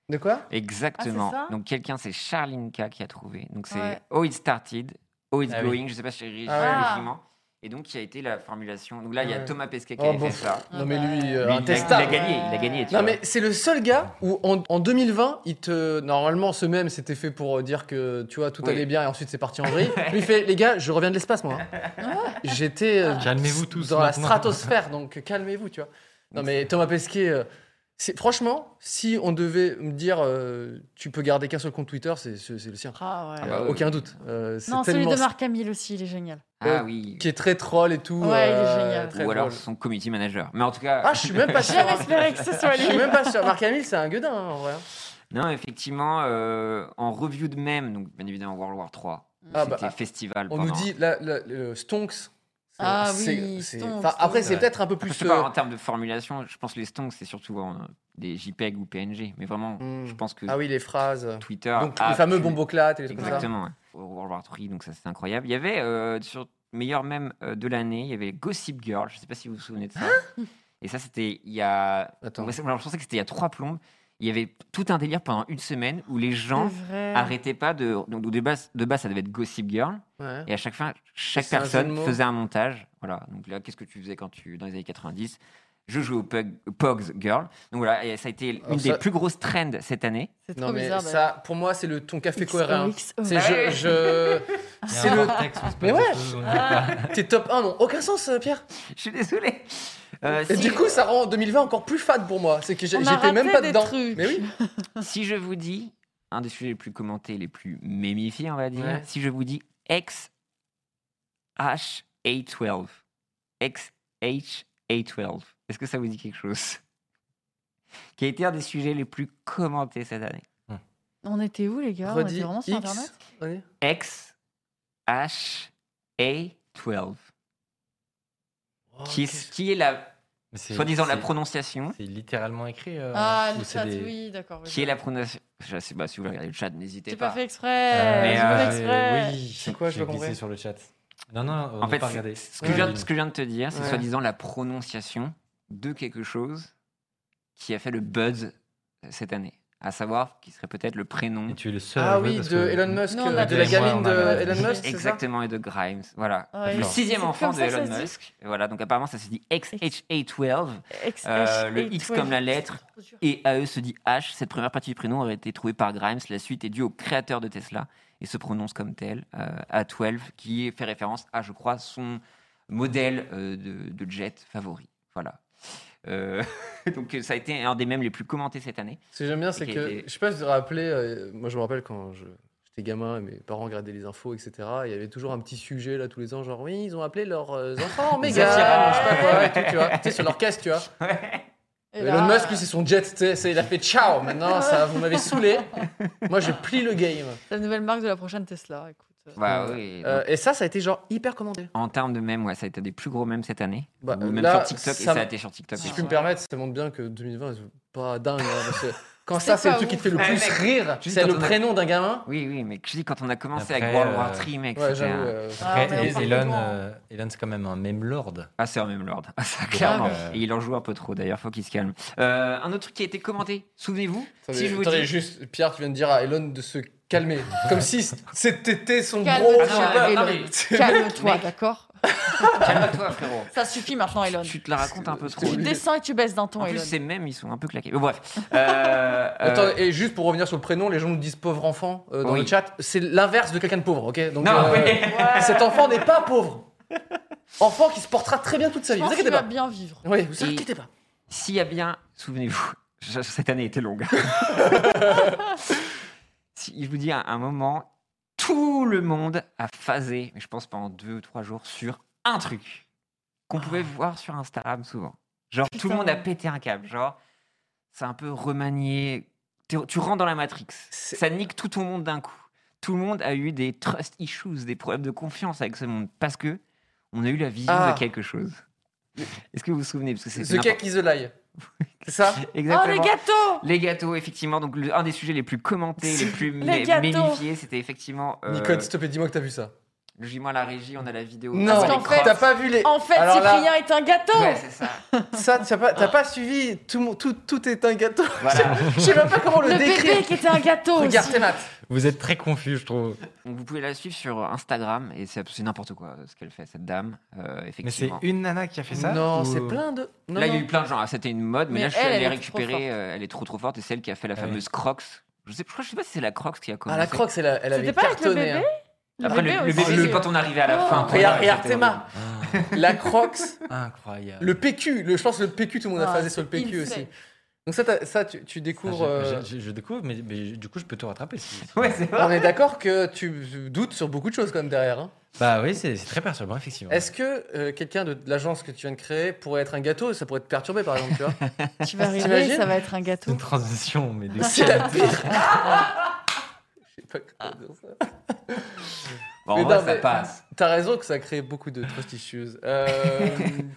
B: De quoi
C: Exactement.
D: Ah, c'est ça
C: Donc quelqu'un, c'est Charlinka qui a trouvé. Donc c'est
D: Ouais.
C: Oh It Started, Oh It's
B: Ah oui.
C: Going, je sais pas si j'ai réussi
B: Ah
D: ouais.
C: effectivement. Et donc qui a été la formulation. Donc là, il y a
B: Ouais.
C: Thomas Pesquet qui
B: Oh,
C: avait
B: bon.
C: fait ça.
D: Ah
B: Non,
D: bah,
B: mais lui,
C: Lui,
B: euh,
C: il, a, il a
B: intestable.
C: gagné, il a gagné. tu
B: Non
C: vois.
B: mais c'est le seul gars où en, en 2020, il te normalement ce même c'était fait pour euh, dire que tu vois tout
C: Oui.
B: allait bien et ensuite c'est parti en
C: (laughs)
B: vrille. Lui il fait les gars, je reviens de l'espace moi. hein. J'étais euh,
E: Calmez-vous tous
B: dans la
E: maintenant.
B: stratosphère donc calmez-vous tu vois. Non mais Thomas Pesquet euh, c'est franchement si on devait me dire euh, tu peux garder qu'un seul compte Twitter, c'est c'est- c'est le sien.
D: Ah ouais.
C: Ah bah ouais.
B: Aucun doute. Euh, c'est
D: non, celui
B: tellement
D: de Marc Camille aussi, il est génial.
C: Ah oui.
B: Euh, qui est très troll et tout. euh,
D: Ouais, il est génial.
B: très
C: Ou alors
B: drôle.
C: son community manager. Mais en tout cas.
B: Ah, je suis même pas sûr.
D: J'avais espéré que ce soit
B: Je suis
D: lui.
B: même pas sûr. Marc Hamill, c'est un gueudin, hein, en vrai.
C: Non, effectivement, euh, en review de même, donc bien évidemment World War 3,
D: Mm.
B: Ah,
C: c'était
B: bah,
C: festival.
B: On nous
C: pendant-
B: dit la, la- le Stonks. c'est-
D: Ah oui,
B: c'est- c'est-
D: Stonks,
B: enfin, après,
D: Stonks.
B: c'est peut-être un peu
C: Après,
B: plus.
C: je sais Ah, pas, en
B: euh,
C: termes de formulation, je pense que les stonks, c'est surtout euh, des JPEG ou PNG. Mais vraiment,
B: Hmm.
C: je pense que
B: Ah oui, les phrases.
C: Twitter.
B: Donc,
C: a
B: les fameux
C: pu-
B: bomboclates et les trucs comme ça.
C: Exactement. ouais. Au World War 3, donc ça c'était incroyable. Il y avait, euh, sur meilleur même euh, de l'année, il y avait Gossip Girl. Je sais pas si vous vous souvenez de ça.
D: Hein
C: Et ça, c'était il y a.
B: Attends.
C: Moi, c'est- moi, je pensais que c'était il y a trois plombes. Il y avait tout un délire pendant une semaine où les gens
D: C'est vrai.
C: arrêtaient pas de. Donc, de base, de base, ça devait être Gossip Girl.
B: Ouais.
C: Et à chaque fin, chaque
B: C'est un jeu
C: personne
B: de mots.
C: faisait un montage. Voilà. Donc là, qu'est-ce que tu faisais quand tu dans les années 90 Je jouais au Pug- Pogs Girl. Donc voilà, et ça a été
B: Alors
C: une
B: ça-
C: des plus grosses trends cette année. (laughs)
D: C'est
B: Non,
D: trop
B: mais
D: bizarre. d'ailleurs.
B: ça, pour moi, c'est le ton café coréen.
D: XOXO.
B: C'est je. je...
D: (laughs)
B: C'est le. Mais
E: Mais
B: ouais.
E: ouais.
B: T'es top 1, non Aucun sens, euh, Pierre.
C: Je suis désolé. Euh,
B: Et
C: si-
B: du coup, ça rend 2020 encore plus fade pour moi. C'est que j'ai-
D: On a
B: j'étais même
D: raté
B: pas
D: des
B: dedans.
D: trucs.
B: Mais oui.
C: si je vous dis un des sujets les plus commentés, les plus mémifiés, on va dire,
B: Ouais.
C: si je vous dis XHA12, XHA12, est-ce que ça vous dit quelque chose Qui a été un des sujets les plus commentés cette année.
D: On était où, les gars On
B: Redis
D: était vraiment sur Internet
B: X. Allez.
C: XHA12,
B: Oh,
C: qui, est, qui est la,
E: Mais c'est-
C: soi-disant, la
E: c'est-
C: prononciation
E: C'est littéralement écrit. euh,
D: Ah,
E: ou
D: le
E: c'est
D: chat,
E: des-
D: oui, d'accord. oui,
C: qui est la prononciation. Je sais pas si vous regardez le chat, n'hésitez
D: J'ai
C: pas.
D: pas fait
E: Euh,
D: exprès.
C: Mais,
D: J'ai
C: euh,
D: pas fait
E: j'ai-
D: exprès.
E: Oui,
B: C'est quoi, j'ai
E: J'ai
B: pas
E: glissé
B: compris.
E: sur le chat. Non, non, on
C: En
E: n'a
C: fait,
E: pas
C: c'est-
E: regardé.
C: ce que, je viens, ce que je viens de te dire, c'est
B: Ouais.
C: soi-disant la prononciation de quelque chose qui a fait le buzz cette année, à savoir qui serait peut-être le prénom
E: Et tu es le seul. à
C: euh,
B: Ah
E: jouer
B: oui,
E: parce
B: de
E: que-
B: Elon Musk,
D: Non, on
B: euh,
D: a
B: de
D: pas
B: la
D: joué,
B: gamine
E: on a pas
B: de
E: joué.
B: Elon Musk, c'est ça
C: Exactement, et de Grimes. Voilà.
D: Ouais,
C: le
E: d'accord.
C: sixième
D: C'est
C: enfant
D: comme
C: de
D: ça que ça
C: Elon
D: se dit.
C: Musk. Voilà, donc apparemment ça se dit XHA12.
D: X,
C: Euh,
D: H,
C: le
D: A,
C: X
D: 12.
C: comme la lettre. Et AE se dit H. Cette première partie du prénom aurait été trouvée par Grimes. La suite est due au créateur de Tesla et se prononce comme tel, euh, A12, qui fait référence à, je crois, son modèle euh, de, de jet favori. Voilà. Euh, (laughs) donc euh, ça a été un des mêmes les plus commentés cette année.
B: Ce que j'aime bien, c'est
C: Et
B: que
C: qui-
B: je sais pas si vous vous rappelez, euh, moi je me rappelle quand je- j'étais gamin et mes parents regardaient les infos, etc. Il y avait toujours un petit sujet là tous les ans, genre oui, ils ont appelé leurs euh,
C: (laughs)
B: enfants méga,
C: Zafira.
B: je sais pas quoi et tout, tu vois. Tu sais, sur leur caisse, tu vois.
D: Et
B: Elon
D: là,
B: Musk, lui, c'est son jet, tu sais, c'est- il a fait ciao, maintenant ça, vous m'avez saoulé. Moi je plie le game.
D: La nouvelle marque de la prochaine Tesla, écoute.
C: Bah, oui,
B: Euh,
C: donc,
B: et ça, ça a été genre hyper commenté.
C: en termes de mèmes, ouais, ça a été un des plus gros mèmes cette année.
B: Bah,
C: Ou même
B: là,
C: sur TikTok, et
B: ça
C: ça a
B: m-
C: été sur TikTok.
B: Si je
C: aussi.
B: peux me permettre, ça montre bien que 2020, c'est pas dingue. hein, parce que quand
D: C'est
B: ça, c'est le
D: pas
B: truc qui te
D: ouf.
B: fait le
C: Ouais,
B: plus
C: mec,
B: rire,
C: tu dis
B: c'est
C: quand
B: le
C: on a-
B: prénom d'un gamin.
C: Oui, oui, mais je dis, quand on a commencé
E: Après,
C: avec World War
E: euh,
C: 3, mec,
B: Ouais,
C: c'était un-
B: j'avoue. euh,
D: Ah, mais on
E: Après,
D: parle
E: Elon,
D: dedans.
E: euh, Elon, c'est quand même un même lord.
C: Ah, c'est un même lord. (laughs) Ah, ça, clairement.
B: bah,
E: euh,
C: Et il en joue un peu trop, d'ailleurs. Faut qu'il se calme. Euh, un autre truc qui a été commenté, souvenez-vous.
B: Attendez,
C: Si je vous
B: attendez,
C: dis.
B: juste, Pierre, tu viens de dire à Elon de se calmer. comme si c'était son
D: Calme-
B: gros.
D: Ah,
C: non,
B: je sais
C: non,
B: pas. (laughs)
C: mais-
B: C'est-
D: Calme-toi,
C: Mec.
D: d'accord
C: Calme-toi, frérot.
D: Ça suffit maintenant, Elon.
C: Tu te la racontes un peu trop.
D: Tu descends et tu baisses d'un ton,
C: En plus,
D: Elon.
C: ces mêmes, ils sont un peu claqués. Mais bref. Euh, euh,
B: Attendez, et juste pour revenir sur le prénom, les gens nous disent pauvre enfant euh, dans
C: Oui.
B: le chat. C'est l'inverse de quelqu'un de pauvre, ok Donc,
C: Non,
B: euh,
C: oui.
B: cet enfant n'est pas pauvre. Enfant qui se portera très bien toute sa
D: Je
B: vie, vous
D: pense qu'il
B: inquiétez
D: va
B: pas.
D: bien vivre.
B: Oui, vous
C: Et-
B: inquiétez pas.
C: S'il y a bien, souvenez-vous, (laughs) je- cette année
B: (laughs)
C: était longue. si je vous dis à un moment, tout le monde a phasé, mais je pense pendant deux ou trois jours, sur un truc qu'on pouvait
B: Ah.
C: voir sur Instagram souvent. Genre, tout le monde a
D: Putain.
C: pété un câble. Genre, c'est un peu remanié. T'es- Tu rentres dans la Matrix.
B: C'est-
C: Ça nique tout ton monde d'un coup. Tout le monde a eu des trust issues, des problèmes de confiance avec ce monde parce que on a eu la vision
B: Ah.
C: de quelque chose. Est-ce que vous vous souvenez Parce que c'était
B: The
C: n'importe-
B: cake is a lie. C'est ça
D: Oh,
C: Exactement.
D: les gâteaux
C: Les gâteaux, effectivement. Donc, le- un des sujets les plus commentés, les plus mé-
D: gâteaux.
C: mémifiés, c'était effectivement. euh,
B: Nicole, s'il te plaît, dis-moi que t'as vu ça.
C: Logiquement, à la régie, on a la vidéo.
B: Non,
D: Parce
C: Ah,
D: qu'en
C: les
D: fait-
B: t'as
C: crosses.
B: pas vu les.
D: En fait,
B: Alors là-
D: Cyprien est un gâteau
C: Ouais, c'est ça.
B: Ça, t'as pas, t'as pas suivi. Tout, mon- tout, tout est un gâteau. (laughs)
C: (laughs) Voilà.
B: Je sais même pas comment le,
D: Le
B: décrire.
D: bébé qui était un gâteau
B: Oh, Regarde
D: aussi.
B: tes maths.
E: Vous êtes très confus, je trouve.
C: Donc, vous pouvez la suivre sur Instagram et c'est c'est n'importe quoi euh, ce qu'elle fait, cette dame. euh,
E: Mais c'est
C: effectivement.
E: une nana qui a fait ça
B: non,
E: ou-
B: c'est plein de. Non,
C: là, il y
B: non.
C: a eu plein de gens. Ah, c'était une mode, mais,
D: Mais
C: là, je suis
D: elle,
C: allé
D: elle est trop
C: récupérer.
D: forte.
C: euh, elle est trop trop forte et c'est elle qui a fait la
E: Ouais.
C: fameuse Crocs. Je sais, je crois- je sais pas si c'est la Crocs qui a
B: Ah,
C: commencé.
B: la croque, c'est la- elle avait
D: C'était pas avec le
B: cartonné.
D: bébé
B: hein.
C: Après, le,
D: bébé
C: le
D: aussi.
C: bébé, c'est quand on arrivait à la
D: Oh.
C: fin. quoi.
B: Regarde, regarde
C: C'était
B: Théma.
C: horrible.
B: La croque,
E: Ah, Incroyable.
B: le PQ. Le, je pense que le PQ, tout le monde a
D: Ah,
B: phasé sur le
D: c'est
B: PQ aussi.
D: insane.
B: Donc ça, t'as- ça tu, tu
E: Ah, je-
B: découvres. euh,
E: je, je- je découvre, mais, mais du coup, je peux tout rattraper. si- si-
C: Ouais, c'est vrai.
B: On est d'accord que tu doutes sur beaucoup de choses quand même derrière. hein.
E: Bah oui, c'est c'est très perturbant, effectivement.
B: Est-ce que euh, quelqu'un de de l'agence que tu viens de créer pourrait être un gâteau Ça pourrait te perturber par exemple, tu vois
D: (laughs) Tu vas
B: T'imagines
D: arriver, ça va être un
E: C'est
D: gâteau.
E: une transition, mais de...
B: Ah, C'est la pire. Je sais pas comment dire ça.
C: Bon,
B: Mais
C: en vrai,
B: non,
C: ça
B: mais-
C: passe.
B: T'as raison que ça crée beaucoup de trust issues.
C: (laughs)
B: Euh,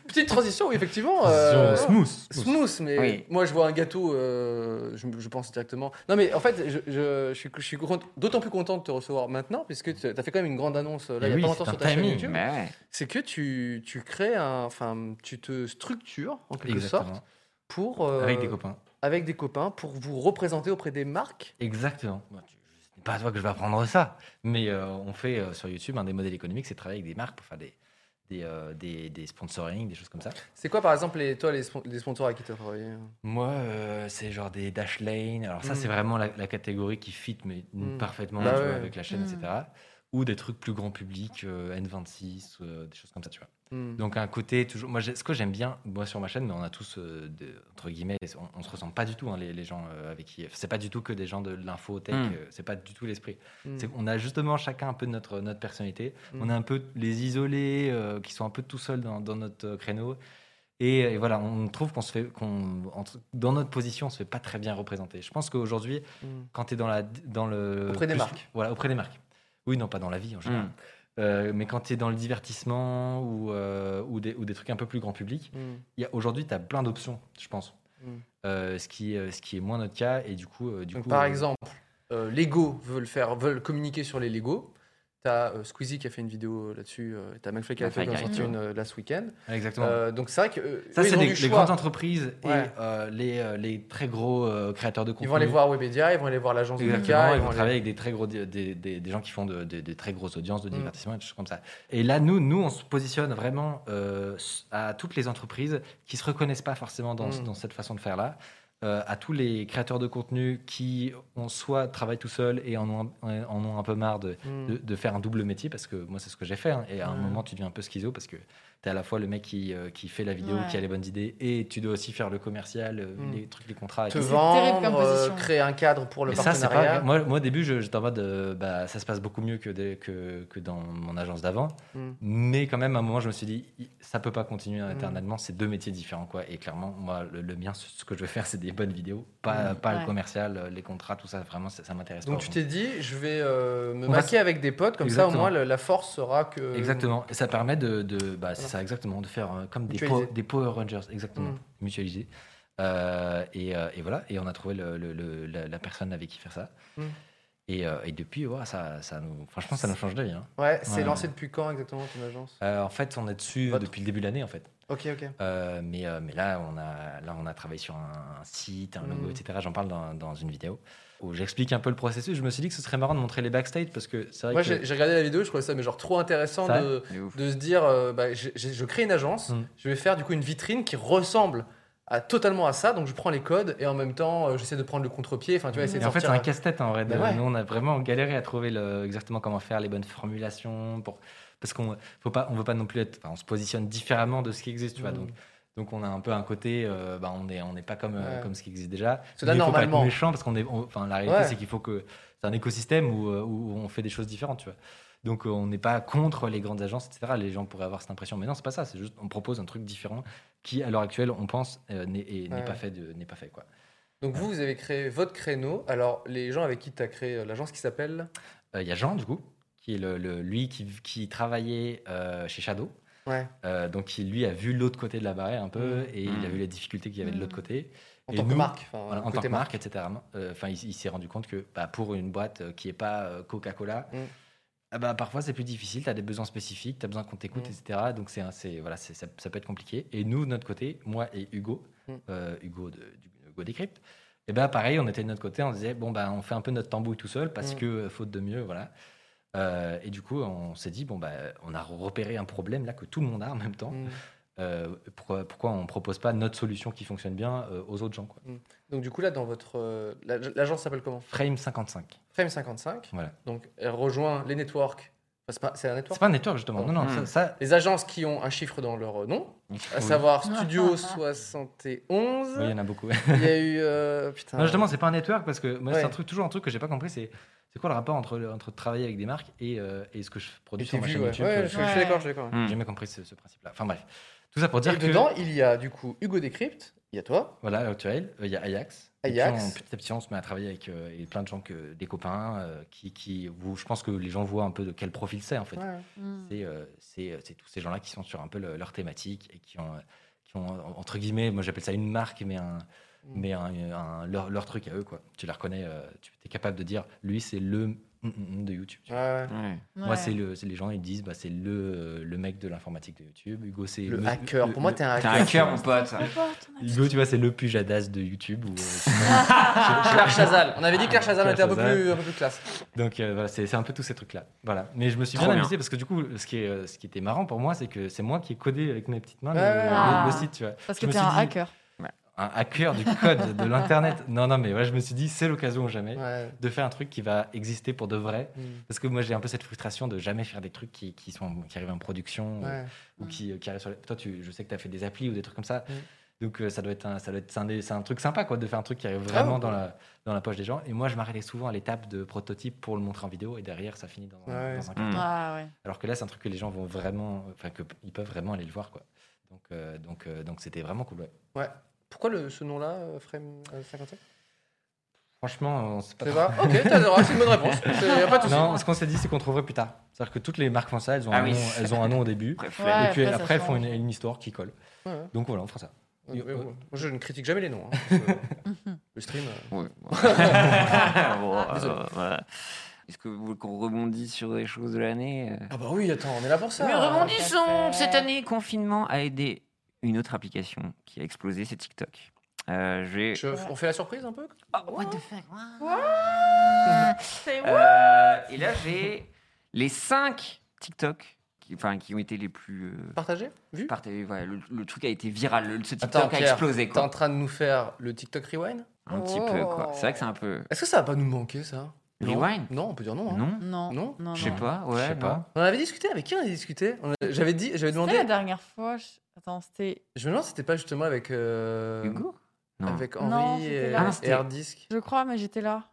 B: petite transition, oui, effectivement. euh,
E: Transition smooth. smooth.
B: Smooth, mais
C: Oui.
B: moi je vois un gâteau, euh, je, je pense directement. Non, mais en fait, je, je- je suis, je suis cont- d'autant plus content de te recevoir maintenant, puisque tu as fait quand même une grande annonce euh, là, il
E: Eh
B: y a
E: oui,
B: pas longtemps
E: c'est
B: sur
E: un
B: ta chaîne
E: timing.
B: YouTube.
C: Mais ouais.
B: C'est que tu, tu crées un. Enfin, tu te structures en quelque
E: Exactement.
B: sorte pour. euh,
E: Avec des copains.
B: avec des copains pour vous représenter auprès des marques.
E: Exactement. Bon, tu- Ce n'est pas à toi que je vais apprendre ça, mais euh, on fait euh, sur YouTube un des modèles économiques, c'est de travailler avec des marques pour faire des, des, euh, des, des sponsoring, des choses comme ça.
B: C'est quoi, par exemple, les, toi, les, spon- les sponsors à qui tu as travaillé
E: Moi, euh, c'est genre des Dashlane. Alors ça,
B: Mm.
E: c'est vraiment la, la catégorie qui fit mais
B: Mm.
E: parfaitement
B: Bah
E: tu vois,
B: ouais.
E: avec la chaîne,
D: Mm.
E: etc. Ou des trucs plus grand public, euh, N26, euh, des choses comme ça, tu vois.
B: Hmm.
E: Donc un côté toujours. Moi, j'ai- ce que j'aime bien, moi sur ma chaîne, mais on a tous euh, des- entre guillemets, on, on se ressemble pas du tout hein, les, les gens euh, avec qui. C'est pas du tout que des gens de l'info tech.
C: Mm.
E: euh, c'est pas du tout l'esprit.
B: Hmm.
E: C'est- On a justement chacun un peu notre, notre personnalité.
B: Mm.
E: On a un peu les isolés euh, qui sont un peu tout seuls dans, dans notre euh, créneau. Et, euh, et voilà, on trouve qu'on se fait, qu'on, entre- dans notre position, on se fait pas très bien représenter. Je pense qu'aujourd'hui,
B: Hmm.
E: quand tu es dans, la, dans le.
B: Auprès des
E: plus-
B: marques.
E: Voilà, auprès des marques. Oui, non, pas dans la vie en général.
C: Mm.
E: Euh, mais quand tu es dans le divertissement ou, euh, ou, des, ou des trucs un peu plus grand public,
B: Hmm.
E: il y a- aujourd'hui, tu as plein d'options, je pense.
B: Mm.
E: Euh, ce, qui, euh, ce qui est moins notre cas. Et du coup. euh, du
B: Donc,
E: coup
B: par
E: euh,
B: exemple, euh, Lego veut le faire, veulent communiquer sur les Lego. T'as euh, Squeezie qui a fait une vidéo euh, là-dessus. euh, T'as McFly qui a
C: McFly
B: fait
C: qui a fait
B: une euh, last week-end.
E: Exactement.
B: Euh, donc c'est vrai que euh,
E: Ça,
B: eux, ils
E: c'est
B: ont
E: les,
B: du
E: les
B: choix.
E: grandes entreprises
B: Ouais.
E: et euh, les, euh, les très gros euh, créateurs de contenu.
B: Ils vont aller voir Webedia, ils vont aller voir l'agence de
E: Exactement,
B: Lucas,
E: ils vont
B: aller-
E: travailler avec des très gros des, des- des- des gens qui font de- des, des très grosses audiences de
B: Mm.
E: divertissement et des choses comme ça. Et là, nous, nous, on se positionne vraiment euh, à toutes les entreprises qui se reconnaissent pas forcément dans,
B: Mm.
E: dans cette façon de faire là, euh, à tous les créateurs de contenu qui ont soit travaillent tout seuls et en ont, un- en ont un peu marre de,
B: Hmm.
E: de, de faire un double métier parce que moi c'est ce que j'ai fait hein. et à un
B: Ouais.
E: moment tu deviens un peu schizo parce que t'es à la fois le mec qui, euh, qui fait la vidéo
D: Ouais.
E: qui a les bonnes idées et tu dois aussi faire le commercial euh,
B: Mm.
E: les trucs les contrats et
B: te
E: tout.
D: C'est terrible
B: vendre,
D: comme
B: euh,
D: position.
B: créer un cadre pour le
E: Mais ça, c'est
B: partenariat.
E: pas- Moi, moi, au début, je- j'étais en mode, euh, bah, ça se passe beaucoup mieux que, des- que, que dans mon agence d'avant.
B: Mm.
E: Mais quand même, à un moment, je me suis dit, i- ça peut pas continuer éternellement. C'est deux métiers différents, quoi. Et clairement, moi, le, le mien, ce que je veux faire, c'est des bonnes vidéos, pas, pas le
D: Ouais.
E: commercial, euh, les contrats, tout ça. Vraiment, ça, ça m'intéresse.
B: Mm. Donc
E: pas,
B: tu
E: vraiment.
B: t'es dit, je vais euh, me
E: On va
B: maquer avec des potes, comme ça au
E: Exactement.
B: moins le- la force sera que.
E: Exactement. Et ça permet de, de- bah, c'est ça exactement, de faire euh, comme des,
B: Mutualiser.
E: po- des Power Rangers, exactement,
B: Mm.
E: mutualiser. Euh, et, euh, et voilà, et on a trouvé le- le- le- la, la personne avec qui faire ça.
B: Mm.
E: Et, euh, et depuis, ouais, ça, ça nous, franchement, ça nous change de vie. hein.
B: Ouais, c'est
E: Ouais.
B: lancé depuis quand exactement ton agence
E: Euh, en fait, on est dessus euh,
B: Votre-
E: depuis le début de l'année, en fait.
B: Ok, ok.
E: Euh, mais, euh, mais là, on a, là, on a travaillé sur un, un site, un logo,
B: Mm.
E: etc. J'en parle dans, dans une vidéo où j'explique un peu le processus. Je me suis dit que ce serait marrant de montrer les backstage parce que c'est vrai
B: Moi
E: que
B: j'ai j'ai regardé la vidéo, je trouvais ça mais genre trop intéressant
E: Ça
B: de,
C: De ouf.
B: de se dire, euh, bah, j'ai- j'ai- je crée une agence,
E: Mm.
B: je vais faire du coup une vitrine qui ressemble à, totalement à ça, donc je prends les codes et en même temps euh, j'essaie de prendre le contre-pied. Enfin tu vois, essayer
E: Mm. Et
B: de
E: en fait, c'est
B: sortir
E: un casse-tête en vrai. de-
B: Bah ouais.
E: Nous, on a vraiment galéré à trouver le- exactement comment faire les bonnes formulations pour parce qu'on faut pas, on veut pas non plus être, enfin, on se positionne différemment de ce qui existe, tu vois.
B: Mm.
E: Donc, donc on a un peu un côté, euh, bah, on est, on n'est pas comme euh,
B: Ouais.
E: comme ce qui existe déjà.
B: Parce que là,
E: Mais il faut pas être
B: normalement-
E: méchant parce qu'on est, on- enfin, la réalité
B: Ouais.
E: c'est qu'il faut que c'est un écosystème où, euh, où on fait des choses différentes, tu vois. Donc euh, on n'est pas contre les grandes agences, etc. Les gens pourraient avoir cette impression, mais non, c'est pas ça. C'est juste on propose un truc différent qui, à l'heure actuelle, on pense euh, n'est et n'est
B: Ouais.
E: pas fait, de- n'est pas fait quoi.
B: Donc vous, vous avez créé votre créneau. Alors les gens avec qui tu as créé euh, l'agence qui s'appelle
E: Euh, Il y a Jean, du coup, qui est le, le- lui qui, qui travaillait euh, chez Shadow.
B: Ouais.
E: Euh, donc, qui, lui, a vu l'autre côté de la barrière un peu
B: Mm.
E: et
C: Mm.
E: il a vu les difficultés qu'il y avait de l'autre côté.
B: Mmh. en
E: Et
B: tant que
E: nous,
B: marque. enfin,
E: Voilà, en
B: côté
E: tant que marque, etc. Euh, Enfin, il, il s'est rendu compte que bah, pour une boîte euh, qui n'est pas euh, Coca-Cola,
B: Mm.
E: ah bah, parfois c'est plus difficile, tu as des besoins spécifiques, tu as besoin qu'on t'écoute,
B: Mm.
E: etc. Donc c'est, un- c'est, voilà, c'est- ça, ça peut être compliqué. Et nous, de notre côté, moi et Hugo,
B: Mm.
E: euh, Hugo de, du- Hugo Decrypt, et ben pareil, on était de notre côté, on disait, bon, bah, on fait un peu notre tambouille tout seul parce
B: Mm.
E: que euh, faute de mieux, voilà. Euh, et du coup, on s'est dit, bon, bah, on a repéré un problème là que tout le monde a en même temps.
B: Mm.
E: Euh, pourquoi, pourquoi on propose pas notre solution qui fonctionne bien euh, aux autres gens quoi.
B: Donc du coup là dans votre euh, l'ag- l'agence s'appelle comment
E: Frame 55.
B: Frame 55.
E: Voilà.
B: Donc elle rejoint les networks. Enfin, c'est pas c'est un
E: C'est
B: network.
E: pas un network justement. Non, non,
C: Mm.
B: Hmm.
E: ça, ça-
B: Les agences qui ont un chiffre dans leur euh, nom, à
E: Oui.
B: savoir Studio 71.
E: Oui, il y en a beaucoup.
B: Il y a eu euh, putain.
E: Non, justement, c'est pas un network parce que moi,
B: Ah Ouais.
E: c'est un truc, toujours un truc que j'ai pas compris. C'est c'est quoi le rapport entre, le- entre travailler avec des marques et, euh, et ce que je
B: Je
E: produis
B: t'ai
E: sur ma
B: vu,
E: chaîne
B: ouais.
E: YouTube
B: Ouais,
E: euh,
B: je suis je
D: Ouais.
B: suis d'accord, je suis d'accord.
E: J'ai
C: Hmm.
E: jamais compris ce, ce principe-là. Enfin bref, tout ça pour
B: Et
E: dire que
B: dedans, il y a du coup Hugo Décrypte, il y a toi.
E: voilà, à l'heure actuelle, euh, il y a Ajax. Et puis,
B: Ajax.
E: on- petit à petit, on se met à travailler avec euh, et plein de gens, que, des copains, euh, qui, qui, vous, je pense que les gens voient un peu de quel profil c'est en fait.
D: Mm.
E: C'est, euh, c'est c'est tous ces gens-là qui sont sur un peu le- leur thématique et qui ont, euh, qui ont euh, entre guillemets, moi j'appelle ça une marque, mais, un,
D: Mm.
E: mais un, un- leur, leur truc à eux. Quoi. Tu la reconnais, euh, tu es capable de dire, lui c'est le mm, mm, mm de YouTube. tu
B: Ouais,
E: vois.
B: ouais.
C: Ouais.
E: Moi,
D: Ouais.
E: c'est le, c'est les gens, ils disent, bah, c'est le, euh, le mec de l'informatique de YouTube. Hugo, c'est
B: Le hacker. Pour moi, t'es un
C: T'es
B: hacker.
C: un cœur, mon pote.
B: hein.
E: Hugo, tu vois, c'est le pujadas de YouTube. ou, euh,
B: (laughs)
E: (laughs)
B: Claire Chazal. On avait dit Ah, Claire Chazal
E: Claire
B: était un peu
E: Chazal.
B: plus, un peu plus classe.
E: Donc euh, voilà, c'est c'est un peu tous ces trucs-là. Voilà. Mais je me suis
C: Trop
E: bien
C: bien.
E: amusé parce que du coup, ce qui, est, euh, ce qui était marrant pour moi, c'est que c'est moi qui ai codé avec mes petites mains le,
B: Ouais, ouais.
E: le-
D: Ah.
E: le site, tu vois.
D: Parce
E: Je
D: que
E: me
D: t'es
E: suis
D: un
E: dit,
D: hacker.
E: Un hacker du code de l'internet. (laughs) Non, non, mais voilà, je me suis dit, c'est l'occasion ou jamais
B: Ouais.
E: de faire un truc qui va exister pour de vrai.
B: Mm.
E: Parce que moi, j'ai un peu cette frustration de jamais faire des trucs qui, qui sont, qui arrivent en production.
B: Ouais.
E: ou qui, euh, qui arrive sur les... Toi, tu, je sais que tu as fait des applis ou des trucs comme ça.
B: Mm.
E: Donc, euh, ça doit être un, ça doit être c'est un, des- c'est un truc sympa quoi, de faire un truc qui arrive vraiment
B: ouais.
E: dans, la, dans la poche des gens. Et moi, je m'arrêtais souvent à l'étape de prototype pour le montrer en vidéo et derrière, ça finit dans un,
B: Ouais.
E: dans un
C: Mm.
E: carton.
D: Ah ouais.
E: Alors que là, c'est un truc que les gens vont vraiment. Enfin, qu'ils peuvent vraiment aller le voir. Quoi. Donc, euh, donc, euh, donc, c'était vraiment cool. ouais.
B: Pourquoi le, ce nom-là, euh, Frame euh, 55
E: Franchement, on s'est pas
B: C'est
E: trop-
B: pas Ok, t'as raison, c'est une bonne (laughs) réponse. C'est- y a pas de souci. Euh,
E: Non, ce qu'on s'est dit, c'est qu'on trouverait plus tard. C'est-à-dire que toutes les marques font ça, elles ont,
C: Ah
E: un,
C: oui.
E: nom, elles ont un nom au début.
C: Bref,
D: Ouais.
C: ouais.
E: et puis
D: après, ça
E: après, elles font une,
D: change.
E: une histoire qui colle.
B: Ouais, ouais.
E: Donc voilà, on fera ça.
B: Ouais, ouais,
E: Euh,
B: ouais. Moi, je ne critique jamais les noms. hein, parce que le stream. euh,
C: Ouais. Bon,
B: (laughs)
C: euh,
B: Ah, Désolé.
C: voilà. Est-ce que vous voulez qu'on rebondisse sur les choses de l'année euh
B: Ah bah oui, attends, on est là pour ça.
C: Mais rebondissons
D: parfait.
C: Cette année, confinement a aidé une autre application qui a explosé, c'est TikTok. Euh, je vais-
B: Je- on fait la surprise un peu
C: Oh, what the fuck
D: C'est
C: Euh, Et là, j'ai les 5 TikTok qui, enfin, qui ont été les plus... euh,
B: Partagé Vu
C: partagés. Voilà, le, le truc a été viral, le- ce TikTok
B: Attends,
C: a
B: Pierre,
C: explosé,
B: T'es en
C: quoi.
B: train de nous faire le TikTok rewind
C: Un petit peu, quoi. C'est vrai que c'est un peu...
B: Est-ce que ça va pas nous manquer ça Non.
C: Rewind
B: Non, on peut dire non. hein.
C: Non
D: Non.
B: Non.
D: Non, non.
C: Je sais pas, ouais.
E: je sais
C: non.
E: pas.
B: On en avait discuté avec qui on avait discuté On a- J'avais dit, j'avais
D: C'était la
B: demandé.
D: dernière fois. je- Attends, c'était.
B: Je me demande si c'était pas justement avec euh,
C: Hugo Non.
B: avec
D: Non,
B: Henri
D: c'était
B: et,
D: là.
C: Ah, c'était-
B: et Hardisk.
D: Je crois, mais j'étais là.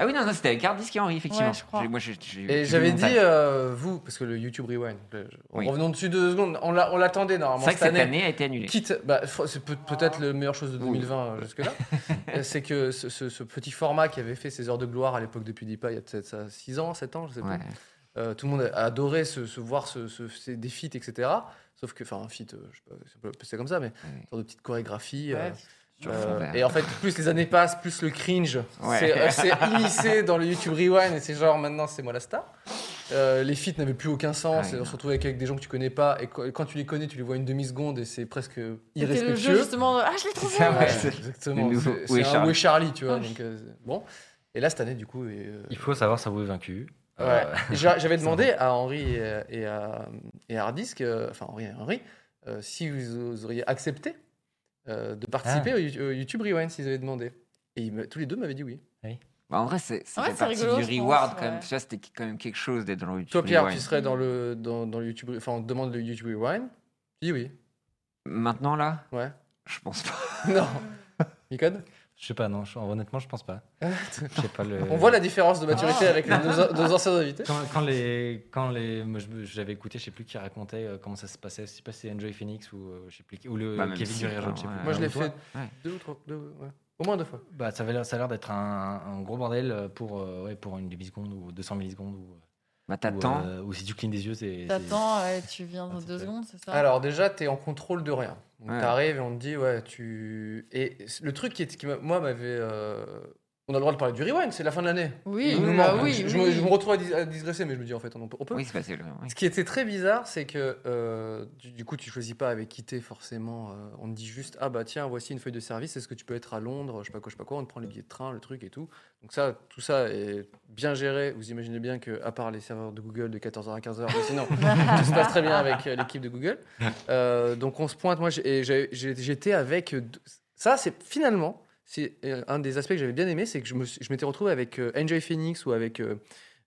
C: Ah oui, non, non c'était avec Hardisk et Henri, effectivement.
D: Ouais, je crois.
C: J'ai- Moi, j'ai- j'ai- j'ai
B: Et
C: vu
B: j'avais
C: le
B: dit,
C: montage.
B: euh, vous, parce que le YouTube Rewind, le-
C: Oui.
B: revenons dessus deux secondes, on l'a- on l'attendait
C: C'est
B: normalement
C: vrai que
B: cette
C: cette
B: année.
C: année a été annulée.
B: Quitte, bah, fr- c'est peut-
D: Ah.
B: peut-être la meilleure chose de
C: Oui.
B: 2020 euh,
C: (laughs)
B: jusque-là, Euh, c'est que ce, ce- ce petit format qui avait fait ses heures de gloire à l'époque de PewDiePie, il y a peut-être 6 ans, 7 ans, je sais
C: Ouais.
B: plus, Euh, tout le monde a adoré se, se voir se, se- se- des feats, etc. Sauf que, enfin, un feat, euh, je sais pas, c'est pas- c'est comme ça, mais
C: Oui.
B: genre de petites chorégraphies. euh,
D: Ouais.
C: Sur
B: euh,
C: fond vert.
B: et en fait, plus les années passent, plus le cringe
C: Ouais.
B: c'est euh,
C: (laughs)
B: c'est immiscé dans le YouTube Rewind et c'est genre maintenant c'est moi la star. Euh, les feats n'avaient plus aucun sens
C: Ah,
B: et on
C: non.
B: se retrouvait avec, avec des gens que tu connais pas et qu- quand tu les connais, tu les vois une demi-seconde et c'est presque
D: C'était le jeu
B: irrespectueux.
D: justement. de- Ah,
C: (laughs)
D: je l'ai trouvé.
C: ça,
B: Ouais,
C: ouais.
B: exactement.
C: Le nouveau
B: C'est-
C: Où est
B: C'est un
C: Charlie
B: Où est Charlie, tu vois.
D: Ah oui.
B: donc, euh, bon. Et là, cette année, du coup. et, euh,
E: Il faut savoir s'avouer vaincu.
B: Ouais.
E: Euh, (laughs)
B: Et j'a- J'avais demandé à Henri et, à- et à, et à Hardisk, euh, enfin Henri et Henri, euh, si vous, vous auriez accepté euh, de participer au You- au YouTube Rewind s'ils avaient demandé. Et ils me- tous les deux m'avaient dit oui.
C: Bah, en vrai, c'est ça
D: Ouais,
C: fait
D: c'est
C: partie
D: rigolo,
C: du
D: je pense,
C: reward quand même.
D: ouais.
C: Tu vois, c'était quand même quelque chose d'être dans le YouTube
B: Toi, Pierre,
C: Rewind.
B: tu serais dans le, dans, dans le YouTube. Enfin, on te demande le YouTube Rewind. Tu dis oui.
C: Maintenant, là,
B: Ouais.
C: je pense pas.
B: Non. Micode
E: Je sais pas, non, je- honnêtement, je pense
B: (laughs)
E: pas. Je sais pas le...
B: On voit la différence de maturité
D: Ah.
B: avec nos deux, nos anciens invités.
E: Quand, quand les, quand les, moi, je me- j'avais écouté, je sais plus qui racontait euh, comment ça se passait. Je sais pas si c'est Enjoy Phoenix ou euh, je sais plus qui- ou le
C: Bah, même
E: Kevin
C: si,
E: Durant,
C: enfin,
E: je sais plus.
C: ouais.
B: Moi, je l'ai
E: Toi,
B: fait
C: Ouais.
B: deux ou trois. deux- ouais. Au moins deux fois.
E: Bah, ça avait l'air- ça a l'air d'être un, un gros bordel pour, euh, ouais, pour une demi-seconde ou 200 millisecondes ou. euh,
C: Bah, t'attends.
E: Ou, euh, ou si tu clignes des yeux, c'est. c'est-
D: T'attends, ouais, tu viens
E: Ah,
D: dans
E: c'est
D: deux
E: ça.
D: secondes, c'est ça
B: Alors déjà, tu es en contrôle de rien. Donc
C: Ouais.
B: t'arrives et on te dit, ouais, tu... Et le truc qui, est, qui m'a- moi, m'avait... euh, On a le droit de parler du rewind, c'est la fin de l'année.
D: Oui,
B: Il nous
D: bah
B: manque.
D: oui,
B: je,
D: oui,
B: je me,
D: oui.
B: je me retrouve à, dis- à digresser, mais je me dis en fait, on peut. on peut.
C: Oui, c'est passé. le- oui.
B: Ce qui était très bizarre, c'est que euh, du, du coup, tu choisis pas avec qui t'es forcément. euh, on te dit juste, ah bah tiens, voici une feuille de service, est-ce que tu peux être à Londres, je sais pas quoi, je sais pas quoi, on te prend les billets de train, le truc et tout. Donc ça, tout ça est bien géré. Vous imaginez bien que, à part les serveurs de Google de 14h à 15h, mais sinon, tout se passe très bien avec euh, l'équipe de Google. Euh, donc on se pointe, moi j'ai- et j'ai- j'ai- j'étais avec... deux- Ça, c'est finalement, c'est euh, un des aspects que j'avais bien aimé, c'est que je me suis- je m'étais retrouvé avec euh, Enjoy Phoenix ou avec euh,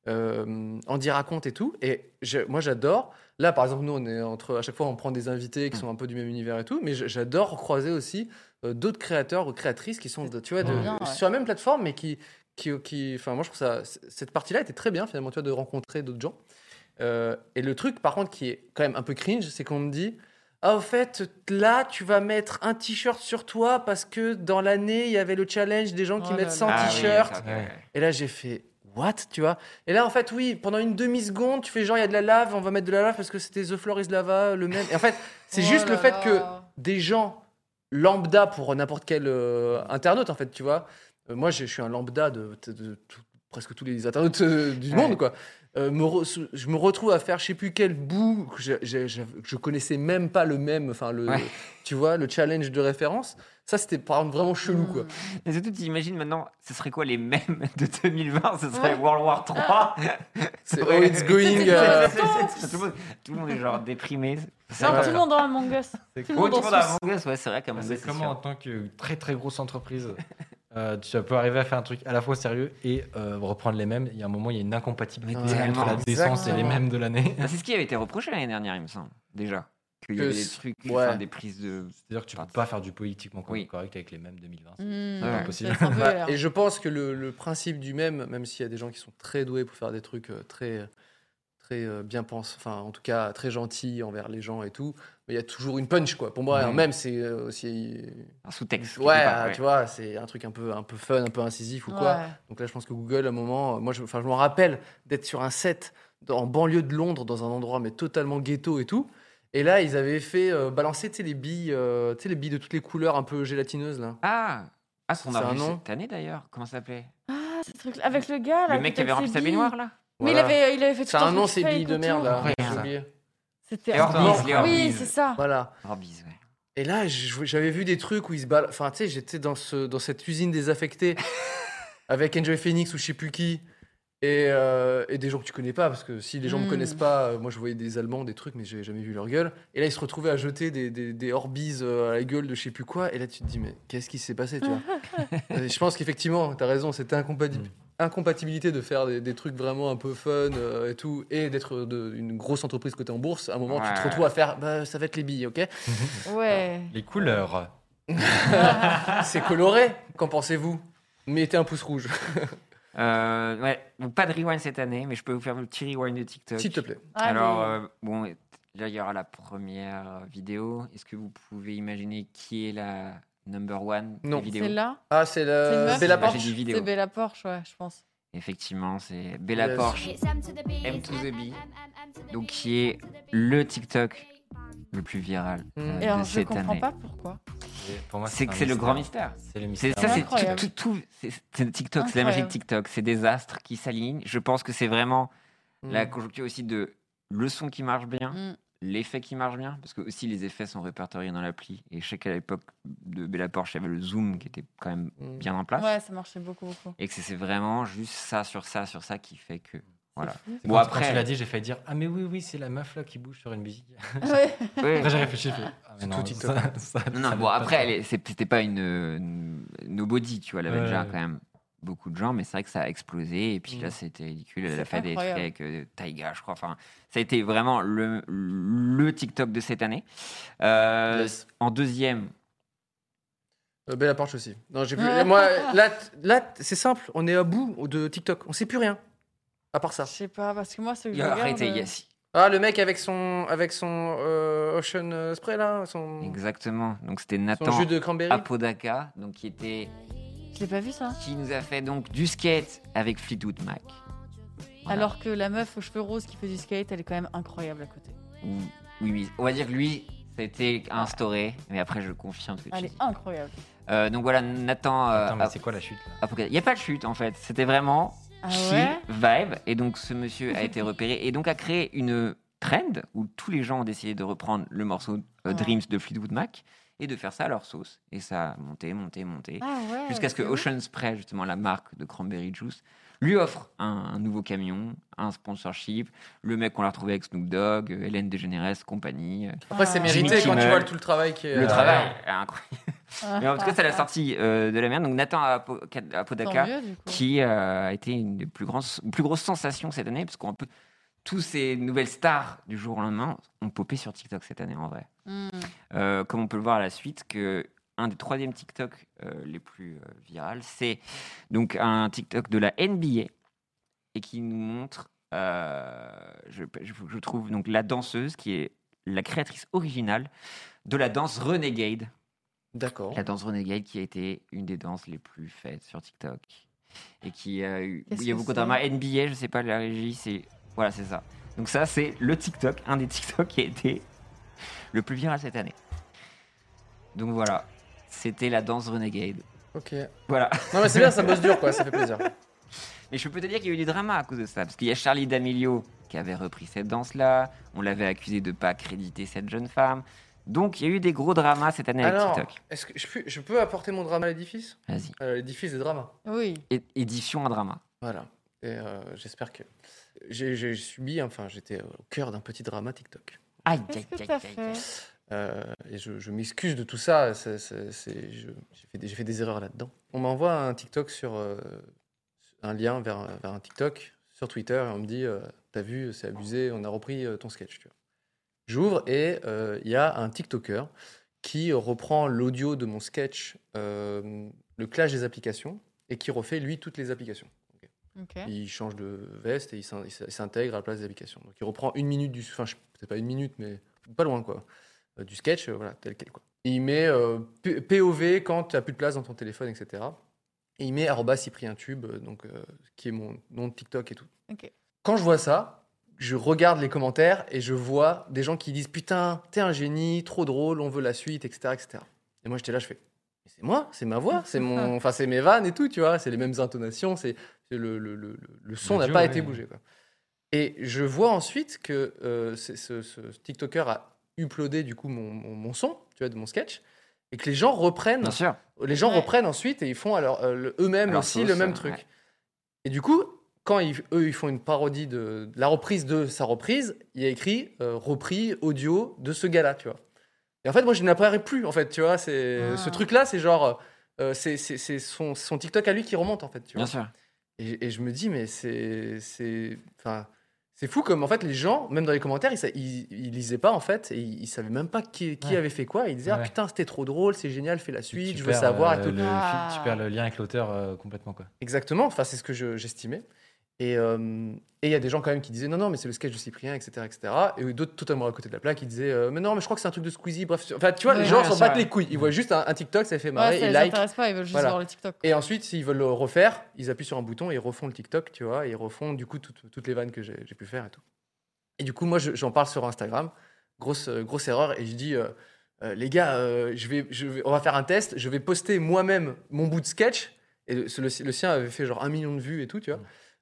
B: euh, Andy Raconte et tout. Et je- moi j'adore, là par exemple nous, on est entre, à chaque fois on prend des invités qui sont un peu du même univers et tout, mais j- j'adore croiser aussi euh, d'autres créateurs ou créatrices qui sont, de- tu vois, de-
D: Bien, ouais.
B: sur la même plateforme, mais qui... qui, qui- enfin moi je trouve ça, c- cette partie-là était très bien finalement, tu vois, de rencontrer d'autres gens. Euh, et le truc, par contre, qui est quand même un peu cringe, c'est qu'on me dit Ah, au fait, là, tu vas mettre un t-shirt sur toi parce que dans l'année, il y avait le challenge des gens qui
D: Oh là
B: mettent 100
D: là.
C: Ah oui,
B: t-shirts.
C: d'accord,
E: Ouais.
C: ouais.
B: Et là, j'ai fait What Tu vois Et là, en fait, oui, pendant une demi-seconde, tu fais genre, il y a de la lave, on va mettre de la lave parce que c'était The Floor is Lava, le même. Et en fait, c'est
D: Oh
B: juste le
D: là
B: fait
D: là.
B: que des gens lambda pour n'importe quel euh, internaute, en fait, tu vois. Euh, moi, je je suis un lambda de, de- de tout- presque tous les internautes euh, du
C: Ouais.
B: monde, quoi. Euh, me re- je me retrouve à faire je sais plus quel bout que je, je- je- je connaissais même pas le même, enfin le,
C: Ouais.
B: tu vois, le challenge de référence. Ça, c'était par exemple vraiment chelou,
C: Mmh.
B: quoi.
C: Mais surtout, tu imagines maintenant, ce serait quoi les mêmes de 2020 Ce serait World War
D: Ah.
C: 3.
B: C'est
C: Ouais.
B: oh,
C: (laughs)
B: it's going.
D: C'était
B: euh,
D: pas
C: tout, le monde, tout le monde est genre déprimé.
B: c'est
D: Non,
B: vrai.
D: tout le monde dans Among Us.
E: C'est
D: Tout le
C: Oh,
D: monde
C: tout le
D: en
C: monde a
D: Suisse.
C: Among Us, ouais, c'est vrai
B: Ah,
C: qu'à
E: Bah,
C: Among
E: c'est
C: Us, Ah, c'est
E: comment en
C: sûr.
E: tant que très très grosse entreprise, euh, tu peux arriver à faire un truc à la fois sérieux et euh, reprendre les mêmes. Il y a un moment, il y a une incompatibilité
B: Ouais,
E: entre la
C: tellement.
E: décence et les
D: Exactement.
E: mêmes de l'année. (laughs)
C: Ah, C'est ce qui avait été reproché l'année dernière, il me semble, déjà. Qu'il y
B: Hein Que
C: avait des
B: c-
C: trucs,
B: ouais.
C: enfin, des prises de.
E: C'est-à-dire que tu peux
C: Pardon.
E: pas faire du politiquement
C: Oui.
E: correct avec les mêmes 2020. c'est
D: Mmh,
C: Ouais.
D: c'est
E: Impossible.
D: un peu galère.
B: Bah, Et je pense que le, le principe du même, même s'il y a des gens qui sont très doués pour faire des trucs euh, très, très euh, bien pensés, enfin en tout cas très gentils envers les gens et tout, mais il y a toujours une punch quoi. Pour moi, un
C: Mhm.
B: même c'est euh, aussi,
C: Un sous-texte.
B: ouais, ah,
C: quelque part,
B: tu vois, c'est un truc un peu, un peu fun, un peu incisif ou quoi.
D: Ouais.
B: Donc là, je pense que Google, à un moment, euh, moi, je, enfin, je me rappelle d'être sur un set dans- en banlieue de Londres, dans un endroit mais totalement ghetto et tout. Et là, ils avaient fait euh, balancer, tu sais, les billes, euh, tu sais, les billes de toutes les couleurs un peu gélatineuses là.
C: Ah Ah, qu'on
B: C'est
C: a
B: un
C: vu
B: nom.
C: cette année d'ailleurs. Comment ça s'appelait
D: Ah, ce truc avec le gars là.
C: Le mec qui
D: peut-être
C: avait rempli
D: ses
C: sa
D: billes.
C: baignoire là
D: Mais il
B: Voilà.
D: avait, il avait fait tout
B: C'est un
D: truc
B: nom, ces
D: fake
B: billes de
D: autour.
B: merde là.
C: Incroyable.
B: J'ai oublié.
D: C'était
C: Les
D: un
C: Orbeez,
D: truc.
C: les
D: Oui,
C: Orbeez.
D: c'est ça.
B: Voilà.
C: Orbeez, Oh, ouais.
B: Et là, je- j'avais vu des trucs où ils se bal... Enfin, tu sais, j'étais dans, ce, dans cette usine désaffectée avec Enjoy Phoenix ou je sais plus qui. Et, euh, et des gens que tu connais pas, parce que si les gens me
D: Mm.
B: connaissent pas, euh, moi je voyais des Allemands, des trucs, mais j'avais jamais vu leur gueule. Et là, ils se retrouvaient à jeter des, des, des Orbeez, euh, à la gueule de je sais plus quoi. Et là, tu te dis, mais qu'est-ce qui s'est passé, tu vois Et Je pense qu'effectivement, tu as raison, c'était incompatible.
E: Mm.
B: Incompatibilité de faire des, des trucs vraiment un peu fun euh, et tout, et d'être de- une grosse entreprise cotée en bourse. À un moment, tu te
C: Ouais.
B: retrouves à faire, bah, ça va être les billes, ok
D: Ouais.
E: Les couleurs.
B: C'est coloré, qu'en pensez-vous Mettez un pouce rouge,
C: Euh, ouais, donc pas de rewind cette année, mais je peux vous faire le petit rewind de TikTok.
B: s'il te plaît.
C: Alors,
D: Allez.
C: euh, bon, et- là, il y aura la première vidéo. Est-ce que vous pouvez imaginer qui est la number one
B: Non.
C: des vidéos
D: c'est là.
B: Ah, c'est
D: C'est une
B: la
D: meuf
B: Bella
C: Ah, j'ai
B: Porche
C: dit vidéo.
D: C'est Bella Porsche, ouais, je pense.
C: Effectivement, c'est Bella
B: Yes.
C: Porsche,
G: M to the B, donc qui est
C: le TikTok le plus viral
B: Mm.
C: euh,
D: Et
C: de
D: alors, je
C: cette
D: comprends
C: année.
D: pas pourquoi.
E: Et Pour moi,
C: C'est
E: un
C: que c'est le
E: mystère.
C: grand mystère.
E: C'est le
C: C'est
E: mystère.
C: ça, c'est
D: Incroyable.
C: tout, tout- tout- c'est- c'est le TikTok, c'est la
D: Incroyable.
C: magie de TikTok, c'est des astres qui s'alignent. Je pense que c'est vraiment la
B: Mm.
C: conjoncture aussi de le son qui marche bien,
D: Mm.
C: l'effet qui marche bien, parce que aussi les effets sont répertoriés dans l'appli. Et je sais qu'à l'époque de Bella Porsche, il y avait le zoom qui était quand même
B: Mm.
C: bien en place,
D: Ouais, ça marchait beaucoup,
C: (laughs)
D: beaucoup.
C: et que c'est vraiment juste ça sur ça sur ça qui fait que voilà.
E: C'est
C: Bon
E: quand-
C: après,
E: quand tu l'as dit, j'ai failli dire Ah, mais oui, oui, c'est la meuf là qui bouge sur une
C: (laughs)
E: musique.
D: Ouais.
C: Ouais. (laughs)
E: Après, j'ai réfléchi. j'ai fait, Ah, mais
B: C'est
E: non,
B: tout TikTok.
E: ça- ça-
C: Non,
E: ça
C: bon,
E: va pas
C: après,
E: trop.
C: elle est- c'est- c'était pas une, une- nobody, tu vois, elle avait
E: Ouais,
C: déjà
E: ouais.
C: quand même beaucoup de gens, mais c'est vrai que ça a explosé, et puis
B: Mm.
C: là, c'était ridicule, elle
D: C'est
C: a fait des trucs
D: incroyable.
C: avec euh, Taiga, je crois, enfin, ça a été vraiment le, le TikTok de cette année. Euh,
B: Yes.
C: En deuxième,
B: Euh, Bella Porche aussi. Non, j'ai vu.
D: Ah.
B: Moi, là, t- là t- c'est simple, on est à bout de TikTok, on sait plus rien. À part ça.
D: Je sais pas, parce que moi, ce que
C: il
D: je
C: y a
D: regarde...
C: arrêté,
D: euh,
C: yes.
B: Ah, le mec avec son, avec son euh, Ocean euh, Spray là, son,
C: exactement, donc c'était
B: son
C: Nathan
B: jus de cranberry.
C: Apodaca, donc qui était,
D: Je l'ai pas vu, ça.
C: qui nous a fait donc du skate avec Fleetwood Mac. Voilà.
D: Alors que la meuf aux cheveux roses qui fait du skate, elle est quand même incroyable à côté.
C: Ou- oui, oui, on va dire que lui, c'est- Ça a été instauré, mais après je confirme ce que
D: Elle
C: tu dis.
D: est incroyable.
C: Euh, donc voilà, Nathan. euh,
E: Attends, mais
C: a-
E: c'est quoi la chute là
C: Il n'y a pas de chute en fait. C'était vraiment
D: Ah
C: chill,
D: ouais
C: vibe. Et donc ce monsieur
D: (laughs)
C: a été repéré et donc a créé une trend où tous les gens ont décidé de reprendre le morceau euh,
D: Ouais.
C: Dreams de Fleetwood Mac et de faire ça à leur sauce. Et ça a monté, monté, monté.
D: Ah ouais.
C: Jusqu'à ce que
D: c'est ouf.
C: Ocean Spray, justement la marque de Cranberry Juice, lui offre un, un nouveau camion, un sponsorship. Le mec qu'on l'a retrouvé avec Snoop Dogg, euh, Hélène DeGeneres, compagnie. euh,
B: Après, c'est
D: Ah.
B: mérité
C: Jimmy
B: quand tu
C: Kimmel.
B: vois tout le travail qui est.
C: Le
B: euh,
C: travail est incroyable.
D: Ah,
C: Mais en tout cas,
D: (laughs)
C: ça l'a sorti euh, de la merde. Donc Nathan Apo-
D: tant
C: Apodaca
D: mieux, du coup.
C: qui euh, a été une des plus, grandes, plus grosses sensations cette année, parce qu'on peut tous ces nouvelles stars du jour au lendemain ont popé sur TikTok cette année en vrai.
D: Hmm.
C: Euh, comme on peut le voir à la suite, que un des troisièmes TikTok euh, les plus euh, virales, c'est donc un TikTok de la NBA et qui nous montre, euh, je, je- je trouve donc la danseuse qui est la créatrice originale de la danse Renegade.
B: D'accord.
C: La danse Renegade qui a été une des danses les plus faites sur TikTok. Et qui a eu.
D: Qu'est-ce
C: Il y a
D: que
C: beaucoup de
D: c'est
C: drama. NBA, je sais pas, la régie, c'est. Voilà, c'est ça. Donc, ça, c'est le TikTok, un des TikTok qui a été le plus viral cette année. Donc, voilà. C'était la danse Renegade.
B: Ok.
C: Voilà.
B: Non, mais c'est bien, ça bosse dur, quoi. Ça fait
C: (laughs)
B: plaisir.
C: Mais je peux te dire qu'il y a eu du drama à cause de ça. Parce qu'il y a Charlie D'Amelio qui avait repris cette danse-là. On l'avait accusé de pas créditer cette jeune femme. Donc, il y a eu des gros dramas cette année
B: Alors,
C: avec TikTok.
B: est-ce que je peux, je peux apporter mon drama à l'édifice
C: Vas-y.
B: Euh, L'édifice des dramas.
D: Oui.
C: É- Édition à drama.
B: Voilà. Et euh, j'espère que. J'ai j'ai subi, hein, enfin, j'étais au cœur d'un petit drama TikTok.
C: Aïe, aïe,
D: Qu'est-ce que
C: aïe,
D: t'as
C: aïe, aïe.
D: fait
B: Euh, et je, je m'excuse de tout ça. c'est- c'est- c'est- je- J'ai fait, des- j'ai fait des erreurs là-dedans. On m'envoie un TikTok sur. euh, un lien vers, un- vers un TikTok sur Twitter et on me dit euh, T'as vu, c'est abusé, on a repris euh, ton sketch. tu vois. J'ouvre et euh, il y a un TikToker qui reprend l'audio de mon sketch, euh, le clash des applications, et qui refait lui toutes les applications.
D: Ok.
B: Il change de veste et il s'in- il s'in- il s'intègre à la place des applications. Donc il reprend une minute du. Enfin, je- peut-être pas une minute, mais pas loin, quoi. euh, Du sketch, euh, voilà, tel quel, quoi. Et il met euh, P- POV quand tu n'as plus de place dans ton téléphone, etc. Et il met arroba Cyprien Tube, euh, donc, euh, qui est mon nom de TikTok et tout.
D: Ok.
B: Quand je vois ça, je regarde les commentaires et je vois des gens qui disent Putain, t'es un génie, trop drôle, on veut la suite, etc. etc. Et moi, j'étais là, je fais Mais C'est moi, c'est ma voix, c'est mon, enfin, c'est mes vannes et tout, tu vois, c'est les mêmes intonations, c'est c'est le, le- le- le- le son n'a
E: L'audio,
B: pas
E: ouais.
B: été bougé. quoi. Et je vois ensuite que euh, c'est- ce, ce TikToker a uploadé du coup mon, mon- mon son, tu vois, de mon sketch, et que les gens reprennent,
C: Bien sûr.
B: les gens
D: Ouais.
B: reprennent ensuite et ils font alors euh, le- eux-mêmes
C: Alors,
B: aussi
C: sauce,
B: le même
C: ouais.
B: truc. Et du coup, quand ils- eux ils font une parodie de, de la reprise de sa reprise, il y a écrit euh, repris audio de ce gars-là, tu vois. Et en fait, moi je ne l'apparais plus, en fait, tu vois. C'est
D: Ah.
B: ce truc-là, c'est genre euh, c'est c'est- c'est son, son TikTok à lui qui remonte en fait, tu vois.
C: Bien sûr.
B: Et, et je me dis, mais c'est. C'est enfin, c'est fou comme en fait les gens, même dans les commentaires, ils, sa- ils, ils lisaient pas en fait, et ils, ils savaient même pas qui, qui
E: Ouais.
B: avait fait quoi. Ils disaient, ah
E: Ouais.
B: putain, c'était trop drôle, c'est génial, fais la suite,
E: Tu
B: je veux
E: perds,
B: savoir
E: euh,
B: et tout.
E: le
D: Ah.
E: fil- Tu perds le lien avec l'auteur euh, complètement quoi.
B: Exactement, enfin, c'est ce que je- j'estimais. et euh, et il y a des gens quand même qui disaient, non, non, mais c'est le sketch de Cyprien, etc. etc. Et d'autres totalement à côté de la plaque qui disaient, euh, mais non, mais je crois que c'est un truc de Squeezie, bref. c'est- Enfin, tu vois,
D: Ouais,
B: les gens
C: ouais,
B: s'en
C: ça,
B: battent
C: ouais.
B: les couilles. Ils voient juste un, un TikTok, ça les fait marrer,
D: Ouais, ça
B: ils
D: les
B: like.
D: intéresse pas, ils veulent juste
B: Voilà.
D: voir le TikTok.
B: Et ensuite, s'ils veulent le refaire, ils appuient sur un bouton et ils refont le TikTok, tu vois, et ils refont du coup toutes, toutes les vannes que j'ai j'ai pu faire et tout. Et du coup, moi, je- j'en parle sur Instagram, grosse, euh, grosse erreur, et je dis, euh, euh, les gars, euh, je vais, je vais- on va faire un test, je vais poster moi-même mon bout de sketch, et le, le, le sien avait fait genre un million de vues et tout, tu vois.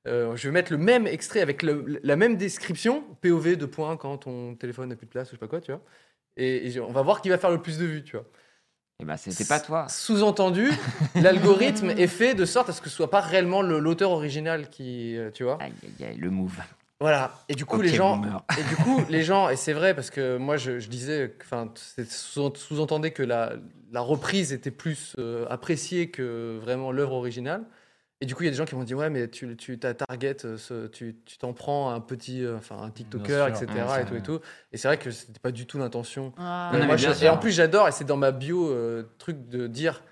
B: Euh, je vais mettre le même extrait avec le- la même description, POV de points quand ton téléphone n'a plus de place ou je sais pas quoi, tu vois. Et, et on va voir qui va faire le plus de vues, tu vois.
C: Et bah, c'était pas toi.
E: (laughs)
B: Sous-entendu, l'algorithme est fait de sorte à ce que ce soit pas réellement le- l'auteur original qui, euh, tu vois.
C: Aïe, aïe, aïe, le move.
B: Voilà. Et du coup,
C: Ok,
B: les gens,
C: boomer.
B: et du coup, les gens, et c'est vrai parce que moi, je, je disais, que- enfin, c'est sous- sous-entendait que la, la reprise était plus euh, appréciée que vraiment l'œuvre originale. Et du coup, il y a des gens qui m'ont dit, ouais, mais tu, tu t'as target, euh, ce- tu, tu t'en prends un petit, euh, enfin, un TikToker,
E: sûr.
B: etc.
E: Ouais,
B: et tout et
E: ça-
B: tout. Et c'est vrai que c'était pas du tout l'intention.
D: Ah,
C: Non,
B: Et
C: mais
B: moi,
C: bien
B: je-
C: sûr.
B: et en plus, j'adore, et c'est dans ma bio euh, truc de dire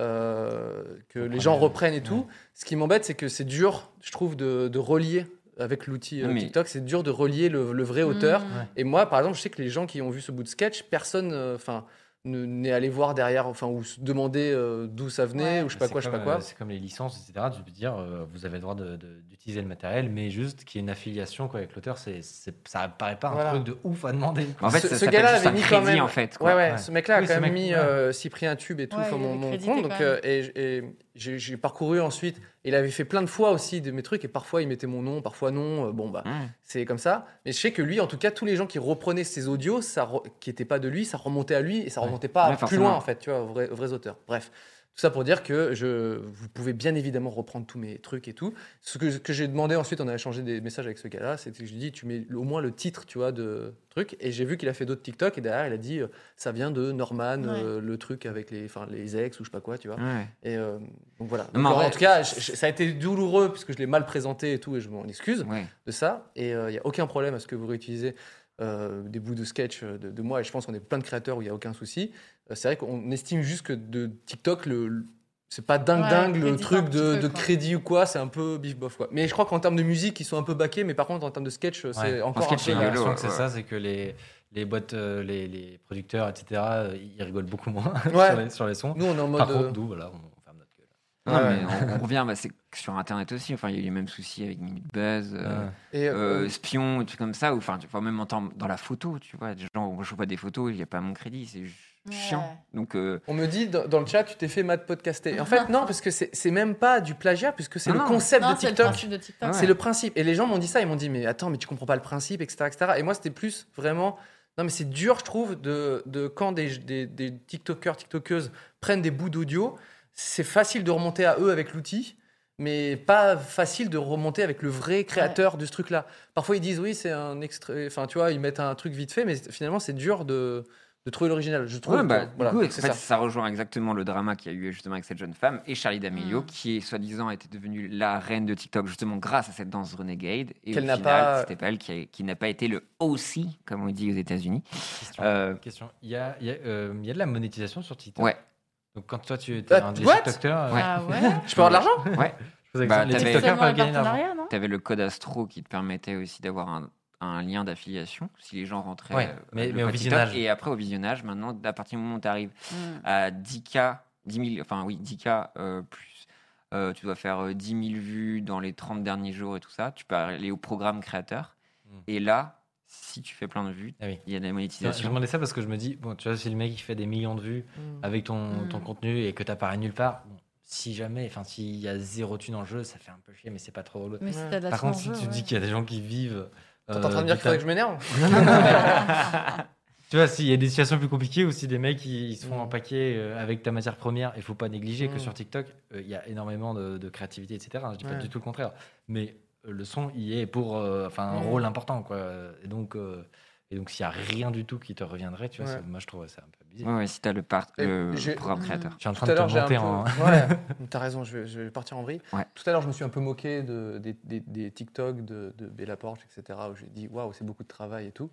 B: euh, que les
E: Reprendre
B: gens
E: les-
B: reprennent et
E: ouais.
B: tout. Ce qui m'embête, c'est que c'est dur, je trouve, de, de relier avec l'outil euh,
C: Non, mais-
B: TikTok, c'est dur de relier le, le vrai auteur.
D: hmm.
B: Et moi, par exemple, je sais que les gens qui ont vu ce bout de sketch, personne, euh, enfin, ne- n'est allé voir derrière, enfin, ou se demander euh, d'où ça venait, ou je sais pas
E: C'est
B: quoi, je sais pas
E: comme,
B: quoi.
E: euh, C'est comme les licences, etc. Tu peux dire, euh, vous avez le droit de- de- d'utiliser le matériel, mais juste qu'il y ait une affiliation quoi, avec l'auteur, c'est- c'est- ça paraît pas un
B: Voilà.
E: truc de ouf à demander. quoi.
C: En fait,
B: Ce-
C: ça
B: ce
C: s'appelle
B: gars-là
C: juste
B: avait
C: un
B: mis quand
C: crédit,
B: même-
C: en fait. quoi.
B: Ouais, ouais,
E: Ouais.
B: ce mec-là
E: Oui,
B: a quand
E: ce
B: même
E: mec-
B: mis
E: ouais.
B: euh, Cyprien Tube et tout,
D: Ouais,
B: enfin,
D: il
B: mon,
D: avait
B: mon
D: crédité
B: compte.
D: quand
B: Donc,
D: même.
B: euh, et j- et j'ai j'ai parcouru ensuite. Il avait fait plein de fois aussi de mes trucs, et parfois il mettait mon nom, parfois non. euh, Bon, bah,
C: Mmh.
B: c'est comme ça. Mais je sais que lui, en tout cas, tous les gens qui reprenaient ses audios, ça re- qui n'étaient pas de lui, ça remontait à lui, et ça
E: Ouais.
B: remontait pas
C: Ouais,
B: plus
C: forcément.
B: loin, en fait, tu vois, aux vrais, aux vrais auteurs. Bref. Tout ça pour dire que je, vous pouvez bien évidemment reprendre tous mes trucs et tout. Ce que, que j'ai demandé ensuite, on a échangé des messages avec ce gars-là, c'est que je lui ai dit, tu mets au moins le titre, tu vois, de truc. Et j'ai vu qu'il a fait d'autres TikTok, et derrière, il a dit, euh, ça vient de Norman,
D: Ouais.
B: euh, le truc avec les, enfin, les ex ou je sais pas quoi, tu vois.
C: Ouais.
B: Et euh, donc voilà.
C: mais
B: Donc, en,
C: en vrai-
B: tout cas, je- je- ça a été douloureux, puisque je l'ai mal présenté et tout, et je m'en excuse
C: Ouais.
B: de ça. Et il n'y a aucun problème à ce que vous réutilisez euh, des bouts de sketch euh, de, de moi. Et je pense qu'on est plein de créateurs où il n'y a aucun souci. Euh, c'est vrai qu'on estime juste que de TikTok, le, le- c'est pas dingue
D: Ouais,
B: dingue
D: le
B: le
D: crédit
B: truc
D: d'un petit
B: de,
D: peu,
B: de
D: quoi.
B: crédit ou quoi. C'est un peu bif bof quoi. Mais je crois qu'en termes de musique, ils sont un peu baqués. Mais par contre, en termes de sketch, euh, c'est
E: Ouais.
B: encore
C: sketch,
B: un
C: c'est
B: peu. la-
C: rigolo.
E: l'impression que c'est
C: ouais.
E: ça, c'est que les, les boîtes, euh, les, les producteurs, etc., euh, ils rigolent beaucoup moins (laughs)
B: Ouais.
E: sur, les, sur les sons.
B: Nous, on est en mode.
E: Par
B: euh,
E: contre, nous, voilà, on, on ferme notre gueule.
C: Non,
B: Ouais.
C: mais on, on revient, bah, c'est sur Internet aussi. Enfin, il y a eu les mêmes soucis avec Minute Buzz, euh,
B: et, euh,
C: euh, Spion, des trucs comme ça. ou, Enfin, tu vois, même en termes- dans la photo, tu vois, des gens, moi, je vois pas des photos, il n'y a pas mon crédit, c'est ch-
D: Ouais.
C: chiant. Donc, euh,
B: On me dit dans, dans le chat, tu t'es fait mad podcaster. En
D: (laughs)
B: fait, non, parce que c'est c'est même pas du plagiat, puisque c'est
C: Non,
B: le
C: non.
B: concept
D: Non,
B: de
D: c'est le
B: TikTok.
D: principe de TikTok.
C: Ouais.
B: C'est le principe. Et les gens m'ont dit ça, ils m'ont dit, mais attends, mais tu comprends pas le principe, etc. etc. Et moi, c'était plus vraiment. Non, mais c'est dur, je trouve, de, de quand des, des, des TikTokers, TikTokeuses prennent des bouts d'audio, c'est facile de remonter à eux avec l'outil, mais pas facile de remonter avec le vrai créateur de ce truc-là. Parfois, ils disent, oui, c'est un extrait. Enfin, tu vois, ils mettent un truc vite fait, mais finalement, c'est dur de, de trouver l'original. Je trouve.
C: ouais, bah,
B: que-
C: du
B: voilà,
C: coup, en
B: c'est
C: fait,
B: ça.
C: ça. rejoint exactement le drama qu'il y a eu justement avec cette jeune femme et Charlie D'Amelio,
D: Mm.
C: qui est soi-disant était devenue la reine de TikTok justement grâce à cette danse Renegade. Et
B: Qu'elle
C: au
B: n'a
C: final,
B: pas-
C: c'était pas elle qui, a- qui n'a pas été le OC, comme on dit aux États-Unis.
E: Question.
C: Euh,
E: Question. Il y a, il y a, euh, il y a de la monétisation sur TikTok.
C: Ouais.
E: Donc quand toi, tu es
B: Ah,
E: un des
B: what
E: TikTokers, euh,
C: Ouais.
D: Ah ouais
B: Je peux avoir de l'argent
E: je faisais
C: Bah,
E: que les
C: t'avais-
E: TikTokers
D: Seulement
E: peuvent
D: les
E: gagner de l'argent.
D: partenariats, non
C: Tu avais le code Astro qui te permettait aussi d'avoir un, un lien d'affiliation si les gens rentraient.
E: Ouais,
C: euh,
E: mais-
C: le
E: mais au
C: code TikTok.
E: visionnage.
C: Et après, au visionnage, maintenant, à partir du moment où tu arrives
B: Hmm.
D: Mm.
C: à 10K, 10 000, enfin oui, 10K euh, plus, euh, tu dois faire euh, 10 000 vues dans les 30 derniers jours et tout ça. Tu peux aller au programme créateur.
E: Mm.
C: Et là, si tu fais plein de vues,
E: Ah oui.
C: il y a de la
E: Je je
C: monétisation.
E: demandais ça parce que je me dis, bon, tu vois, si le mec il fait des millions de vues avec ton,
D: Mm.
E: ton contenu et que t'apparais nulle part, bon, si jamais, enfin, s'il y a zéro thune dans le jeu, ça fait un peu chier, mais c'est pas trop relou.
D: Mais si t'as de la
E: Par contre,
D: chance
E: si
D: en
E: tu
D: jeu,
E: dis
D: ouais.
E: qu'il y a des gens qui vivent. euh,
B: T'es en train
C: Euh,
B: de dire qu'il faudrait que je m'énerve
E: Tu vois, s'il y a des situations plus compliquées ou si des mecs ils, ils se font empaquer euh, avec ta matière première, il faut pas négliger
B: Mm.
E: que sur TikTok, euh, il y a énormément de, de créativité, etc. Je dis pas
B: Ouais.
E: du tout le contraire. Mais euh, le son y est pour euh, enfin, un
B: Mm.
E: rôle important. Quoi. Et donc, euh, et donc s'il y a rien du tout qui te reviendrait, tu vois,
B: Ouais.
E: c'est- moi je trouve ça un peu abusé.
C: Ouais, ouais, si tu as le, part-
B: Et
C: le
B: j'ai-
C: programme
D: Mm.
C: créateur.
E: Je Hmm. suis en train
B: Tout
E: de
B: à
E: te
B: l'heure, j'ai un peu...
E: monter en. (laughs)
C: (laughs)
B: Ouais, t'as raison, je vais, je vais partir en vrille.
C: Ouais.
B: Tout à l'heure, je me suis un peu moqué de, des, des, des TikTok de, de Bella Porche, etc., où j'ai dit, waouh, c'est beaucoup de travail et tout.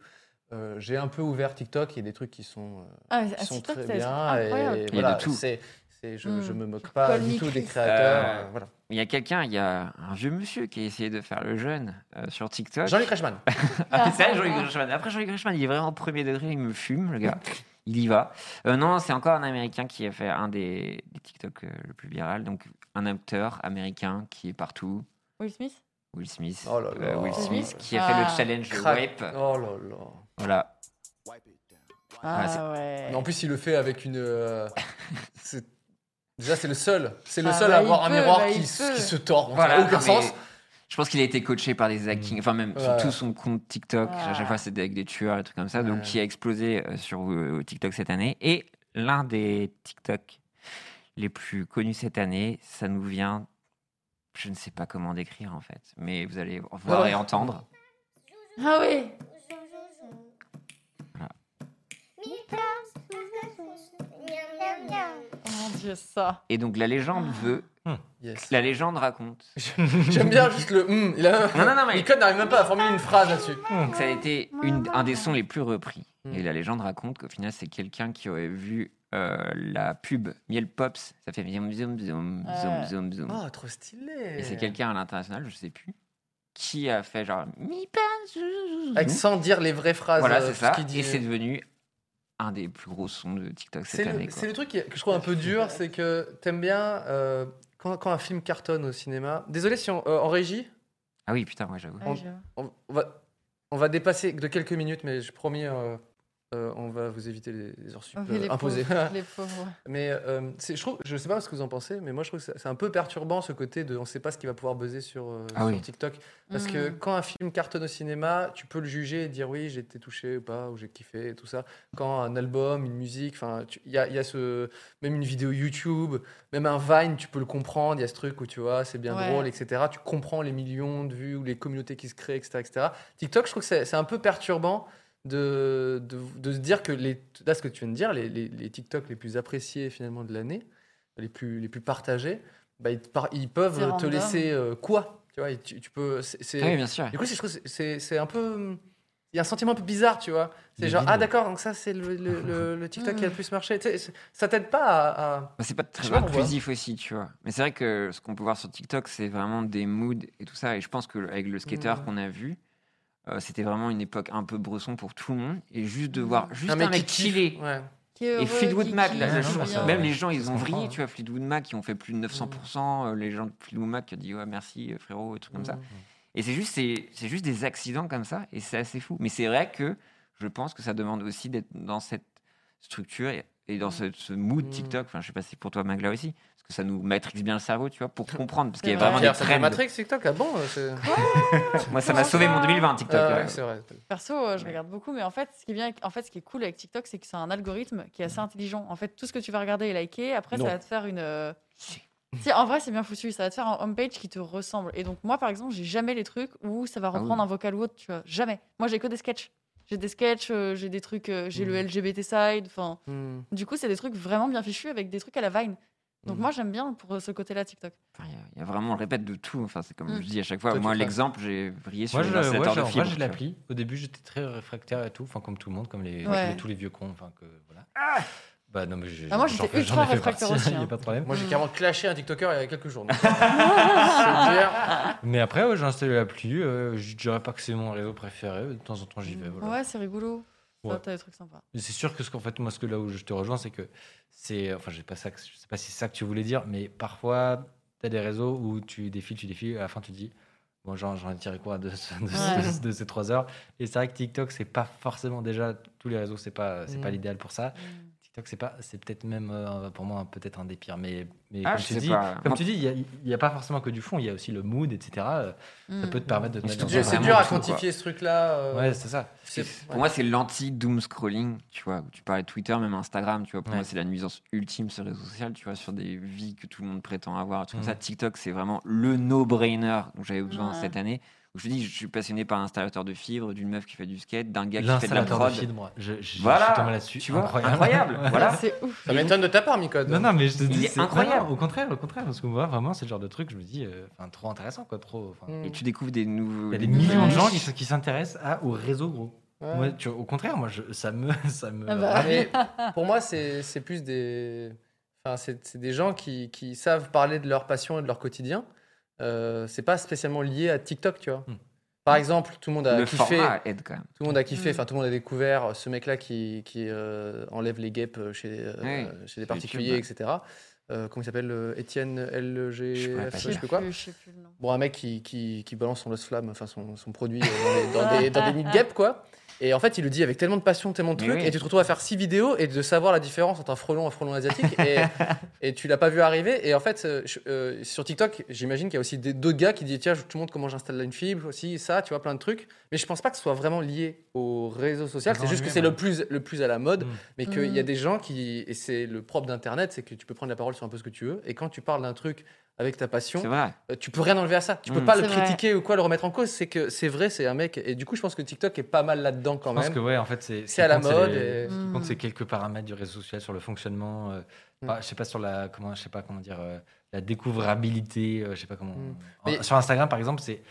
B: Euh, j'ai un peu ouvert TikTok, il y a des trucs qui sont, euh,
D: Ah, mais
B: qui
D: à
B: sont
D: TikTok,
B: très
D: t'as des trucs
B: bien.
D: incroyables.
B: Et
C: de
B: voilà,
C: tout.
B: c'est, c'est- je,
D: Mm.
B: je me moque pas
D: Paul
B: du tout des
D: Nicolas.
B: créateurs.
C: Euh,
B: euh, voilà.
C: Il y a quelqu'un, il y a un vieux monsieur qui a essayé de faire le jeune euh, sur TikTok.
B: Jean-Luc
C: (laughs)
B: Reichmann.
C: Ah, c'est vrai, Jean-Luc Reichmann. Après, Jean-Luc Reichmann, il est vraiment au premier degré, il me fume, le gars. Il y va. Euh, non, c'est encore un Américain qui a fait un des, des TikTok euh, le plus viral. Donc, un acteur américain qui est partout.
D: Will Smith
C: Will Smith.
B: Oh là là.
C: Euh, Will
D: Will
C: Smith
D: Smith
C: qui a fait le
D: Ah.
C: challenge
B: Crac-
C: Wipe.
B: Oh là là.
C: Voilà. Ah, c'est-
D: Ah ouais.
B: Mais en plus, il le fait avec une. euh, c'est- Déjà, c'est le seul. C'est le
D: Ah,
B: seul
D: bah,
B: à
D: il
B: avoir un
D: peut,
B: miroir
D: bah,
B: qui,
D: il
B: s-
D: peut.
B: qui se tord. Ça
C: Voilà,
B: n'a aucun
C: non, mais
B: sens. Mm.
C: Je pense qu'il a été coaché par des hacking, enfin même sur
B: Ouais.
C: tout son compte TikTok. À
D: Ouais.
C: chaque fois, c'était avec des tueurs et trucs comme ça.
B: Ouais.
C: Donc, qui a explosé euh, sur euh, TikTok cette année. Et l'un des TikTok les plus connus cette année, ça nous vient. Je ne sais pas comment décrire en fait, mais vous allez voir
B: Ouais.
C: et entendre.
D: Ah oui Oh mon dieu, ça.
C: Et donc la légende veut,
B: Yes.
C: la légende raconte
B: J'aime bien juste (laughs) le. hum, il a-
C: Non, non, non, mais-
B: Nikon n'arrive même pas à formuler une phrase là-dessus.
C: que ça a été une- un des sons les plus repris.
B: Mm.
C: Et la légende raconte qu'au final, c'est quelqu'un qui aurait vu euh, la pub Miel Pops. Ça fait zoom, zoom, zoom, zoom,
D: Ouais.
C: zoom, zoom.
B: Oh, trop stylé.
C: Et c'est quelqu'un à l'international, je sais plus, qui a fait genre mi pa, zou, zou, zou,
B: Avec
C: zou.
B: sans dire les vraies phrases.
C: Voilà,
B: euh,
C: c'est
B: ce
C: ça.
B: qu'il dit.
C: Et c'est devenu un des plus gros sons de TikTok
B: C'est
C: cette année.
B: le,
C: quoi.
B: c'est le truc qui- que je trouve un peu dur, c'est que t'aimes bien euh, quand, quand un film cartonne au cinéma. Désolé si on, euh, en régie,
C: Ah oui, putain, moi j'avoue.
D: Ouais, j'ai-
B: on, on va, on va dépasser de quelques minutes, mais je promis, euh, euh, on va vous éviter les, les heures sup,
D: Oui,
B: euh,
D: Oh, les
B: imposées.
D: pauvres, les pauvres.
B: (laughs) mais euh, c'est- je trouve, je sais pas ce que vous en pensez, mais moi je trouve que c'est- c'est un peu perturbant ce côté de on sait pas ce qui va pouvoir buzzer sur, euh,
C: Ah
B: sur
C: oui.
B: TikTok. Parce que
D: Mm.
B: quand un film cartonne au cinéma, tu peux le juger et dire oui, j'ai été touché ou pas, ou j'ai kiffé et tout ça. Quand un album, une musique, enfin, tu- il y a, il y a ce. Même une vidéo YouTube, même un Vine, tu peux le comprendre. Il y a ce truc où tu vois, c'est bien
D: Ouais.
B: drôle, etc. Tu comprends les millions de vues ou les communautés qui se créent, etc. etc. TikTok, je trouve que c'est c'est un peu perturbant de, de, de se dire que les, là, ce que tu viens de dire, les, les, les TikTok les plus appréciés finalement de l'année, les plus, les plus partagés, bah, ils, te par- ils peuvent
D: C'est
B: te
D: random.
B: laisser euh, quoi tu vois, et tu, tu peux. c'est- c'est-
C: Ah oui, bien sûr.
B: Du coup, c'est- je trouve que c'est c'est un peu. hum, Il y a un sentiment un peu bizarre, tu vois. C'est
E: Des
B: genre, ah
E: vides.
B: d'accord, donc ça, c'est le, le, le-
C: (laughs)
B: le TikTok qui a le plus marché. Tu sais, c'est- ça t'aide pas à. à-
C: Bah, c'est pas très
B: sais pas pourquoi.
C: inclusif aussi, tu vois. Mais c'est vrai que ce qu'on peut voir sur TikTok, c'est vraiment des moods et tout ça. Et je pense qu'avec le skater
B: Mm.
C: qu'on a vu, euh, c'était vraiment une époque un peu bresson pour tout le monde. Et juste de
D: Mm.
C: voir juste un
B: mec
C: mec,
B: qui kiffe.
C: chillé.
B: Ouais.
D: Qui est
C: Et
D: heureux,
C: Fleetwood
D: qui
C: Mac,
D: kiffe,
C: là,
E: Ouais,
C: là,
E: non,
D: qui
C: je-
E: mais
D: vient.
E: ça-
C: même les gens, ils ont
E: se comprend,
C: vrillé,
E: hein.
C: tu vois, Fleetwood Mac, qui ont fait plus de 900%, euh, les gens de Fleetwood Mac qui ont dit, ouais, merci, euh, frérot, et trucs
D: Mmh.
C: comme ça.
B: Mmh.
C: Et c'est juste, c'est, c'est juste des accidents comme ça, et c'est assez fou. Mais c'est vrai que je pense que ça demande aussi d'être dans cette structure et, et dans ce, ce mood
D: Mmh.
B: Mm.
C: TikTok. Enfin, je sais pas si c'est pour toi, Magla aussi, parce que ça nous matrixe bien le cerveau, tu vois, pour comprendre. Parce qu'il y a
D: C'est vrai.
C: vraiment
B: Pierre,
C: des
B: ça fait
C: trends.
B: Matrix, TikTok, ah bon euh, c'est-
C: Moi, ça m'a sauvé mon 2020 TikTok.
B: Ah,
C: ouais.
B: ouais, C'est vrai.
D: Perso, euh, je regarde beaucoup, mais en fait, ce qui est bien, avec- en fait, ce qui est cool avec TikTok, c'est que c'est un algorithme qui est assez intelligent. En fait, tout ce que tu vas regarder et liker, après,
E: Non.
D: ça va te faire une. euh,
C: Si.
D: (laughs) Si, en vrai, c'est bien foutu. Ça va te faire un homepage qui te ressemble. Et donc, moi, par exemple, j'ai jamais les trucs où ça va
C: oui.
D: reprendre un vocal ou autre, tu vois. Jamais. Moi, j'ai que des sketchs. J'ai des sketchs, euh, j'ai des trucs, euh, j'ai le
B: Mm.
D: LGBT side. Enfin,
B: Hmm.
D: du coup, c'est des trucs vraiment bien fichus avec des trucs à la Vine. Donc,
B: Mm.
D: moi, j'aime bien pour euh, ce côté-là TikTok.
C: Enfin, Il y a- il y, a vraiment, on le répète de tout. Enfin, c'est comme
D: Mm.
C: je dis à chaque fois.
B: Toi, tu
C: moi,
B: feras.
C: l'exemple, j'ai brillé sur
E: Moi,
C: les
E: je, ouais,
C: installateurs
E: j'ai-
C: de
E: en vrai,
C: fibres.
E: je
C: tu vois.
E: l'applis. Au début, j'étais très réfractaire et tout, enfin comme tout le monde, comme les,
D: Ouais.
E: les- tous les vieux cons, enfin que voilà. Bah non, mais j'ai-
D: Ah, moi,
E: j'en
D: j'étais
E: fais- j'en
D: ultra
E: ai fait
D: réfractaire
E: partie,
D: aussi,
E: Il (laughs) y a
D: hein.
E: pas de problème.
B: Moi, j'ai
C: (laughs)
D: Hmm.
B: carrément clashé un TikToker il y a quelques jours. donc. C'est dire-
E: Mais après, ouais, j'ai installé l'appli. euh, je dirais pas que c'est mon réseau préféré. De temps en temps, j'y vais. Voilà.
D: Mm. Mhm. Ouais, c'est rigolo. Enfin,
E: Ouais.
D: T'as des trucs sympas.
E: Mais C'est sûr que ce qu'en fait, moi, ce que là où je te rejoins, c'est que c'est. Enfin, j'ai pas ça. que- Je sais pas si c'est ça que tu voulais dire, mais parfois, t'as des réseaux où tu défiles, tu défiles, et à la fin, tu dis. Bon, genre, j'en ai tiré quoi de, ce- de ce- de ces trois heures Et c'est vrai que TikTok, c'est pas forcément déjà. Tous les réseaux, c'est pas, c'est pas
B: Mm.
E: l'idéal pour ça.
D: Mm.
E: TikTok, c'est pas, c'est peut-être même euh, pour moi un- peut-être un des pires. Mais, mais
C: Ah,
E: comme,
C: je
E: tu
C: sais
E: dis,
C: pas.
E: comme
C: Moi-
E: tu dis, il y a- il n'y a, pas forcément que du fond, il y a aussi le mood, etc. euh, Ça
D: Mm.
E: peut te permettre de te
C: Mais
E: mettre
C: c'est
E: dans
C: dur-
E: un
B: C'est
E: mood
B: dur à
E: fou, quoi.
B: quantifier ce truc-là. euh,
E: Ouais, c'est ça.
B: c'est-
C: C'est-
B: ouais.
C: Pour moi, c'est l'anti-doom scrolling, tu vois. où Tu parlais de Twitter, même Instagram, tu vois. Pour
E: Ouais.
C: moi, c'est la nuisance ultime sur les réseaux sociaux, tu vois, sur des vies que tout le monde prétend avoir. un truc comme
E: Mhm.
C: ça, TikTok, c'est vraiment le no-brainer dont j'avais besoin
D: Ouais.
C: cette année. Où je te dis, je suis passionné par un installateur de fibres, d'une meuf qui fait du skate, d'un gars qui fait de la
E: L'installateur de
C: prod.
E: feed, moi. Je, je- je suis tombé
C: voilà,
E: là-dessus.
C: tu vois,
E: incroyable.
C: incroyable.
E: (laughs)
C: voilà.
D: C'est ouf.
B: Ça m'étonne de ta part, Micode.
E: Non, non, mais je te
C: Il
E: dis,
C: est
E: c'est-
C: incroyable.
E: non, au contraire, au contraire, parce qu'on voit vraiment c'est le genre de truc, je me dis, euh, enfin, trop intéressant, quoi, trop. enfin,
B: Hmm.
C: Et tu découvres des nouveaux.
E: Il y a des
C: nouveaux
E: millions de gens qui,
C: niches.
E: s- qui s'intéressent à- au réseau, gros.
B: Ouais.
E: Moi, tu vois, au contraire, moi, je- ça me, (laughs) ça me.
D: Ah bah.
B: Mais pour moi, c'est c'est plus des, enfin, c'est c'est des gens qui, qui savent parler de leur passion et de leur quotidien. Euh, c'est pas spécialement lié à TikTok, tu vois.
E: Hmm.
B: Par exemple, tout le monde a
C: Le
B: kiffé,
C: format aide quand même.
B: tout le monde a kiffé,
D: Hmm.
B: enfin tout le monde a découvert ce mec-là qui, qui, euh, enlève les guêpes chez, euh,
C: Oui,
B: chez les
C: YouTube,
B: particuliers,
C: ouais.
B: etc. Euh, comment il s'appelle euh, Étienne
C: Je pourrais pas
B: LGF, je sais
C: dire.
B: plus quoi.
D: plus, je sais plus le nom.
B: Bon, un mec qui, qui, qui balance son Lost Flamme, enfin son, son produit euh, dans, les- dans des, dans des nids de guêpes, quoi. Et en fait, il le dit avec tellement de passion, tellement de
C: Mais
B: trucs,
C: oui.
B: et tu te retrouves à faire six vidéos et de savoir la différence entre un frelon et un frelon asiatique,
C: (laughs)
B: et, et tu l'as pas vu arriver. Et en fait, euh, je- euh, sur TikTok, j'imagine qu'il y a aussi des- d'autres gars qui disent Tiens, je te montre comment j'installe une fibre, aussi, ça, tu vois, plein de trucs. Mais je pense pas que ce soit vraiment lié au réseau social, c'est
E: Non,
B: juste que
E: lui,
B: c'est
E: ouais.
B: le plus, le plus à la mode,
E: Mm.
C: Hmm.
B: mais qu'il y a
D: Mm.
B: des gens qui. Et c'est le propre d'Internet, c'est que tu peux prendre la parole sur un peu ce que tu veux, et quand tu parles d'un truc avec ta passion,
C: C'est vrai.
B: euh, tu peux rien enlever à ça. Tu peux
C: Mm.
B: pas le
D: C'est vrai.
B: critiquer ou quoi le remettre en cause. C'est que c'est vrai, c'est un mec. Et du coup, je pense que TikTok est pas mal là-dedans quand
E: Je pense
B: même.
E: que ouais, en fait, c'est
B: C'est à la
E: quand
B: mode.
E: les-
B: et-
D: Mm.
E: Donc c'est quelques paramètres du réseau social sur le fonctionnement. euh,
B: Mm.
E: pas- je sais pas sur la comment, je sais pas comment dire euh, la découvrabilité. euh, je sais pas comment.
B: Mm.
E: En-
B: Mais-
E: Sur Instagram par exemple, c'est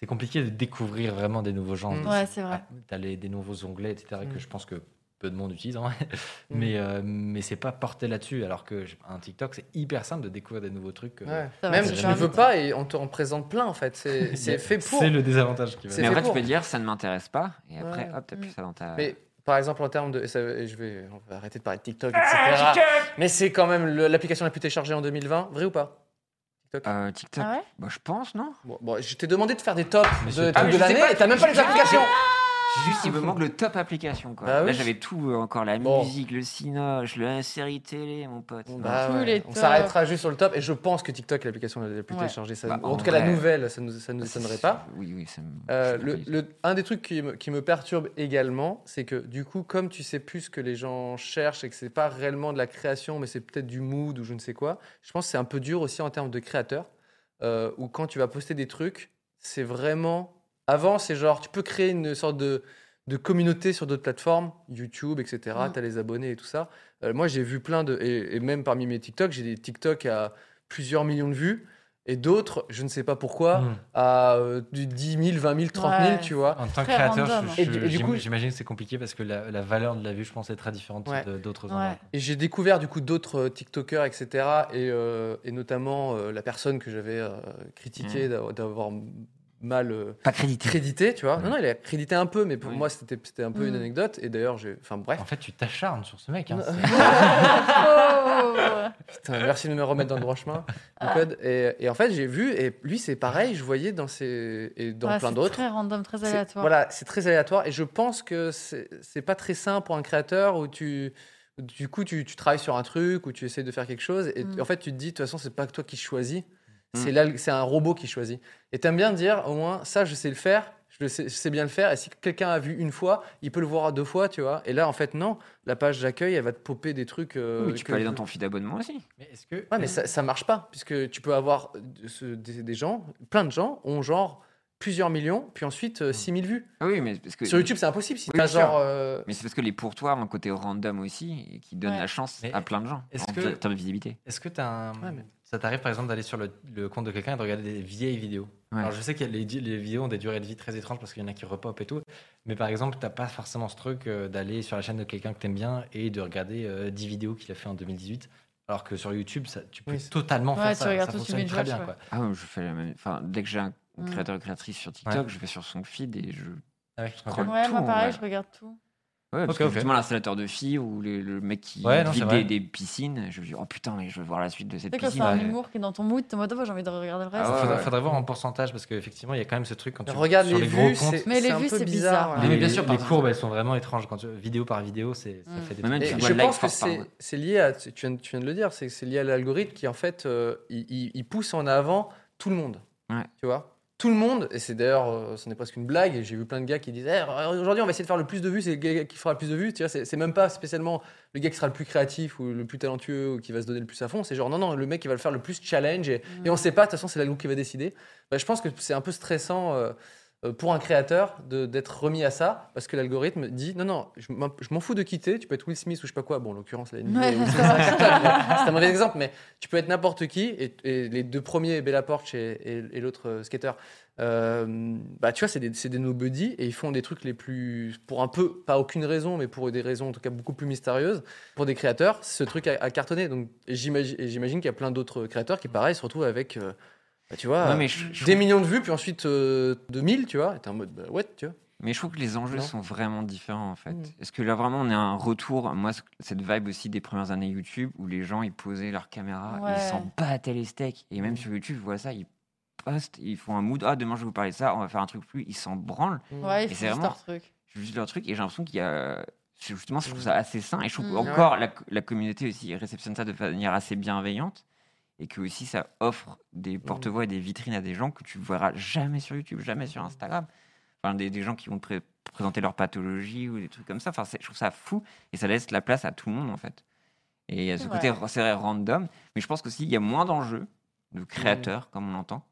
E: c'est compliqué de découvrir vraiment des nouveaux gens.
B: Mm.
D: Ouais, c'est vrai.
E: Ah, T'as les- des nouveaux onglets, etc.
B: Mm.
E: Que je pense que peu de monde utilise. en vrai. Mais euh, mais c'est pas porté là-dessus. Alors que je- un TikTok, c'est hyper simple de découvrir des nouveaux trucs. euh,
B: Ouais.
D: Ça va,
B: Même
D: c'est
B: si tu
D: charmant.
B: veux pas et on t'en présente plein en fait.
E: (laughs)
B: C'est c'est fait pour.
E: C'est le désavantage qui va.
B: C'est
C: Mais
B: fait
C: après, tu
B: pour.
C: peux dire, ça ne m'intéresse pas. Et après,
B: Ouais.
C: hop, t'appuies
D: Mm.
C: ça dans ta.
B: Mais Par exemple, en termes de. et ça- et je vais, on va arrêter de parler de TikTok, etc. Mais c'est quand même le- l'application la plus téléchargée en 2020, vrai ou pas
C: Euh, TikTok.
D: (laughs) Ah ouais
C: Bah, je pense, non
B: bon, bon, je t'ai demandé de faire des tops
E: Mais
B: de,
E: c'est-
B: trucs
E: Ah, mais
B: de
E: je sais
B: l'année
E: pas,
B: et t'as même pas les applications
C: Juste, il me manque le top application, quoi.
B: Ah, Bah oui.
C: Là, j'avais tout euh, encore la
B: Bon.
C: musique, le cinoche, la série télé, mon pote.
B: Bon,
C: Non.
B: bah
D: Tous
B: ouais,
D: les
B: On
D: tops.
B: s'arrêtera juste sur le top et je pense que TikTok est l'application la plus
D: Ouais.
B: téléchargée. Ça,
C: Bah,
B: en,
C: en
B: tout cas, la
C: vrai- Bah,
B: nouvelle, ça ne nous, ça nous étonnerait pas.
C: Oui, oui, ça me.
B: Euh,
C: je sais
B: le-
C: pas du tout.
B: le- un des trucs qui me, qui me perturbe également, c'est que du coup, comme tu sais plus ce que les gens cherchent et que c'est pas réellement de la création, mais c'est peut-être du mood ou je ne sais quoi, je pense que c'est un peu dur aussi en termes de créateur, euh, où quand tu vas poster des trucs, c'est vraiment... Avant, c'est genre, tu peux créer une sorte de, de communauté sur d'autres plateformes, YouTube, etc.
D: Mm.
B: Tu as les abonnés et tout ça. Euh, moi, j'ai vu plein de... Et, et même parmi mes TikTok, j'ai des TikTok à plusieurs millions de vues. Et d'autres, je ne sais pas pourquoi,
D: Mm.
E: Hmm.
B: à euh, du 10 000, 20 000, 30 000,
D: Ouais.
B: tu vois.
E: En tant que
D: Très
E: créateur,
D: random.
E: je-
B: Et du-
E: je-
B: et du
E: j'im-
B: coup-
E: j'imagine que c'est compliqué parce que la, la valeur de la vue, je pense, est très différente
B: Ouais.
E: de- d'autres
D: Ouais.
E: endroits.
B: Et j'ai découvert du coup d'autres euh, TikTokers, etc. Et, euh, et notamment euh, la personne que j'avais euh, critiquée d'avoir- d'avoir mal euh,
C: Pas crédité.
B: crédité, tu vois.
E: Ouais.
B: Non, non, il a crédité un peu, mais pour
C: Oui.
B: moi c'était c'était un peu une
D: Mm.
B: anecdote. Et d'ailleurs, j'ai. Enfin bref.
E: En fait, tu t'acharnes sur ce mec. hein.
B: Non.
E: C'est-
D: Ah, Oh.
B: Putain, merci de me remettre dans le droit
D: (laughs)
B: chemin. le code. Et, et en fait, j'ai vu, et lui c'est pareil, je voyais dans ses. et dans
D: Ouais,
B: plein
D: Ah, c'est
B: d'autres.
D: Très random, très
B: C'est-
D: aléatoire.
B: Voilà, c'est très aléatoire et je pense que c'est c'est pas très sain pour un créateur où tu du coup tu, tu travailles sur un truc ou tu essayes de faire quelque chose et tu-
D: Mm.
B: en fait tu te dis de toute façon c'est pas toi qui choisis,
C: Mm.
B: c'est l'al- c'est un robot qui choisit. Et t'aimes bien dire au moins ça je sais le faire, je, le sais, je sais bien le faire et si quelqu'un a vu une fois, il peut le voir deux fois, tu vois. Et là en fait non, la page d'accueil elle va te popper des trucs. euh,
C: Mais tu
B: que-
C: peux aller dans ton fil d'abonnement aussi.
E: Mais est-ce que.
B: Ouais, mais
D: Mm.
B: ça, ça marche pas, puisque tu peux avoir euh, ce- des, des gens, plein de gens ont genre plusieurs millions, puis ensuite euh, 6000 vues.
C: Ah oui, mais parce que.
B: Sur YouTube, c'est impossible. Si
C: Oui,
B: t'as
C: bien sûr.
B: genre. euh,
C: Mais c'est parce que les pourtoirs ont un côté random aussi et qui donne
D: Ouais.
C: la chance
E: Mais
C: à plein de gens
E: est-ce
C: en
E: que-
C: termes de visibilité.
E: Est-ce que t'as un...
B: Ouais, mais-
E: ça t'arrive par exemple d'aller sur le, le compte de quelqu'un et de regarder des vieilles vidéos
C: Ouais.
E: Alors je sais que les, di- les vidéos ont des durées de vie très étranges parce qu'il y en a qui repopent et tout, mais par exemple t'as pas forcément ce truc euh, d'aller sur la chaîne de quelqu'un que t'aimes bien et de regarder euh, 10 vidéos qu'il a fait en 2018, alors que sur YouTube ça, tu peux
B: Oui, c'est-
E: totalement
D: Ouais,
E: faire
D: tu
E: ça,
D: regardes
E: ça
D: tout sur
E: fonctionne très
D: binge-watch,
E: bien
D: ouais.
E: quoi.
C: Ah, je fais la même. Enfin, dès que j'ai un
E: Hmm.
D: Mm.
C: créateur ou créatrice sur TikTok, je vais sur son feed et je.
E: Ah ouais, je comprends.
C: Scroll.
D: Ouais,
C: tout,
D: moi pareil,
C: ouais.
D: je regarde tout.
C: Ouais, parce
E: Ok,
C: que
E: ok.
C: justement, l'installateur de filles ou le, le mec qui
E: Ouais, non, c'est
C: vide
E: vrai.
C: des, des piscines, je me dis, oh putain, mais je veux voir la suite de cette
D: Dès que c'est
C: piscine.
D: un
E: ouais.
D: humour qui est dans ton mood, t'es en mode, oh, j'ai envie de regarder le reste.
C: Ah ouais,
E: faudrait,
C: ouais.
E: faudrait voir en pourcentage parce qu'effectivement il y a quand même ce truc quand tu
B: Regarde
E: sur
B: les,
E: gros
B: vues,
E: comptes.
B: c'est Ah,
D: Mais les
B: un
D: vues,
B: peu
D: c'est
B: bizarre. hein.
D: bizarre, hein.
E: Les,
C: ouais. Mais bien sûr, par
E: les
C: exemple.
E: courbes elles sont vraiment étranges quand tu- vidéo par vidéo, c'est ça
D: Mm.
E: fait des
C: Mais même,
B: Et
C: tu
E: trucs-
C: vois
B: je
C: le
B: pense
C: like
B: que
C: fort par
B: c'est
C: mois.
B: c'est lié à. Tu viens, tu viens de le dire, c'est c'est lié à l'algorithme qui, en fait, euh, il, il- il pousse en avant tout le monde.
C: Ouais.
B: Tu vois tout le monde, et c'est d'ailleurs, euh, ce n'est presque une blague, et j'ai vu plein de gars qui disent Eh, aujourd'hui on va essayer de faire le plus de vues, c'est le gars qui fera le plus de vues. Tu vois, c'est c'est même pas spécialement le gars qui sera le plus créatif ou le plus talentueux ou qui va se donner le plus à fond, c'est genre non, non, le mec qui va le faire le plus challenge, et, et on
D: Mm.
B: sait pas, de toute façon c'est l'algo qui va décider. Bah, je pense que c'est un peu stressant euh, euh, pour un créateur de- d'être remis à ça parce que l'algorithme dit non, non, je m'en je m'en fous de quitter, tu peux être Will Smith ou je sais pas quoi. Bon, en l'occurrence, la NBA,
D: Ouais,
B: Will Smith,
D: c'est vrai.
B: c'est un- c'est un mauvais exemple, mais tu peux être n'importe qui et, et les deux premiers, Bella Porch et, et- et l'autre euh, skater. euh, bah tu vois c'est des, c'est des nobody et ils font des trucs les plus pour un peu pas aucune raison mais pour des raisons en tout cas beaucoup plus mystérieuses pour des créateurs ce truc a, a cartonné donc j'imagine et j'imagine qu'il y a plein d'autres créateurs qui pareil se retrouvent avec euh, bah, tu vois
C: Ouais, mais je, je
B: des
C: trouve,
B: millions de vues, puis ensuite euh, 2000, tu vois. Et t'es en mode, bah, what, tu vois.
C: mais je trouve que les enjeux
B: Non.
C: sont vraiment différents en fait.
B: Mm.
C: Est-ce que là vraiment on a un retour Moi, ce- cette vibe aussi des premières années YouTube où les gens ils posaient leur caméra,
D: Ouais.
C: ils s'en battaient les steaks. Et
B: Mm.
C: même sur YouTube, je vois ça, ils postent, ils font un mood. Ah, demain je vais vous parler de ça, on va faire un truc plus. Ils s'en branlent. Et
D: Ouais,
C: c'est
D: il faut juste
C: vraiment-
D: leur truc.
C: C'est juste leur truc. Et j'ai l'impression qu'il y a. Justement, je trouve ça assez sain. Et je trouve
D: Mm.
C: encore la, la communauté aussi réceptionne ça de manière assez bienveillante. Et que aussi ça offre
D: Mm.
C: des porte-voix et des vitrines à des gens que tu verras jamais sur YouTube, jamais sur Instagram. Enfin, des, des gens qui vont te pré- présenter leur pathologie ou des trucs comme ça. Enfin, c'est- je trouve ça fou. Et ça laisse la place à tout le monde en fait. Et il y a ce
D: C'est
C: côté c'est vrai, random. Mais je pense qu'aussi il y a moins d'enjeux de créateurs,
D: Mm.
C: comme on l'entend.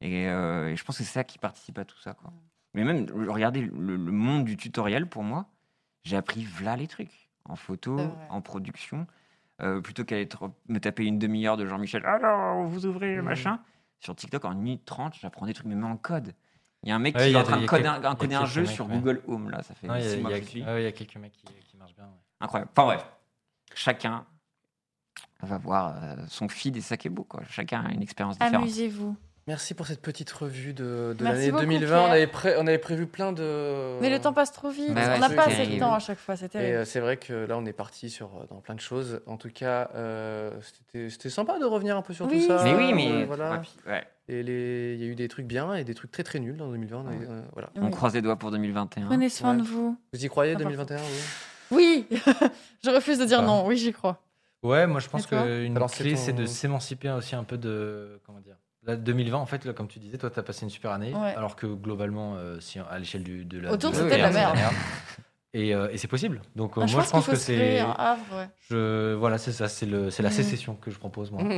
C: Et, euh, et je pense que c'est ça qui participe à tout ça. Quoi. Mais même, le- regardez, le, le monde du tutoriel, pour moi, j'ai appris voilà les trucs. En photo,
D: C'est vrai.
C: en production. Euh, plutôt qu'aller te- me taper une demi-heure de Jean-Michel, alors vous ouvrez le
B: Mm.
C: machin. Sur TikTok, en 1 minute 30, j'apprends des trucs, mais même en code. Il y a un mec
E: Ouais,
C: qui
E: il
C: est
E: y a
C: en train
E: des-
C: de
E: il y a
C: coder
E: quelques-
C: un, coder
E: il y a
C: un jeu
E: quelques
C: sur
E: mecs, ouais.
C: Google Home, là. Ça fait
E: Non, Il y, a-
C: six
E: il
C: mois
E: y
C: que
E: a-
C: je suis.
E: ah ouais, il y a quelques mecs qui, qui marchent bien. ouais.
C: Incroyable. Enfin, bref, chacun va voir euh, son feed et ça qui est beau. Quoi. Chacun a une expérience différente.
D: Amusez-vous.
B: Merci pour cette petite revue de, de
D: Merci
B: l'année
D: beaucoup,
B: 2020. On
D: Pierre.
B: avait, pré- on avait prévu plein de.
D: Mais le temps passe trop vite.
C: Bah ouais,
D: on n'a
C: c'est
D: pas
C: terrible.
D: assez de temps à chaque fois. C'est
B: Et
D: terrible.
B: euh, c'est vrai que là, on est parti sur, euh, dans plein de choses. En tout cas, euh, c'était c'était sympa de revenir un peu sur
D: Oui,
B: tout ça.
C: Mais oui,
B: euh,
C: mais.
B: voilà.
C: Ouais, puis- ouais.
B: Et les- il y a eu des trucs bien et des trucs très très nuls dans 2020.
C: Ah ouais.
B: euh, voilà.
C: On hein.
D: Oui.
C: croise les doigts pour 2021.
D: Prenez soin
B: Ouais.
D: de vous.
B: Vous y croyez
D: Pas
B: 2021 oui
D: Oui, (laughs) je refuse de dire
E: Ah.
D: non. Oui, j'y crois.
E: Ouais, moi je pense
D: Et toi
E: qu'une
B: Alors, c'est
E: clé,
B: ton-
E: c'est de s'émanciper aussi un peu de. Comment dire Là, 2020, en fait, là, comme tu disais, toi, tu as passé une super année,
D: Ouais.
E: alors que globalement, euh, si, à l'échelle du- de la.
D: Autour,
E: de
C: c'était de la
E: c'est
D: merde.
E: Et, euh, et c'est possible. Donc, euh,
D: Ah,
E: moi, je
D: qu'il
E: pense
D: faut
E: que
D: se créer
E: c'est.
D: un havre. ouais.
E: Je... Voilà, c'est ça, c'est le... c'est la
D: Mm.
E: sécession que je propose, moi.
D: Ouais,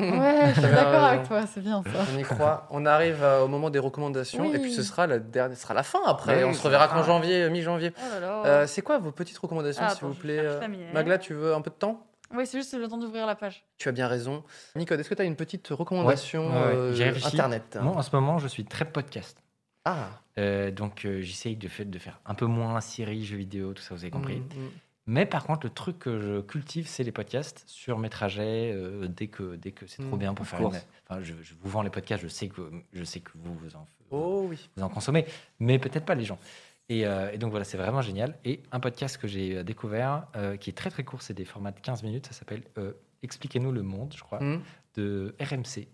D: je suis
B: T'avais
D: d'accord
B: raison.
D: avec toi. C'est bien ça.
B: (laughs) On y croit. On arrive euh, au moment des recommandations et puis
D: Oui.
B: ce sera la dernière, ce sera la fin après.
C: Ouais,
B: on
C: oui,
B: se
C: c'est
B: reverra
C: la
B: qu'en
C: fin.
B: janvier, euh, mi-janvier.
D: Oh là là.
B: Euh, c'est quoi vos petites recommandations,
D: Ah,
B: s'il
D: attends,
B: vous
D: je
B: plaît
D: cherche
B: euh,
D: la mienne.
B: Magla, tu veux un peu de temps
D: Oui, c'est juste le temps d'ouvrir la page.
B: Tu as bien raison. Nicode, est-ce que tu as une petite recommandation
E: Ouais, ouais,
B: euh,
E: j'ai réfléchi.
B: internet
E: Moi, en ce moment, je suis très podcast.
B: Ah,
E: Euh, donc, euh, j'essaye de, fait- de faire un peu moins séries, jeux vidéo, tout ça, vous avez compris.
D: Mmh.
B: Mm, mm.
E: Mais par contre, le truc que je cultive, c'est les podcasts sur mes trajets euh, dès que, dès que c'est trop
B: Mm,
E: bien pour
C: of
E: faire
C: course.
E: une- Enfin, je, je vous vends les podcasts, je sais que, je sais que vous, vous en,
B: Oh oui.
E: vous en consommez, mais peut-être pas les gens. Et, euh, et donc voilà, c'est vraiment génial. Et un podcast que j'ai euh, découvert, euh, qui est très très court, c'est des formats de 15 minutes, ça s'appelle euh, Expliquez-nous le monde, je crois,
B: Mm.
E: de RMC.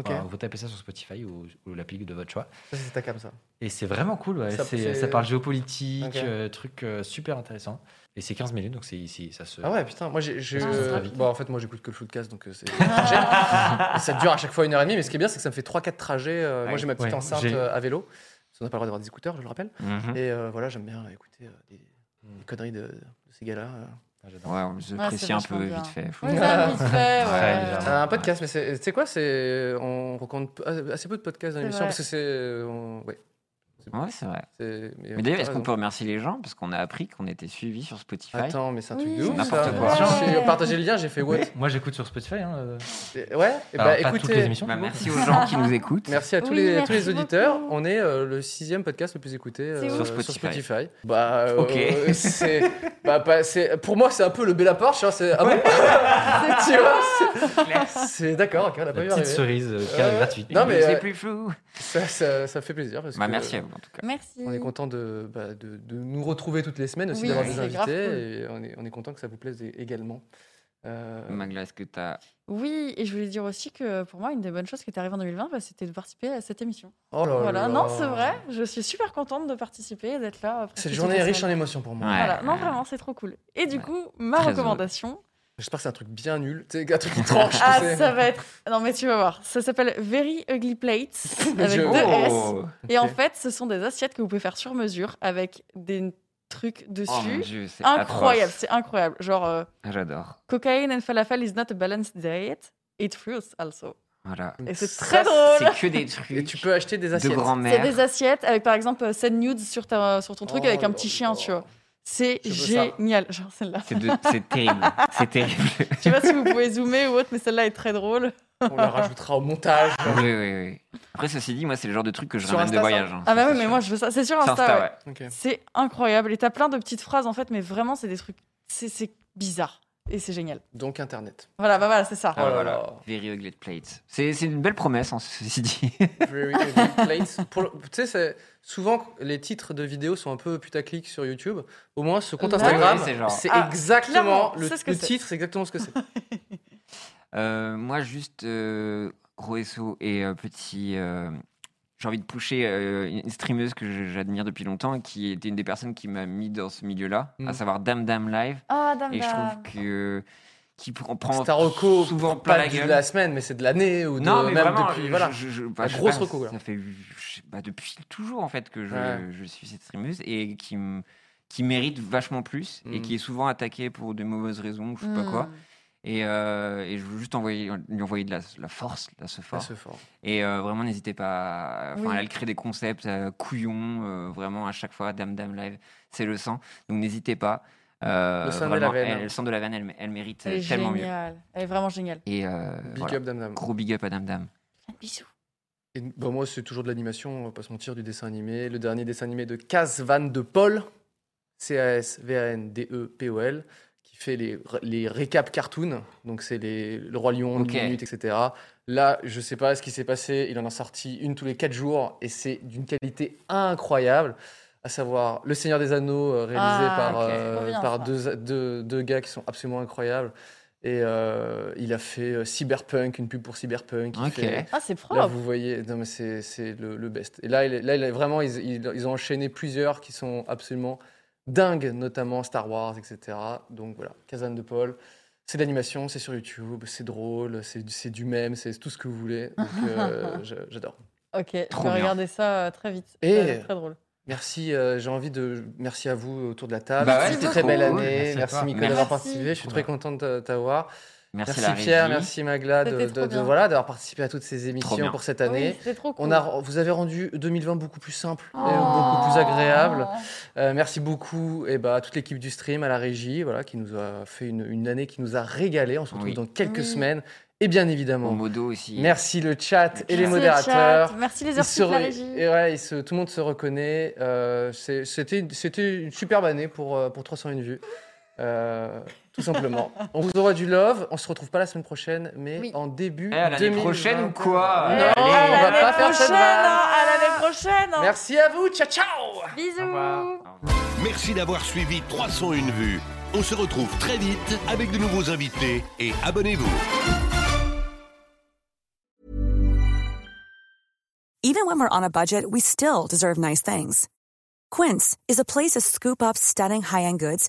B: Ok,
E: Enfin, vous tapez ça sur Spotify ou, ou l'appli de votre choix.
B: ça c'est ta cam ça.
E: Et c'est vraiment cool, ouais.
B: Ça-
E: c'est,
B: c'est-
E: ça parle géopolitique,
B: Ok.
E: euh, truc euh, super intéressant. Et c'est 15 minutes, donc c'est ici, ça se...
B: Ah ouais, putain, moi j'ai. j'ai-
E: Ça passe très vite.
B: Bon, en fait, moi j'écoute que le footcast donc euh, c'est.
D: Ah,
B: Et ça dure à chaque fois une heure et demie, mais ce qui est bien, c'est que ça me fait 3-4 trajets. euh, Moi
C: Ouais.
B: j'ai ma petite
E: Ouais,
B: enceinte
E: j'ai-
B: euh, à vélo, parce qu'on n'a pas le droit d'avoir des écouteurs, je le rappelle.
C: Mhm.
B: Et euh, voilà, j'aime bien écouter euh, des,
E: Mm.
B: des conneries de, de ces gars-là. euh.
E: Ah, j'adore.
C: Ouais, on se
D: Ouais,
C: précie
D: c'est
C: un peu
D: vachement bien.
C: vite fait. Faut-
D: Oui, ça, vite fait.
E: Très
D: ouais.
E: légèrement.
B: C'est un podcast, mais c'est- tu sais quoi, c'est on recommande p- assez peu de podcasts dans
D: C'est
B: l'émission
D: vrai.
B: parce que c'est. euh, on- Ouais.
C: Ouais, c'est vrai.
B: c'est-
C: Mais d'ailleurs,
B: t'as
C: est-ce qu'on
B: raison.
C: peut remercier les gens Parce qu'on a appris qu'on était suivis sur Spotify.
B: euh, Attends, mais c'est un truc
D: Oui.
B: de ouf
C: N'importe
B: ça.
C: quoi.
B: J'ai
D: Ouais.
B: partagé le lien, j'ai fait what
E: Moi, j'écoute sur Spotify. Hein. euh.
B: Et- Ouais, et
E: Alors,
B: bah
E: pas toutes
B: écoutez.
E: les émissions.
C: Bah,
E: du coup.
C: merci aux gens qui nous écoutent.
B: Merci à tous,
D: Oui,
B: les,
D: merci
B: tous les auditeurs.
D: beaucoup.
B: On est euh, le sixième podcast le plus écouté euh,
D: C'est
B: sur,
D: ouf.
B: Spotify.
C: Sur
B: Bah, euh,
C: Ok.
B: (laughs) c'est, bah, bah, c'est- pour moi, c'est un peu le Bella Porsche. hein, c'est, ah bon (laughs) tu vois, c'est, c'est- d'accord, ok, on n'a
E: La
B: pas vu
E: petite
B: arriver.
E: cerise euh, qui arrive
B: Euh,
E: gratuite.
B: non, mais,
C: C'est
B: euh,
C: plus flou.
B: Ça, ça, ça fait plaisir. Parce
C: Bah,
B: que euh,
C: merci à vous en tout cas.
D: Merci.
B: On est content de, bah, de, de nous retrouver toutes les semaines aussi,
D: Oui,
B: d'avoir
D: ouais,
B: des
D: c'est grave
B: invités. Et on est, on est content que ça vous plaise é- également. Euh,
C: Magla, est-ce que t'as.
D: Oui, et je voulais dire aussi que pour moi, une des bonnes choses qui est arrivée en 2020, bah, c'était de participer à cette émission.
B: oh là
D: voilà,
B: là.
D: non, c'est vrai. Je suis super contente de participer et d'être là. euh, presque
B: Cette
D: toutes
B: journée
D: les
B: est riche en
D: semaines.
B: émotions pour moi.
C: Ouais.
D: Voilà, non, vraiment, c'est trop cool. Et du
C: Ouais.
D: coup, ma
C: Très
D: recommandation,
B: J'espère que c'est un truc bien nul. C'est un truc
D: (laughs)
B: qui tranche. tu
D: ah,
B: sais.
D: ça va être. Non, mais tu vas voir. Ça s'appelle Very Ugly Plates avec
B: (laughs) Je-
D: deux S.
C: Oh,
D: Et en
B: Ok.
D: fait, ce sont des assiettes que vous pouvez faire sur mesure avec des trucs
C: Oh mon
D: dessus.
C: dieu, c'est
D: incroyable,
C: atroce.
D: c'est incroyable. Genre, euh,
C: Ah, J'adore.
D: cocaine and falafel is not a balanced diet. It fruits also.
C: Voilà.
D: Et c'est
B: Ça,
D: très drôle.
C: C'est que des trucs.
B: Et tu peux acheter des
C: de
B: assiettes.
D: C'est
C: grand-mère.
D: des assiettes avec par exemple euh, scène nude sur, ta, sur ton truc
B: Oh
D: avec un
B: là
D: petit
B: là.
D: chien, tu vois. C'est
B: Je veux ça.
D: génial. Genre celle-là.
C: C'est de- c'est
D: (laughs)
C: terrible. C'est terrible.
D: Je sais pas si vous pouvez zoomer ou autre, mais celle-là est très drôle.
B: On la rajoutera au
D: (laughs)
B: montage.
C: Oui, oui, oui. Après, ceci dit, moi, c'est le genre de truc que je
B: Sur
C: ramène
B: Insta,
C: de
B: ça
C: voyage. hein,
D: Ah
C: ça,
D: bah
C: c'est
D: oui, mais
C: sûr.
D: moi je veux ça. C'est sur
C: Sur
D: Insta.
C: Insta,
D: ouais.
C: ouais.
B: Ok.
D: C'est incroyable. Et t'as plein de petites phrases en fait, mais vraiment c'est des trucs. C'est c'est bizarre. Et c'est génial.
B: Donc Internet.
D: Voilà, bah voilà, c'est ça.
C: Ah,
B: Oh là
C: voilà.
B: là.
C: Very ugly plates. C'est c'est une belle promesse, hein, ceci dit. (laughs)
B: Very ugly plates. Pour le- Tu sais, c'est- souvent les titres de vidéos sont un peu putaclic sur YouTube. Au moins, ce compte
D: Là-
B: Instagram,
C: Oui, c'est genre-
B: c'est
D: Ah,
B: exactement
D: clairement,
B: le,
D: c'est ce que
B: le
D: c'est.
B: titre, c'est exactement ce que
C: (laughs)
B: c'est.
C: Euh, moi, juste euh, Roesso et euh, petit. euh, j'ai envie de pousser euh, une streameuse que je- j'admire depuis longtemps et qui était une des personnes qui m'a mis dans ce milieu-là,
B: Mm.
C: à savoir Dame Dame Live.
D: Ah, dame,
C: Et je
D: dame.
C: trouve que. euh, qui pr- prend
B: C'est un reco
C: souvent plein
B: Pas
C: la
B: de
C: gueule.
B: la semaine, mais c'est de l'année ou de,
C: Non, mais
B: même
C: vraiment,
B: depuis.
C: je-
B: voilà.
C: je- je- bah,
B: La
C: je sais
B: grosse
C: pas,
B: reco,
C: Ça
B: là.
C: fait je sais pas, depuis toujours en fait que je,
B: Ouais.
C: je suis cette streameuse et qui me- qui mérite vachement plus et
B: Mm.
C: qui est souvent attaquée pour de mauvaises raisons, ou je sais pas
D: Hmm.
C: quoi. Et, euh, et je veux juste envoyer, lui envoyer de la, la force, là, ce
B: Ah,
C: fort.
B: c'est fort.
C: Et euh, vraiment, n'hésitez pas. à- Enfin,
D: Oui.
C: elle crée des concepts euh, couillons, euh, vraiment à chaque fois, Dame Dame Live, c'est le sang. Donc n'hésitez pas. Euh,
B: Le sang de la
C: vraiment,
B: veine.
C: Elle, le sang de la veine, elle, elle mérite
D: Elle est
C: euh, tellement mieux.
D: géniale. Elle est vraiment géniale.
C: Et euh,
B: Big
C: voilà.
B: up, dame, dame.
C: gros big up à Dame Dame.
D: Bisous.
B: Et, bah, moi, c'est toujours de l'animation, on va pas se mentir, du dessin animé. Le E dernier dessin animé de Casvan de Paul, C-A-S-V-A-N-D-E-P-O-L, qui fait les, les récaps cartoons. Donc, c'est les- le Roi Lion,
C: Ok.
B: le Minute, etc. Là, je sais pas ce qui s'est passé. Il en a sorti une tous les 4 jours et c'est d'une qualité incroyable. À savoir Le Seigneur des Anneaux, euh, réalisé
D: Ah,
B: par,
D: ok.
B: euh,
D: Trop bien,
B: par
D: ça.
B: deux, deux- deux gars qui sont absolument incroyables. Et euh, il a fait euh, Cyberpunk, une pub pour Cyberpunk. Il
C: Ok.
B: fait-
D: Ah, c'est
B: Là,
D: propre.
B: vous voyez, non, mais c'est, c'est le, le best. Et là, il est- là il est vraiment, ils, ils- ils ont enchaîné plusieurs qui sont absolument dingues, notamment Star Wars, etc. Donc voilà, Kazan de Paul. C'est de l'animation, c'est sur YouTube, c'est drôle, c'est, du- c'est du même, c'est tout ce que vous voulez. Donc,
D: (laughs)
B: euh, je- j'adore.
D: Ok, je
C: Trop
D: vais
C: bien.
D: regarder ça euh, très vite.
B: Et-
D: Ça a l'air très drôle.
B: Merci, euh, j'ai envie de. Merci à vous autour de la table.
C: Bah ouais,
B: C'était
C: c'était
B: très
C: cool.
B: belle année.
E: Merci à
B: Merci,
E: toi.
B: Nico
C: Merci.
B: d'avoir participé. Je suis
E: Trop
B: très
E: bien.
B: content de t'avoir. Merci,
C: Merci, la
B: Pierre,
C: régie.
B: merci Magla de,
D: C'était trop
B: de- de-
D: bien.
B: voilà, d'avoir participé à toutes ces
C: bien.
B: émissions pour cette
D: Oui,
B: année.
D: c'était trop cool.
B: On a, vous avez rendu 2020 beaucoup plus simple et beaucoup plus agréable. Euh, merci beaucoup et bah, à toute l'équipe du stream, à la régie, voilà, qui nous a fait une, une année qui nous a régalé. On se retrouve
C: Oui.
B: dans quelques
D: Oui.
B: semaines. Et bien évidemment,
C: Au modo aussi.
B: merci le chat et les
D: Merci le
B: modérateurs.
D: chat. Merci les
B: Ils
D: heures
B: se
D: sup, la
B: re-
D: régie.
B: et ouais, ils se- tout le monde se reconnaît. Euh, c'est- C'était c'était une superbe année pour, euh, pour 301 vues. Euh, tout
D: (laughs)
B: simplement. on vous aura du love. On se retrouve pas la semaine prochaine, mais
D: Oui.
B: en début
C: Eh, à l'année
B: 2020.
C: prochaine ou quoi
B: Non,
D: Eh,
B: on
D: à
B: va
D: l'année
B: pas faire cette
D: prochaine,
B: vanne.
D: hein, À l'année prochaine. hein.
B: Merci à vous. Ciao, ciao
D: Bisous.
F: Merci d'avoir suivi 301 vues. On se retrouve très vite avec de nouveaux invités et abonnez-vous.
A: Even when we're on a budget, we still deserve nice things. Quince is a place to scoop up stunning high-end goods